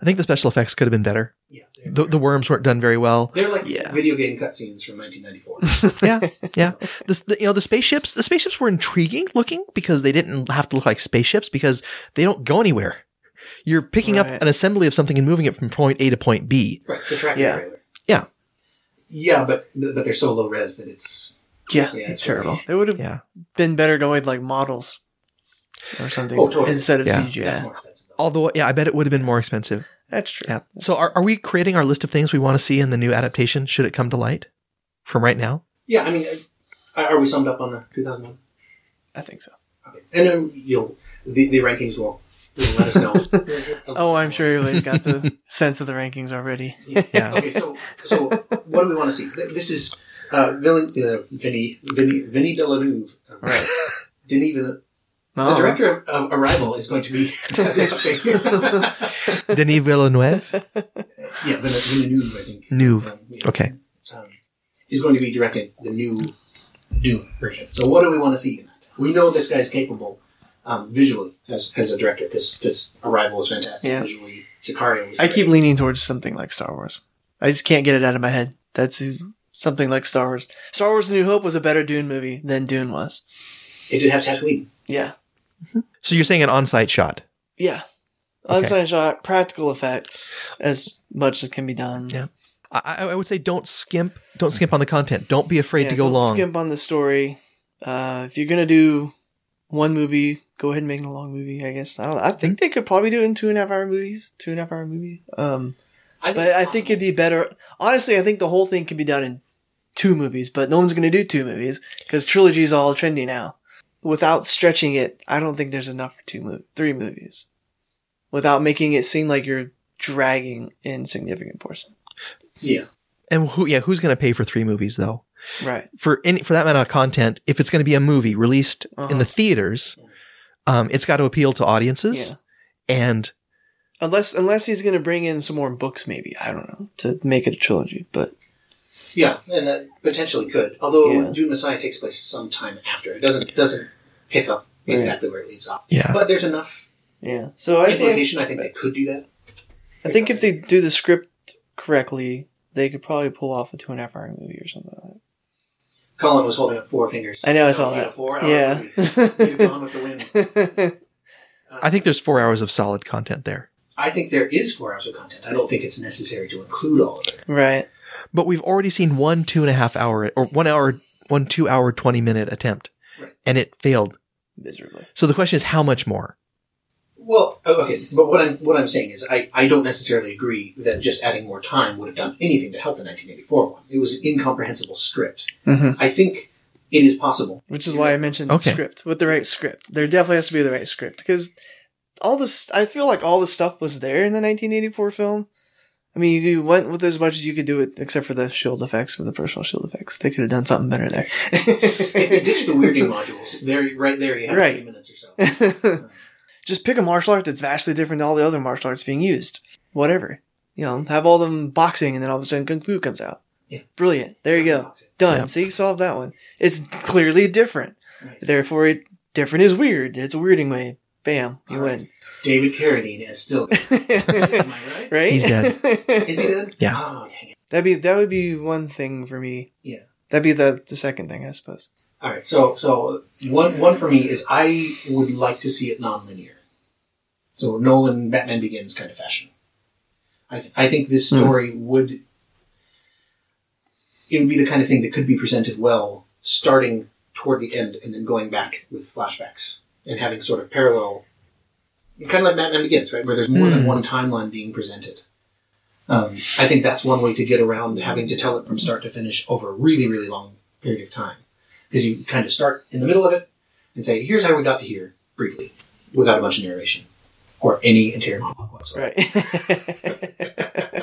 Speaker 5: i think the special effects could have been better
Speaker 7: yeah, they're,
Speaker 5: the, the worms weren't done very well
Speaker 7: they're like
Speaker 4: Yeah.
Speaker 7: video game cutscenes from 1994.
Speaker 5: yeah, yeah. The, the, you know, the spaceships. The spaceships were intriguing looking because they didn't have to look like spaceships because they don't go anywhere. You're picking
Speaker 4: Right.
Speaker 5: up an assembly of something and moving it from point A to point B.
Speaker 7: right, it's a tractor
Speaker 4: Yeah.
Speaker 7: trailer.
Speaker 5: Yeah.
Speaker 7: Yeah, but but they're so low res that it's
Speaker 4: yeah,
Speaker 7: Yeah,
Speaker 4: it's
Speaker 7: it's
Speaker 4: terrible. It would have
Speaker 5: Yeah.
Speaker 4: been better going with like models or something
Speaker 7: Oh, totally.
Speaker 4: instead of
Speaker 5: Yeah.
Speaker 4: CGI.
Speaker 7: That's
Speaker 4: That's,
Speaker 7: more expensive.
Speaker 5: Although, yeah, I bet it would have been more expensive.
Speaker 4: true.
Speaker 5: Yeah. So, are, are we creating our list of things we want to see in the new adaptation should it come to light from right
Speaker 4: [laughs]
Speaker 5: now?
Speaker 7: Yeah, I mean, uh, are we summed up on the 2001?
Speaker 4: I think so.
Speaker 7: Okay. And then, you know, the, the rankings will, will let us know.
Speaker 4: Oh, I'm sure everybody's got
Speaker 5: [laughs]
Speaker 4: the sense of the rankings already.
Speaker 5: Yeah.
Speaker 7: Okay, so, so what do we want to see? Th- This is
Speaker 4: [laughs]
Speaker 7: uh, Villain, uh, Vinny, Vinny, Vinny Villeneuve. Um,
Speaker 4: Right.
Speaker 7: Didn't even
Speaker 4: Oh.
Speaker 7: The director of, of Arrival is going to be [laughs]
Speaker 5: Denis Villeneuve.
Speaker 7: yeah, Villeneuve, Villeneuve, I think.
Speaker 5: New.
Speaker 7: Um, yeah.
Speaker 5: Okay.
Speaker 7: um, is going to be directing the new Dune version. So what do we want to see? in that? We know this guy's capable um, visually as, as a director because Arrival was fantastic
Speaker 4: Yeah.
Speaker 7: visually. Sicario was
Speaker 4: I keep
Speaker 7: great.
Speaker 4: leaning towards something like Star Wars. I just can't get it out of my head. That's something like Star Wars. Star Wars: The New Hope was a better Dune movie than Dune was.
Speaker 7: It did have Tatooine.
Speaker 4: Yeah,
Speaker 5: So you're saying an on-site shot?
Speaker 4: yeah.
Speaker 5: Okay.
Speaker 4: Unsigned shot, practical effects as much as can be done.
Speaker 5: Yeah. I, I I would say don't skimp. Don't skimp on the content. Don't be afraid
Speaker 4: Yeah,
Speaker 5: to go
Speaker 4: don't
Speaker 5: long.
Speaker 4: Skimp on the story. Uh, if you're gonna do one movie, go ahead and make it a long movie. I guess I don't. Know. I think they could probably do it in two and a half hour movies. Two and a half hour movie. Um,
Speaker 7: I
Speaker 4: but I think it'd be better. Honestly, I think the whole thing could be done in two movies, but no one's going to do two movies because trilogy's all trendy now. Without stretching it, I don't think there's enough for two mov- three movies. Without making it seem like you're dragging in significant portion.
Speaker 7: yeah.
Speaker 5: and who? Yeah, who's going to pay for three movies though?
Speaker 4: Right.
Speaker 5: For any for that amount of content, if it's going to be a movie released
Speaker 4: Uh-huh.
Speaker 5: in the theaters, um, it's got to appeal to audiences.
Speaker 4: Yeah.
Speaker 5: And
Speaker 4: Unless unless he's going to bring in some more books, maybe I don't know to make it a trilogy. But
Speaker 7: Yeah, and that potentially could. Although
Speaker 4: Yeah.
Speaker 7: Dune Messiah takes place sometime after. It doesn't doesn't pick up
Speaker 4: Right.
Speaker 7: exactly where it leaves off.
Speaker 5: Yeah.
Speaker 7: But there's enough
Speaker 4: yeah, so I think
Speaker 7: implication. I think they could do that.
Speaker 4: I think if they do the script correctly, they could probably pull off a two and a half hour movie or something like that.
Speaker 7: Colin was holding up four fingers.
Speaker 4: I know, I saw
Speaker 7: Oh,
Speaker 4: that.
Speaker 7: Four
Speaker 4: Yeah.
Speaker 7: You've gone with the wind.
Speaker 5: I think there's four hours of solid content there.
Speaker 7: I think there is four hours of content. I don't think it's necessary to include all of it.
Speaker 4: [laughs] right.
Speaker 5: But we've already seen one two and a half hour or one hour, one two hour, 20 minute attempt,
Speaker 7: Right.
Speaker 5: and it failed.
Speaker 4: Miserably.
Speaker 5: So the question is, how much more?
Speaker 7: Well, oh, okay, but what I'm what I'm saying is I, I don't necessarily agree that just adding more time would have done anything to help the 1984 one. It was an incomprehensible script.
Speaker 4: Mhm.
Speaker 7: I think it is possible.
Speaker 4: Which is why I mentioned
Speaker 5: Okay.
Speaker 4: script with the right script. There definitely has to be the right script because all this, I feel like all the stuff was there in the 1984 film. I mean, you went with as much as you could do it, except for the shield effects, with the personal shield effects. They could have done something better
Speaker 7: If they
Speaker 4: there.
Speaker 7: ditch the weirding modules, there, right there, you have
Speaker 4: Right.
Speaker 7: 30 minutes or so.
Speaker 4: [laughs] Just pick a martial art that's vastly different than all the other martial arts being used. Whatever. You know, have all them boxing and then all of a sudden Kung Fu comes out.
Speaker 7: Yeah.
Speaker 4: Brilliant. There you go. Done. See, solve that one. It's clearly different.
Speaker 7: Right.
Speaker 4: Therefore, it, different is weird. It's a weirding way. Bam, you
Speaker 7: All
Speaker 4: win.
Speaker 7: David Carradine is still. Am I
Speaker 4: [laughs]
Speaker 7: right? [laughs]
Speaker 4: right?
Speaker 5: He's
Speaker 7: Is he dead?
Speaker 5: Yeah.
Speaker 7: Oh, dang it.
Speaker 4: [laughs] That'd be that would be one thing for me.
Speaker 7: Yeah.
Speaker 4: That'd be the the second thing, I suppose.
Speaker 7: All right. So, so one one for me is I would like to see it non-linear. So Nolan Batman Begins kind of fashion. I th- I think this story would it would be the kind of thing that could be presented well, starting toward the end and then going back with flashbacks and having sort of parallel, kind of like Batman Begins, right, where there's more than one timeline being presented. Um, I think that's one way to get around having to tell it from start to finish over a really, really long period of time because you kind of start in the middle of it and say, "Here's how we got to here," briefly, without a bunch of narration or any interior monologue whatsoever. [laughs]
Speaker 4: Right. [laughs]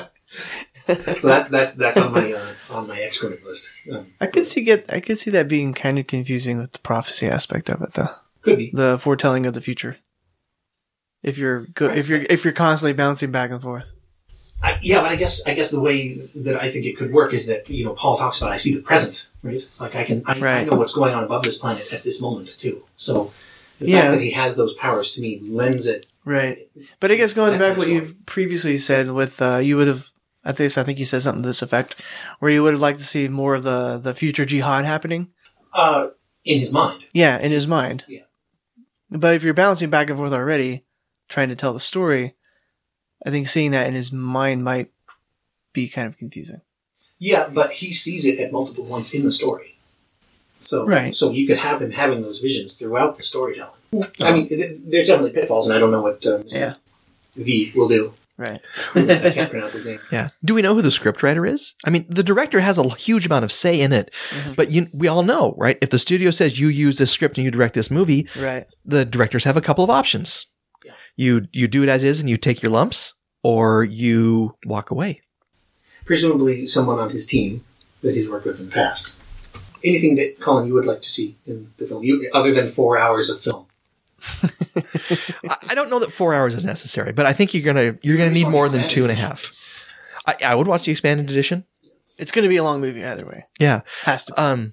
Speaker 7: So that, that that's on my uh, on my excrement list. Um,
Speaker 4: I could see get I could see that being kind of confusing with the prophecy aspect of it, though.
Speaker 7: could be
Speaker 4: The foretelling of the future. If you're go- if you're if you're constantly bouncing back and forth.
Speaker 7: I, yeah, but I guess I guess the way that I think it could work is that you know Paul talks about I see the present, right? Like I can I, I
Speaker 4: Right.
Speaker 7: know what's going on above this planet at this moment too. So the
Speaker 4: Yeah.
Speaker 7: fact that he has those powers to me lends it.
Speaker 4: Right. But I guess going
Speaker 7: That
Speaker 4: back what
Speaker 7: first
Speaker 4: you previously said with uh, you would have at least I think you said something to this effect where you would have liked to see more of the the future jihad happening.
Speaker 7: Uh, in his mind,
Speaker 4: Yeah, in his mind.
Speaker 7: Yeah.
Speaker 4: But if you're bouncing back and forth already, trying to tell the story, I think seeing that in his mind might be kind of confusing.
Speaker 7: yeah, but he sees it at multiple points in the story. So
Speaker 4: Right.
Speaker 7: so you could have him having those visions throughout the storytelling. I mean, th- there's definitely pitfalls, and I don't know what um,
Speaker 4: Yeah.
Speaker 7: V will
Speaker 4: [laughs]
Speaker 7: do.
Speaker 4: Right.
Speaker 7: I can't pronounce his name.
Speaker 5: Yeah. Do we know who the scriptwriter is? I mean, the director has a l- huge amount of say in it, but you, we all know, right? If the studio says you use this script and you direct this movie,
Speaker 4: Right.
Speaker 5: the directors have a couple of options.
Speaker 7: Yeah.
Speaker 5: You you do it as is and you take your lumps, or you walk away.
Speaker 7: presumably someone on his team that he's worked with in the past. Anything that Colin you would like to see in the film, you, other than four hours of film?
Speaker 5: I, I don't know that four hours is necessary, but I think you're gonna you're gonna
Speaker 7: Just
Speaker 5: need
Speaker 7: watch
Speaker 5: more than
Speaker 7: Expanded
Speaker 5: two and a half. I, I would watch the expanded edition.
Speaker 4: It's going to be a long movie either way.
Speaker 5: Yeah.
Speaker 4: Has to. Be.
Speaker 5: Um,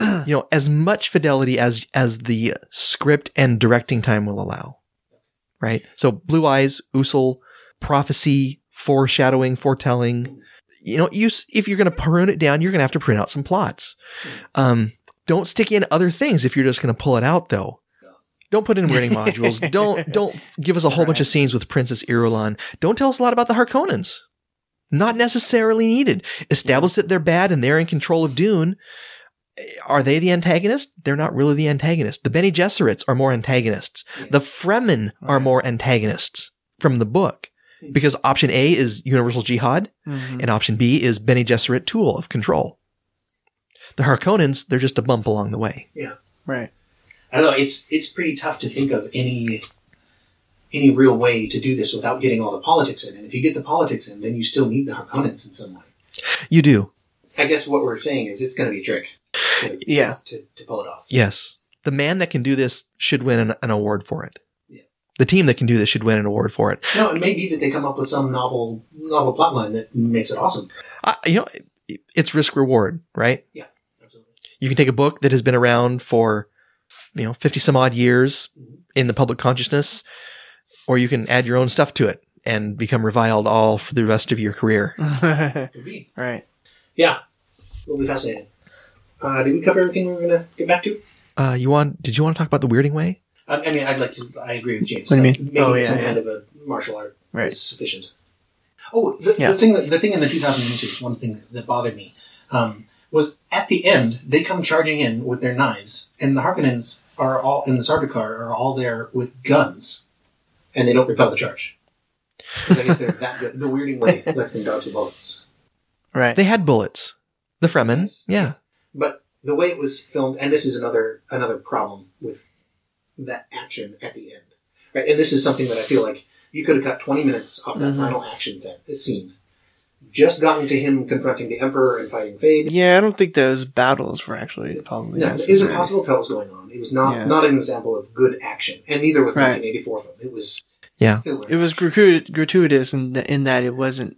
Speaker 5: you know, as much fidelity as as the script and directing time will allow. Right. So blue eyes, Usul, prophecy, foreshadowing, foretelling. You know, you s- if you're going to prune it down, you're going to have to print out some plots. Um, don't stick in other things if you're just going to pull it out, though. Don't put in wedding modules. Don't don't give us a whole bunch of scenes with Princess Irulan. Don't tell us a lot about the Harkonnens. Not necessarily needed. Establish that they're bad and they're in control of Dune. Are they the antagonist? They're not really the antagonist. The Bene Gesserits are more antagonists. The Fremen are more antagonists from the book. Because option A is universal jihad,
Speaker 4: Mhm.
Speaker 5: and option B is Bene Gesserit tool of control. The Harkonnens, they're just a bump along the way.
Speaker 4: Right.
Speaker 7: I don't know. It's it's pretty tough to think of any any real way to do this without getting all the politics in. And if you get the politics in, then you still need the Harkonnens in some way.
Speaker 5: You do,
Speaker 7: I guess what we're saying is it's going to be a trick. To,
Speaker 4: Yeah. [laughs]
Speaker 7: To, to pull it off.
Speaker 5: yes. The man that can do this should win an, an award for it.
Speaker 7: Yeah.
Speaker 5: The team that can do this should win an award for it.
Speaker 7: No, it may be that they come up with some novel novel plotline that makes it awesome.
Speaker 5: I, you know, it, it's risk reward, right?
Speaker 7: Absolutely.
Speaker 5: You can take a book that has been around for, you know, 50 some odd years
Speaker 7: Mm-hmm.
Speaker 5: in the public consciousness, or you can add your own stuff to it and become reviled all for the rest of your career.
Speaker 7: Could be.
Speaker 4: right.
Speaker 7: Yeah. It'll be fascinating. Uh, did we cover everything we were going to get back to?
Speaker 5: Uh, you want, did you want to talk about the weirding way?
Speaker 7: I, I mean, I'd like to. I agree with James.
Speaker 4: What do you
Speaker 7: Like,
Speaker 4: mean?
Speaker 7: Making
Speaker 4: Oh,
Speaker 7: it
Speaker 4: yeah,
Speaker 7: some
Speaker 4: yeah.
Speaker 7: kind of a martial art
Speaker 4: Right.
Speaker 7: is sufficient. Oh, the,
Speaker 4: Yeah.
Speaker 7: the thing that, the thing in the 2001 series, one thing that bothered me um, was at the end they come charging in with their knives, and the Harkonnens are all in the Sardaukar are all there with guns, and they don't repel the charge. 'Cause I guess they're that good. The weirding way lets them dodge the bullets,
Speaker 4: Right.
Speaker 5: They had bullets. The Fremen.
Speaker 7: Yes.
Speaker 5: Yeah.
Speaker 7: but the way it was filmed, and this is another another problem with that action at the end, right? And this is something that I feel like you could have cut 20 minutes off
Speaker 4: Mm-hmm.
Speaker 7: that final action set, scene, just gotten to him confronting the Emperor and fighting Fade.
Speaker 4: yeah, I don't think those battles were actually probably
Speaker 7: No, it
Speaker 4: necessary.
Speaker 7: was impossible to tell what was going on. It was not
Speaker 4: Yeah.
Speaker 7: not an example of good action, and neither was the
Speaker 4: Right.
Speaker 7: 1984 film. It was
Speaker 5: Yeah.
Speaker 7: filler.
Speaker 4: It was gratu- gratuitous in, th- in that it wasn't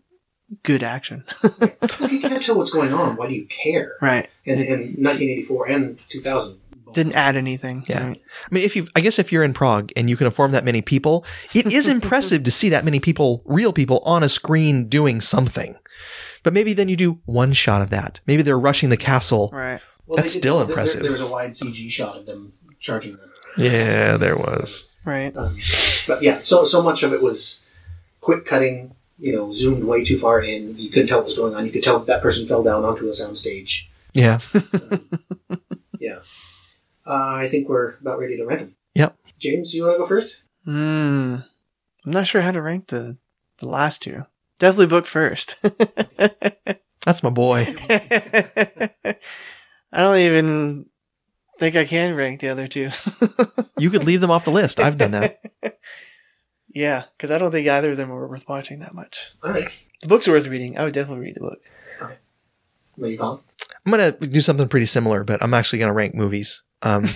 Speaker 4: good action. [laughs]
Speaker 7: if you can't tell what's going on, why do you care?
Speaker 4: right.
Speaker 7: And in 1984 and 2000,
Speaker 4: Didn't add anything.
Speaker 5: Yeah.
Speaker 4: Right.
Speaker 5: I mean, if you, I guess if you're in Prague and you can inform that many people, it is impressive to see that many people, real people, on a screen doing something. But maybe then you do one shot of that. Maybe they're rushing the castle.
Speaker 4: Right.
Speaker 7: well, they
Speaker 5: That's
Speaker 7: did-
Speaker 5: still
Speaker 7: there- there-
Speaker 5: impressive.
Speaker 7: There was a wide CG shot of them charging them.
Speaker 5: Yeah, there was.
Speaker 4: Right.
Speaker 7: Um, but yeah, so so much of it was quick cutting. You know, zoomed way too far in. You couldn't tell what was going on. You could tell that person fell down onto a soundstage.
Speaker 5: Yeah.
Speaker 7: Yeah, uh, I think we're about ready to rank them.
Speaker 5: Yep.
Speaker 7: James, you want to go first?
Speaker 4: Hmm. I'm not sure how to rank the, the last two. Definitely book first. [laughs]
Speaker 5: That's my boy.
Speaker 4: I don't even think I can rank the other two. [laughs]
Speaker 5: You could leave them off the list. I've done that.
Speaker 4: yeah, because I don't think either of them were worth watching that much.
Speaker 7: All right.
Speaker 4: The book's worth reading. I would definitely read the book.
Speaker 7: What you call?
Speaker 5: I'm gonna do something pretty similar, but I'm actually gonna rank movies. Um,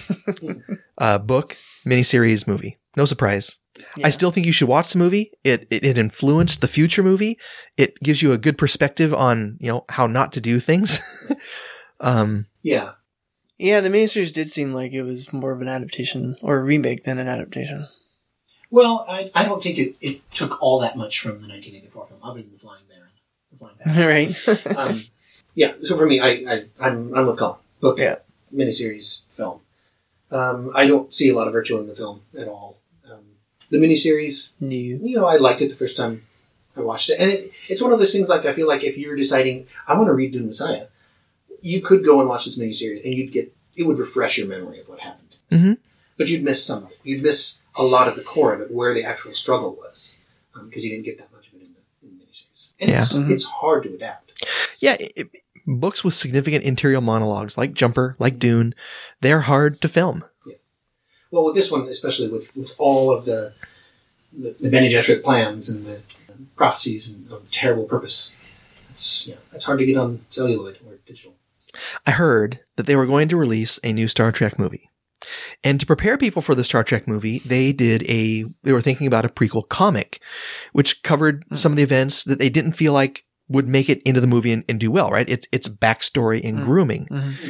Speaker 5: uh, book, miniseries, movie. No surprise.
Speaker 4: Yeah.
Speaker 5: I still think you should watch the movie. It, it it influenced the future movie. It gives you a good perspective on you know how not to do things. [laughs] um,
Speaker 7: Yeah.
Speaker 4: Yeah, the miniseries did seem like it was more of an adaptation or a remake than an adaptation. [laughs]
Speaker 7: Well, I, I don't think it, it took all that much from the 1984 film, other than the Flying Baron, the Flying
Speaker 4: [laughs] right?
Speaker 7: Baron. um, yeah. So for me, I, I I'm I'm with Colin. Book,
Speaker 4: Yeah.
Speaker 7: miniseries, film. Um, I don't see a lot of virtue in the film at all. Um, the miniseries,
Speaker 4: New.
Speaker 7: you know, I liked it the first time I watched it, and it, it's one of those things. Like I feel like if you're deciding I want to read Dune Messiah, you could go and watch this miniseries, and you'd get it would refresh your memory of what happened.
Speaker 5: Mhm.
Speaker 7: But you'd miss some of it. You'd miss a lot of the core of it, where the actual struggle was, because you didn't get that much of it in the, in the miniseries. And it's,
Speaker 4: Yeah. Mhm.
Speaker 7: it's hard to adapt.
Speaker 5: yeah, it- it- books with significant interior monologues like Jumper, like Dune, they're hard to film.
Speaker 7: Well, with this one, especially with, with all of the the, the Bene Gesserit plans and the prophecies and of terrible purpose, it's yeah, it's hard to get on celluloid or digital.
Speaker 5: I heard that they were going to release a new Star Trek movie. And to prepare people for the Star Trek movie, they did a they were thinking about a prequel comic, which covered some of the events that they didn't feel like would make it into the movie and, and do well, right? It's it's backstory and grooming.
Speaker 4: Mm-hmm.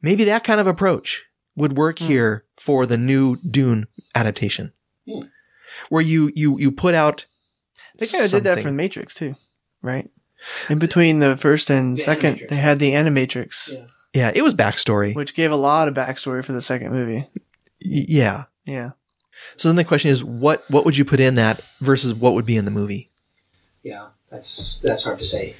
Speaker 5: Maybe that kind of approach would work here for the new Dune adaptation.
Speaker 7: Mm.
Speaker 5: Where you you you put out
Speaker 4: They kind of did that for the
Speaker 5: something.
Speaker 4: Matrix too, right? In between the first and
Speaker 7: The
Speaker 4: second,
Speaker 7: Animatrix.
Speaker 4: they had the Animatrix,
Speaker 7: Yeah.
Speaker 5: Yeah, it was backstory. Y-
Speaker 4: which gave a lot of backstory for the second movie.
Speaker 5: yeah.
Speaker 4: Yeah,
Speaker 5: So then the question is what what would you put in that versus what would be in the movie?
Speaker 7: Yeah, that's that's hard to say.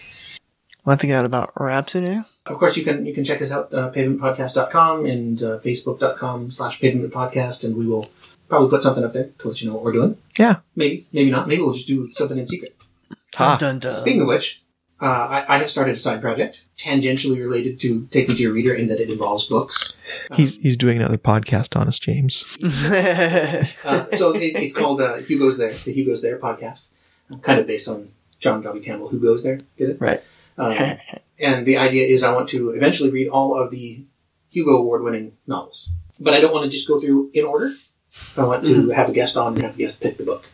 Speaker 4: one thing that about wraps it in.
Speaker 7: Of course, you can you can check us out uh, pavementpodcast.com and uh, facebook.com slash pavementpodcast, and we will probably put something up there to let you know what we're doing.
Speaker 5: Yeah.
Speaker 7: Maybe, maybe not. Maybe we'll just do something in secret.
Speaker 5: Ha.
Speaker 4: Dun, dun, dun.
Speaker 7: Speaking of which, uh, I, I have started a side project tangentially related to Take Me to Your Reader in that it involves books.
Speaker 5: He's he's doing another podcast on us, James.
Speaker 4: [laughs]
Speaker 7: Uh, so it, it's called uh, Hugo's There, the Hugo's There podcast, kind of based on John Darby Campbell, Who Goes There. Get it?
Speaker 4: Right.
Speaker 7: Um, and the idea is I want to eventually read all of the Hugo Award winning novels. But I don't want to just go through in order. I want to have a guest on and have the guest pick the book.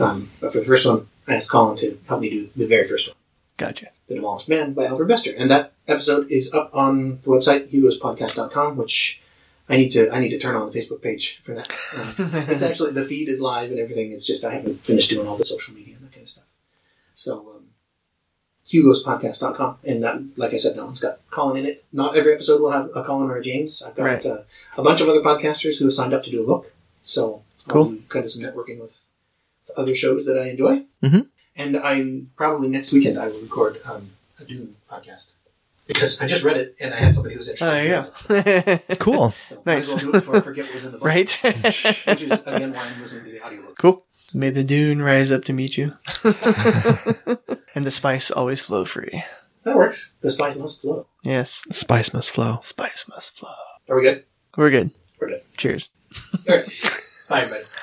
Speaker 7: Um, but for the first one, I asked Colin to help me do the very first one.
Speaker 4: gotcha.
Speaker 7: The Demolished Man by Alfred Bester. And that episode is up on the website, hugospodcast.com, which I need to I need to turn on the Facebook page for that. Um,
Speaker 4: [laughs]
Speaker 7: it's
Speaker 4: Oh,
Speaker 7: actually the feed is live and everything. It's just I haven't finished doing all the social media and that kind of stuff. So um, hugospodcast.com. And that, like I said, that one's got Colin in it. Not every episode will have a Colin or a James. I've got
Speaker 4: Right.
Speaker 7: uh, a bunch of other podcasters who have signed up to do a book. So
Speaker 4: Cool.
Speaker 7: I'll do kind of some networking with other shows that I enjoy.
Speaker 4: Mm-hmm.
Speaker 5: Mhm.
Speaker 7: And I probably next weekend I will record um, a Dune podcast because I just read it and I had somebody who was
Speaker 4: Oh,
Speaker 7: interested.
Speaker 4: there you
Speaker 7: in
Speaker 4: go.
Speaker 7: it.
Speaker 5: Cool.
Speaker 7: So might
Speaker 4: Nice.
Speaker 7: as well do it before I forget what was in the
Speaker 4: [laughs]
Speaker 7: book.
Speaker 4: right? [laughs]
Speaker 7: Which is again why I'm listening to the audiobook.
Speaker 4: cool. May the dune rise up to meet you. [laughs] and the spice always flow free.
Speaker 7: That works. The spice must flow.
Speaker 4: Yes,
Speaker 5: Spice must flow.
Speaker 4: spice must flow.
Speaker 7: Are we good?
Speaker 4: We're good.
Speaker 7: We're good.
Speaker 4: Cheers.
Speaker 7: All right. Bye, everybody.